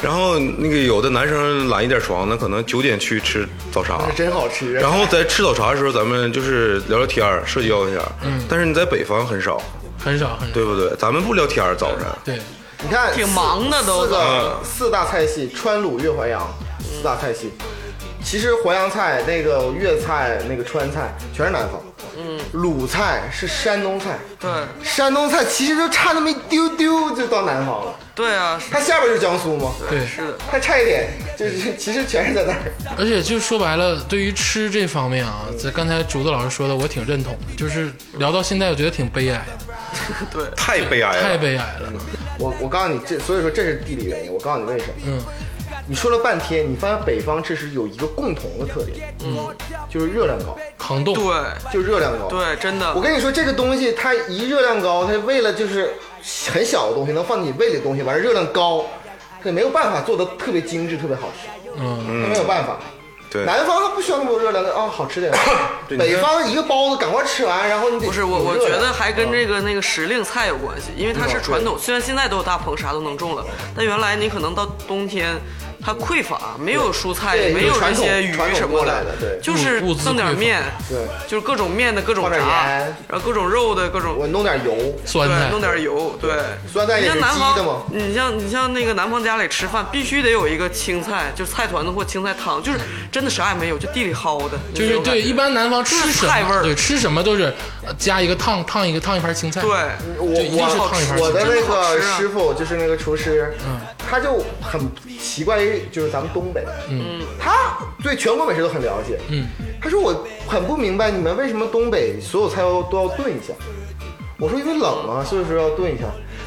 然后那个有的男生懒一点床，那可能九点去吃早茶，
真好吃。
然后在吃早茶的时候，咱们就是聊聊天儿，社交一下。嗯，但是你在北方很少，
很少很少。
对不对？咱们不聊天儿，早晨。
对，
你看，
挺
四
忙的都
四
嗯
个四大菜系：川鲁粤淮扬四大菜系。其实淮扬菜、那个粤菜、那个川菜全是南方，嗯，鲁菜是山东菜，
对
山东菜其实就差那么一丢丢就到南方了，
对啊，是
它下边就是江苏嘛，
对
是的，
它差一点就是其实全是在那儿。
而且就说白了，对于吃这方面啊，在刚才竹子老师说的，我挺认同的。就是聊到现在，我觉得挺悲哀的。
对。
太悲哀了。
太悲哀了。
我我告诉你，这所以说这是地理原因。我告诉你为什么。
嗯。
你说了半天，你发现北方这是有一个共同的特点，嗯，就是热量高，
抗冻，
对
就是热量高。，
对，真的
我，跟你说这个东西，它一热量高，它为了就是很小的东西能放进你胃里的东西，完了热量高，它没有办法做的特别精致，特别好吃，
嗯，
它没有办法。
对，
南方它不需要那么多热量的啊，好
*coughs*
吃点。北方一个包子赶快吃完，然后你得嗯
不是我，我觉得还跟这个那个时令菜有关系，因为它是传统，虽然现在都有大棚啥都能种了，但原来你可能到冬天。它匮乏，没有蔬菜，
对
没有
有
这
传统
些鱼
传统
什么
过来的对
就是
物物资
弄
匮
点
乏
面，
对，
就是各种面的各种
放点
炸
盐，
然后各种肉的各种
我弄点油，
酸
对，
菜
弄，点油，对，
酸菜
你
也是
像南
鸡的嘛
方，你像你像那个南方家里吃饭，必须得有一个青菜，就是菜团子或青菜汤，就是真的啥也没有，就地里薅的，
就
那
是
种感
对，
觉
一般南方吃
就是
什
菜味
么，
儿
对，吃什么都是呃加一个烫烫一个烫一盘青菜，
对，
我
就一定是烫一盘
我我
青
的
菜。
那
真的好
个
吃啊嗯
师傅就是那个厨师，他就很奇怪于就是咱们东北，嗯，他对全国美食都很了解，嗯，他说我很不明白你们为什么东北所有菜肴都要炖一下，我说因为冷啊，所以说要炖一下。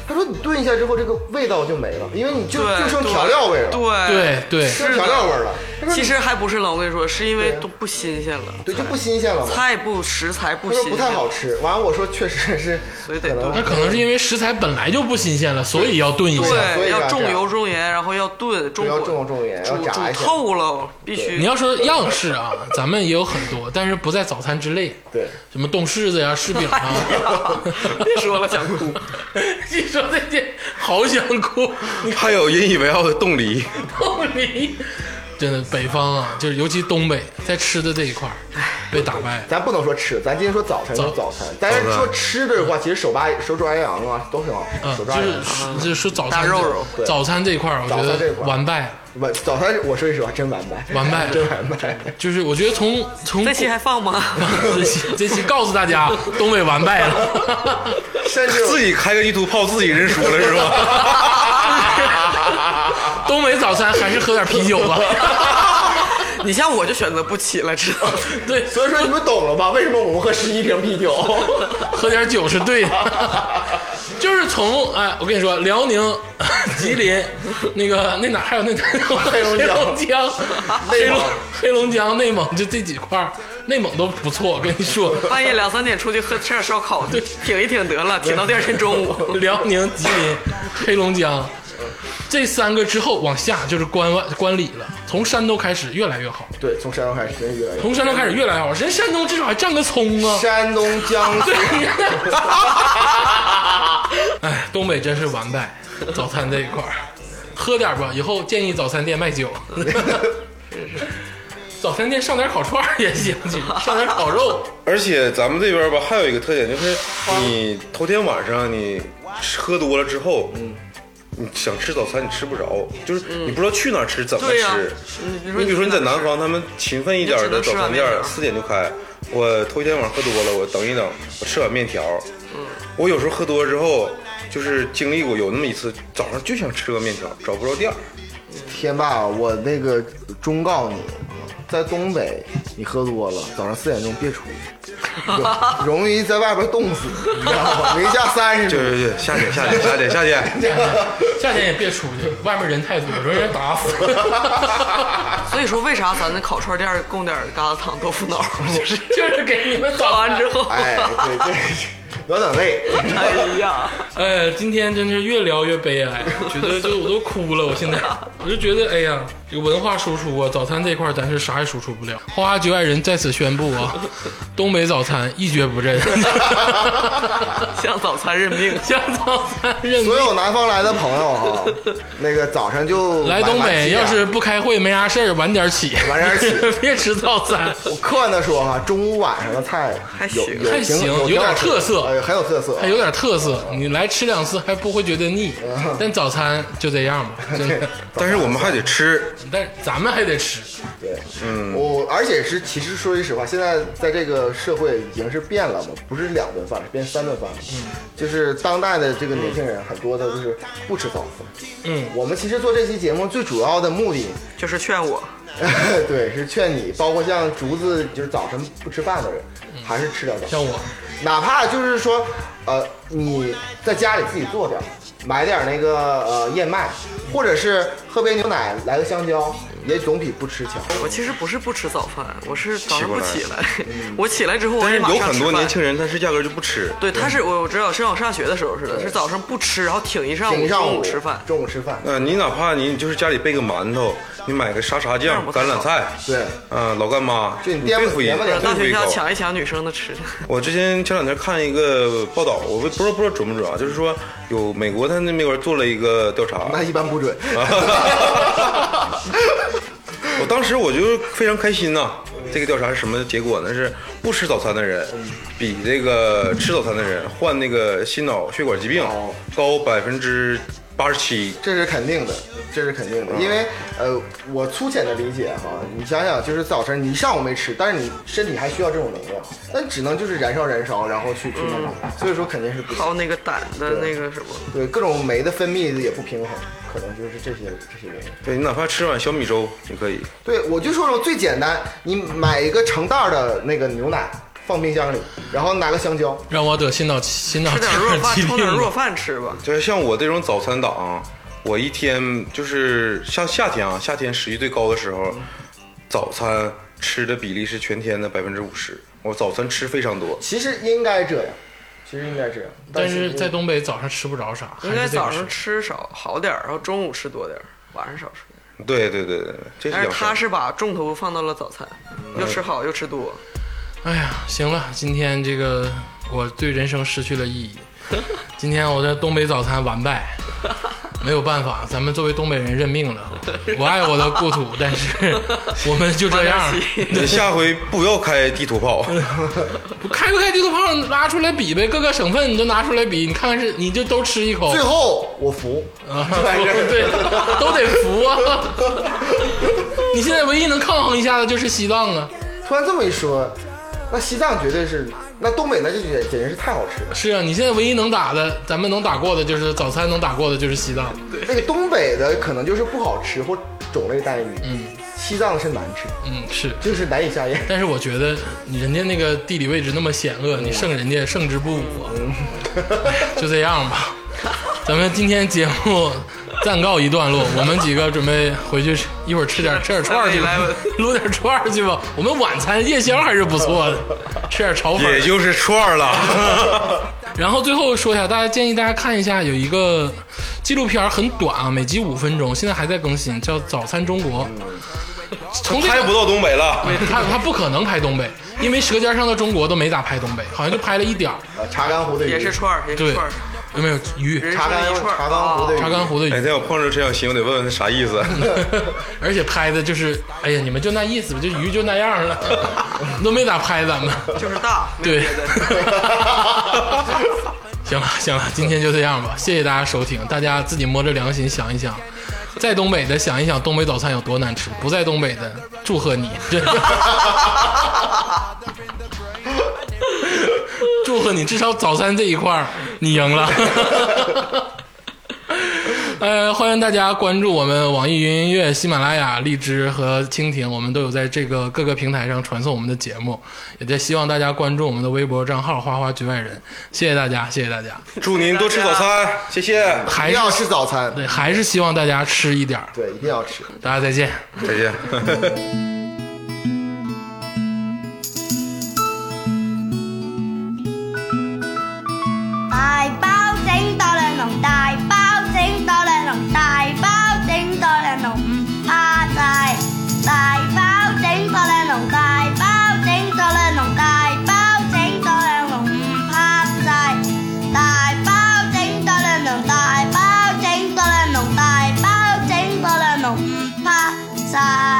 他说你炖一下之后，这个味道就没了，因为你就
对
就剩调料味了，，
对
对对，
剩调料味了。他说
其实还不是冷，我跟你说，是因为
对啊
都不新鲜了，
对就不新鲜了嘛，
菜不食材不
他说
新鲜，
不太好吃。完了我说确实是，
*laughs* 所以得
可能
多
那可能是因为食材本来就不新鲜了，所以要炖一下。
所以
对，
啊
要重
这样
油重盐，然后要炖，重
要
火
重重盐要
煮
炸一
煮
下
透了，必须
你要说样式啊，咱们也有很多，但是不在早餐之类，
对，
什么冻柿子呀、柿饼啊。
*laughs*
别说了，想
*laughs*
哭。
你说这些好想哭，你
还有引以为傲的冻梨，
冻梨，真的北方啊，就是尤其东北，在吃的这一块儿被打败了。
咱不能说吃，咱今天说早餐，
早
说早餐。但是说吃的话，其实手抓手抓羊啊都很好吃，
嗯，就
手抓羊。
是就是说早
大
餐
肉肉
对
早餐这一块儿，我觉
早餐这一块
得
儿
完败了。
完早餐我说句实话，真完败，
完败
真
*laughs*
完败。
就是我觉得从从
这期还放吗？ *laughs*
*laughs* 这期这期告诉大家，东北完败
*laughs*
了。 *laughs*
甚至
自己开个地图炮，自己认输了是吧？
东北早餐还是喝点啤酒
*laughs*
吧。
你像我就选择不起了，知道吗？
对，
所以说你们懂了吧？为什么我们喝十一瓶啤酒？
喝点酒是对的。
*laughs*
就是从哎，我跟你说，辽宁、吉林，那个那哪还有那哪
黑龙江
黑龙江、黑
*laughs* 内蒙
龙黑龙江、内蒙，就这几块儿，内蒙都不错。我跟你说，
半夜两三点出去喝吃点烧烤，就挺一挺得了，挺到第二天中午。
辽宁、吉林、黑龙江这三个之后往下就是关外关里了，从山东开始越来越好，
*laughs* 对，从山东开始，真是越来越。
从山东开始越来越好，人山东至少还占个葱啊。
山东、江苏，
哎， *laughs* 东北真是完败，早餐这一块儿，喝点儿吧。以后建议早餐店卖酒，早餐店上点烤串儿也行，上点烤肉。
*laughs* 而且咱们这边吧，还有一个特点就是，你头天晚上你喝多了之后，你想吃早餐你吃不着，就是你不知道去哪儿吃怎么
对呀
吃。
你你
你
说
比如说你在
去哪儿
南
吃
方，他们勤奋一点的
你就
早餐
只能吃
店
碗面条
四点就开。我头一天晚上喝多了，我等一等，我吃碗面条。
嗯
我有时候喝多了之后，就是经历过有那么一次，早上就想吃个面条，找不着店儿。
天霸，我那个忠告你，在东北你喝多了，早上四点钟别出去，
*laughs*
容容易在外边冻死，你知道吗？零下三
*laughs*
十
对
度。
对对，夏天夏天夏天夏天，
夏天也别出去，外面人太多，容易人打死。 *laughs*
所以说，为啥咱那烤串店儿供点儿疙瘩汤、豆腐脑，就是
就是给你们
烤
早
完
餐
之后，
*laughs* 哎，对对，暖暖胃。
哎呀，
哎，今天真是越聊越悲
*laughs*
哀，觉得就我都哭了。我现在我就觉得，哎呀，这个文化输出啊，早餐这块儿咱是啥也输出不了。花花局外人在此宣布
*laughs*
啊，东北早餐一蹶不振，
像早餐认命，
像早餐认
所有南方来的朋友哈，那个早上就
来
晚
东
晚
北，
七点
要是不开会没啥事儿，晚点起，
啊晚点起
*laughs* 别吃早
*laughs*
餐。
我客观的说哈，中午晚上的菜
还
有
行
有
还
挺
行
有
有
挺好
点
吃
特色
哎，很有特色
还。有点特色，你来吃两次还不会觉得腻，
嗯
但早餐就这样吧，真
*laughs*
的。
但是我们还得吃。
但咱们还得吃，
对，嗯，我而且是其实说句实话，现在在这个社会已经是变了嘛，不是两顿饭了，是变三顿饭了。嗯，就是当代的这个年轻人很多的就是不吃早饭。
嗯，
我们其实做这期节目最主要的目的， *laughs*
就是劝我，
对，是劝你，包括像竹子就是早晨不吃饭的人，还是吃点早饭。
像我，
哪怕就是说，呃，你在家里自己做点儿，买点那个呃燕麦，或者是喝杯牛奶来个香蕉，也总比不吃强。
我其实不是不吃早饭，我是早上
起不
不
来
起来，我起来之后我
但
得
是
马
有
上
很
吃
多
饭
年轻人，他是压根儿就不吃。
对，他是我我知道，是像我上大学的时候似的，是早上不吃，然后挺一上
顶
午，
一上
中
午
午吃饭。
中午吃饭，
嗯、你哪怕你就是家里备个馒头，你买个沙茶酱、
那不太
橄榄菜，
对
嗯、老干妈，
就你
你
掂吧
对付一
掂吧
对
点
大
付
学
一
家
口。
抢一抢女生的
*laughs*
吃的，
我之前前两天看一个报道，我不知道不知道准不准啊，就是说有美国他那边做了一个调查，
那一般
*laughs*
不准。 *laughs*
*laughs* 我当时我就非常开心呐、这个调查是什么结果呢？是不吃早餐的人，比这个吃早餐的人患那个心脑血管疾病高百分之八十七。
这是肯定的，这是肯定的，因为
嗯
呃，我粗浅的理解哈，你想想，就是早晨你一上午没吃，但是你身体还需要这种能量，那只能就是燃烧燃烧，然后去去那
嗯
啥，所以说肯定是不行。
靠那个胆的那个
*laughs*
什么，
对，各种酶的分泌也不平衡，可能就是这些这些原因。
对你哪怕吃碗小米粥，你可以。
对，我就说了最简单，你买一个成袋儿的那个牛奶放冰箱里，然后拿个香蕉，
让我得心脑心脑
吃
血
点弱
管
饭，
疾
冲点
病
弱
了。
饭吃吧。
就是像我这种早餐党，我一天就是像夏天啊，夏天食欲最高的时候，早餐吃的比例是全天的百分之五十。我早餐吃非常多，
其实应该这样，其实应该这样，
但
是
是在东北早上吃不着啥，还
应
是
该
这个
早
事
上吃少好点儿，然后中午吃多点儿，晚上少吃点儿。
对对对对，这是
但是
养
他
生。
是把重头放到了早餐，
嗯
又吃好又吃多。
哎呀，行了，今天这个我对人生失去了意义。 *laughs* 今天我在东北早餐完败，没有办法，咱们作为东北人认命了。我爱我的故土，但
*laughs*
是我们就这样，
你下回不要开地图炮。
开不开地图炮拉出来比呗，各个省份你都拿出来比，你看看是你就都吃一口
哦
最，后
*laughs*
我服，
啊 *laughs* 对，都得服啊。 *laughs* 你现在唯一能抗衡一下的就是西藏啊，
突然这么一说，那西藏绝对是，那东北那就简简直是太好吃了。
是啊，你现在唯一能打的，咱们能打过的就是早餐能打过的就是西藏。
那个东北的可能就是不好吃或种类单一，
嗯
西藏的是难吃，
嗯，是。
就是难以
*laughs*
下咽。
但是我觉得你人家那个地理位置那么险恶，你胜人家胜之不武
*laughs*
啊。哎就这样吧，咱们今天节目暂告一段落，我们几个准备回去吃一会儿吃点吃点串儿去吧，撸点串儿去吧。我们晚餐夜宵还是不错的，吃点炒粉儿。
也就是串儿了。
然后最后说一下，大家建议大家看一下有一个纪录片儿很短啊，每集五分钟，现在还在更新，叫《早餐中国》。从这个
嗯拍不到东北了，
他他不可能拍
*laughs*
东北，因为《舌尖上的中国》都没咋拍东北，好像就拍了一点儿。
啊茶干湖的鱼
也是串儿，也是
对
串儿，，
有没有鱼？
人
茶
生
干
一串儿
茶干湖的
啊
鱼，
查干湖的
哪
鱼，
哎天我碰着陈小新，我得问问他啥意思。
*laughs* 而且拍的就是，哎呀，你们就那意思吧，就鱼就那样
*laughs*
了，都没咋拍咱们。
就是大，没
对
*laughs* 别的。
行了行了，今天就这样吧，谢谢大家收听，大家自己摸着良心想一想，在东北的想一想东北早餐有多难吃，不在东北的祝贺你，真的，祝贺你，至少早餐这一块儿你赢了。 *laughs* 呃，欢迎大家关注我们网易云音乐、喜马拉雅、荔枝和蜻蜓，我们都有在这个各个平台上传送我们的节目，也在希望大家关注我们的微博账号“花花局外人”。谢谢大家，谢谢大家，
祝您多吃早餐，谢谢，
一
还
定
是
要吃早餐，
对，还是希望大家吃一点儿。
对，一定要吃。
大家再见。
再见。
大包整多兩籠，大包整多兩籠，大包整多兩籠，唔怕曬。大包整多兩籠，大包整多兩籠，大包整多兩籠，唔怕曬。大包整多兩籠，大包整多兩籠，大包整多兩籠，唔怕曬。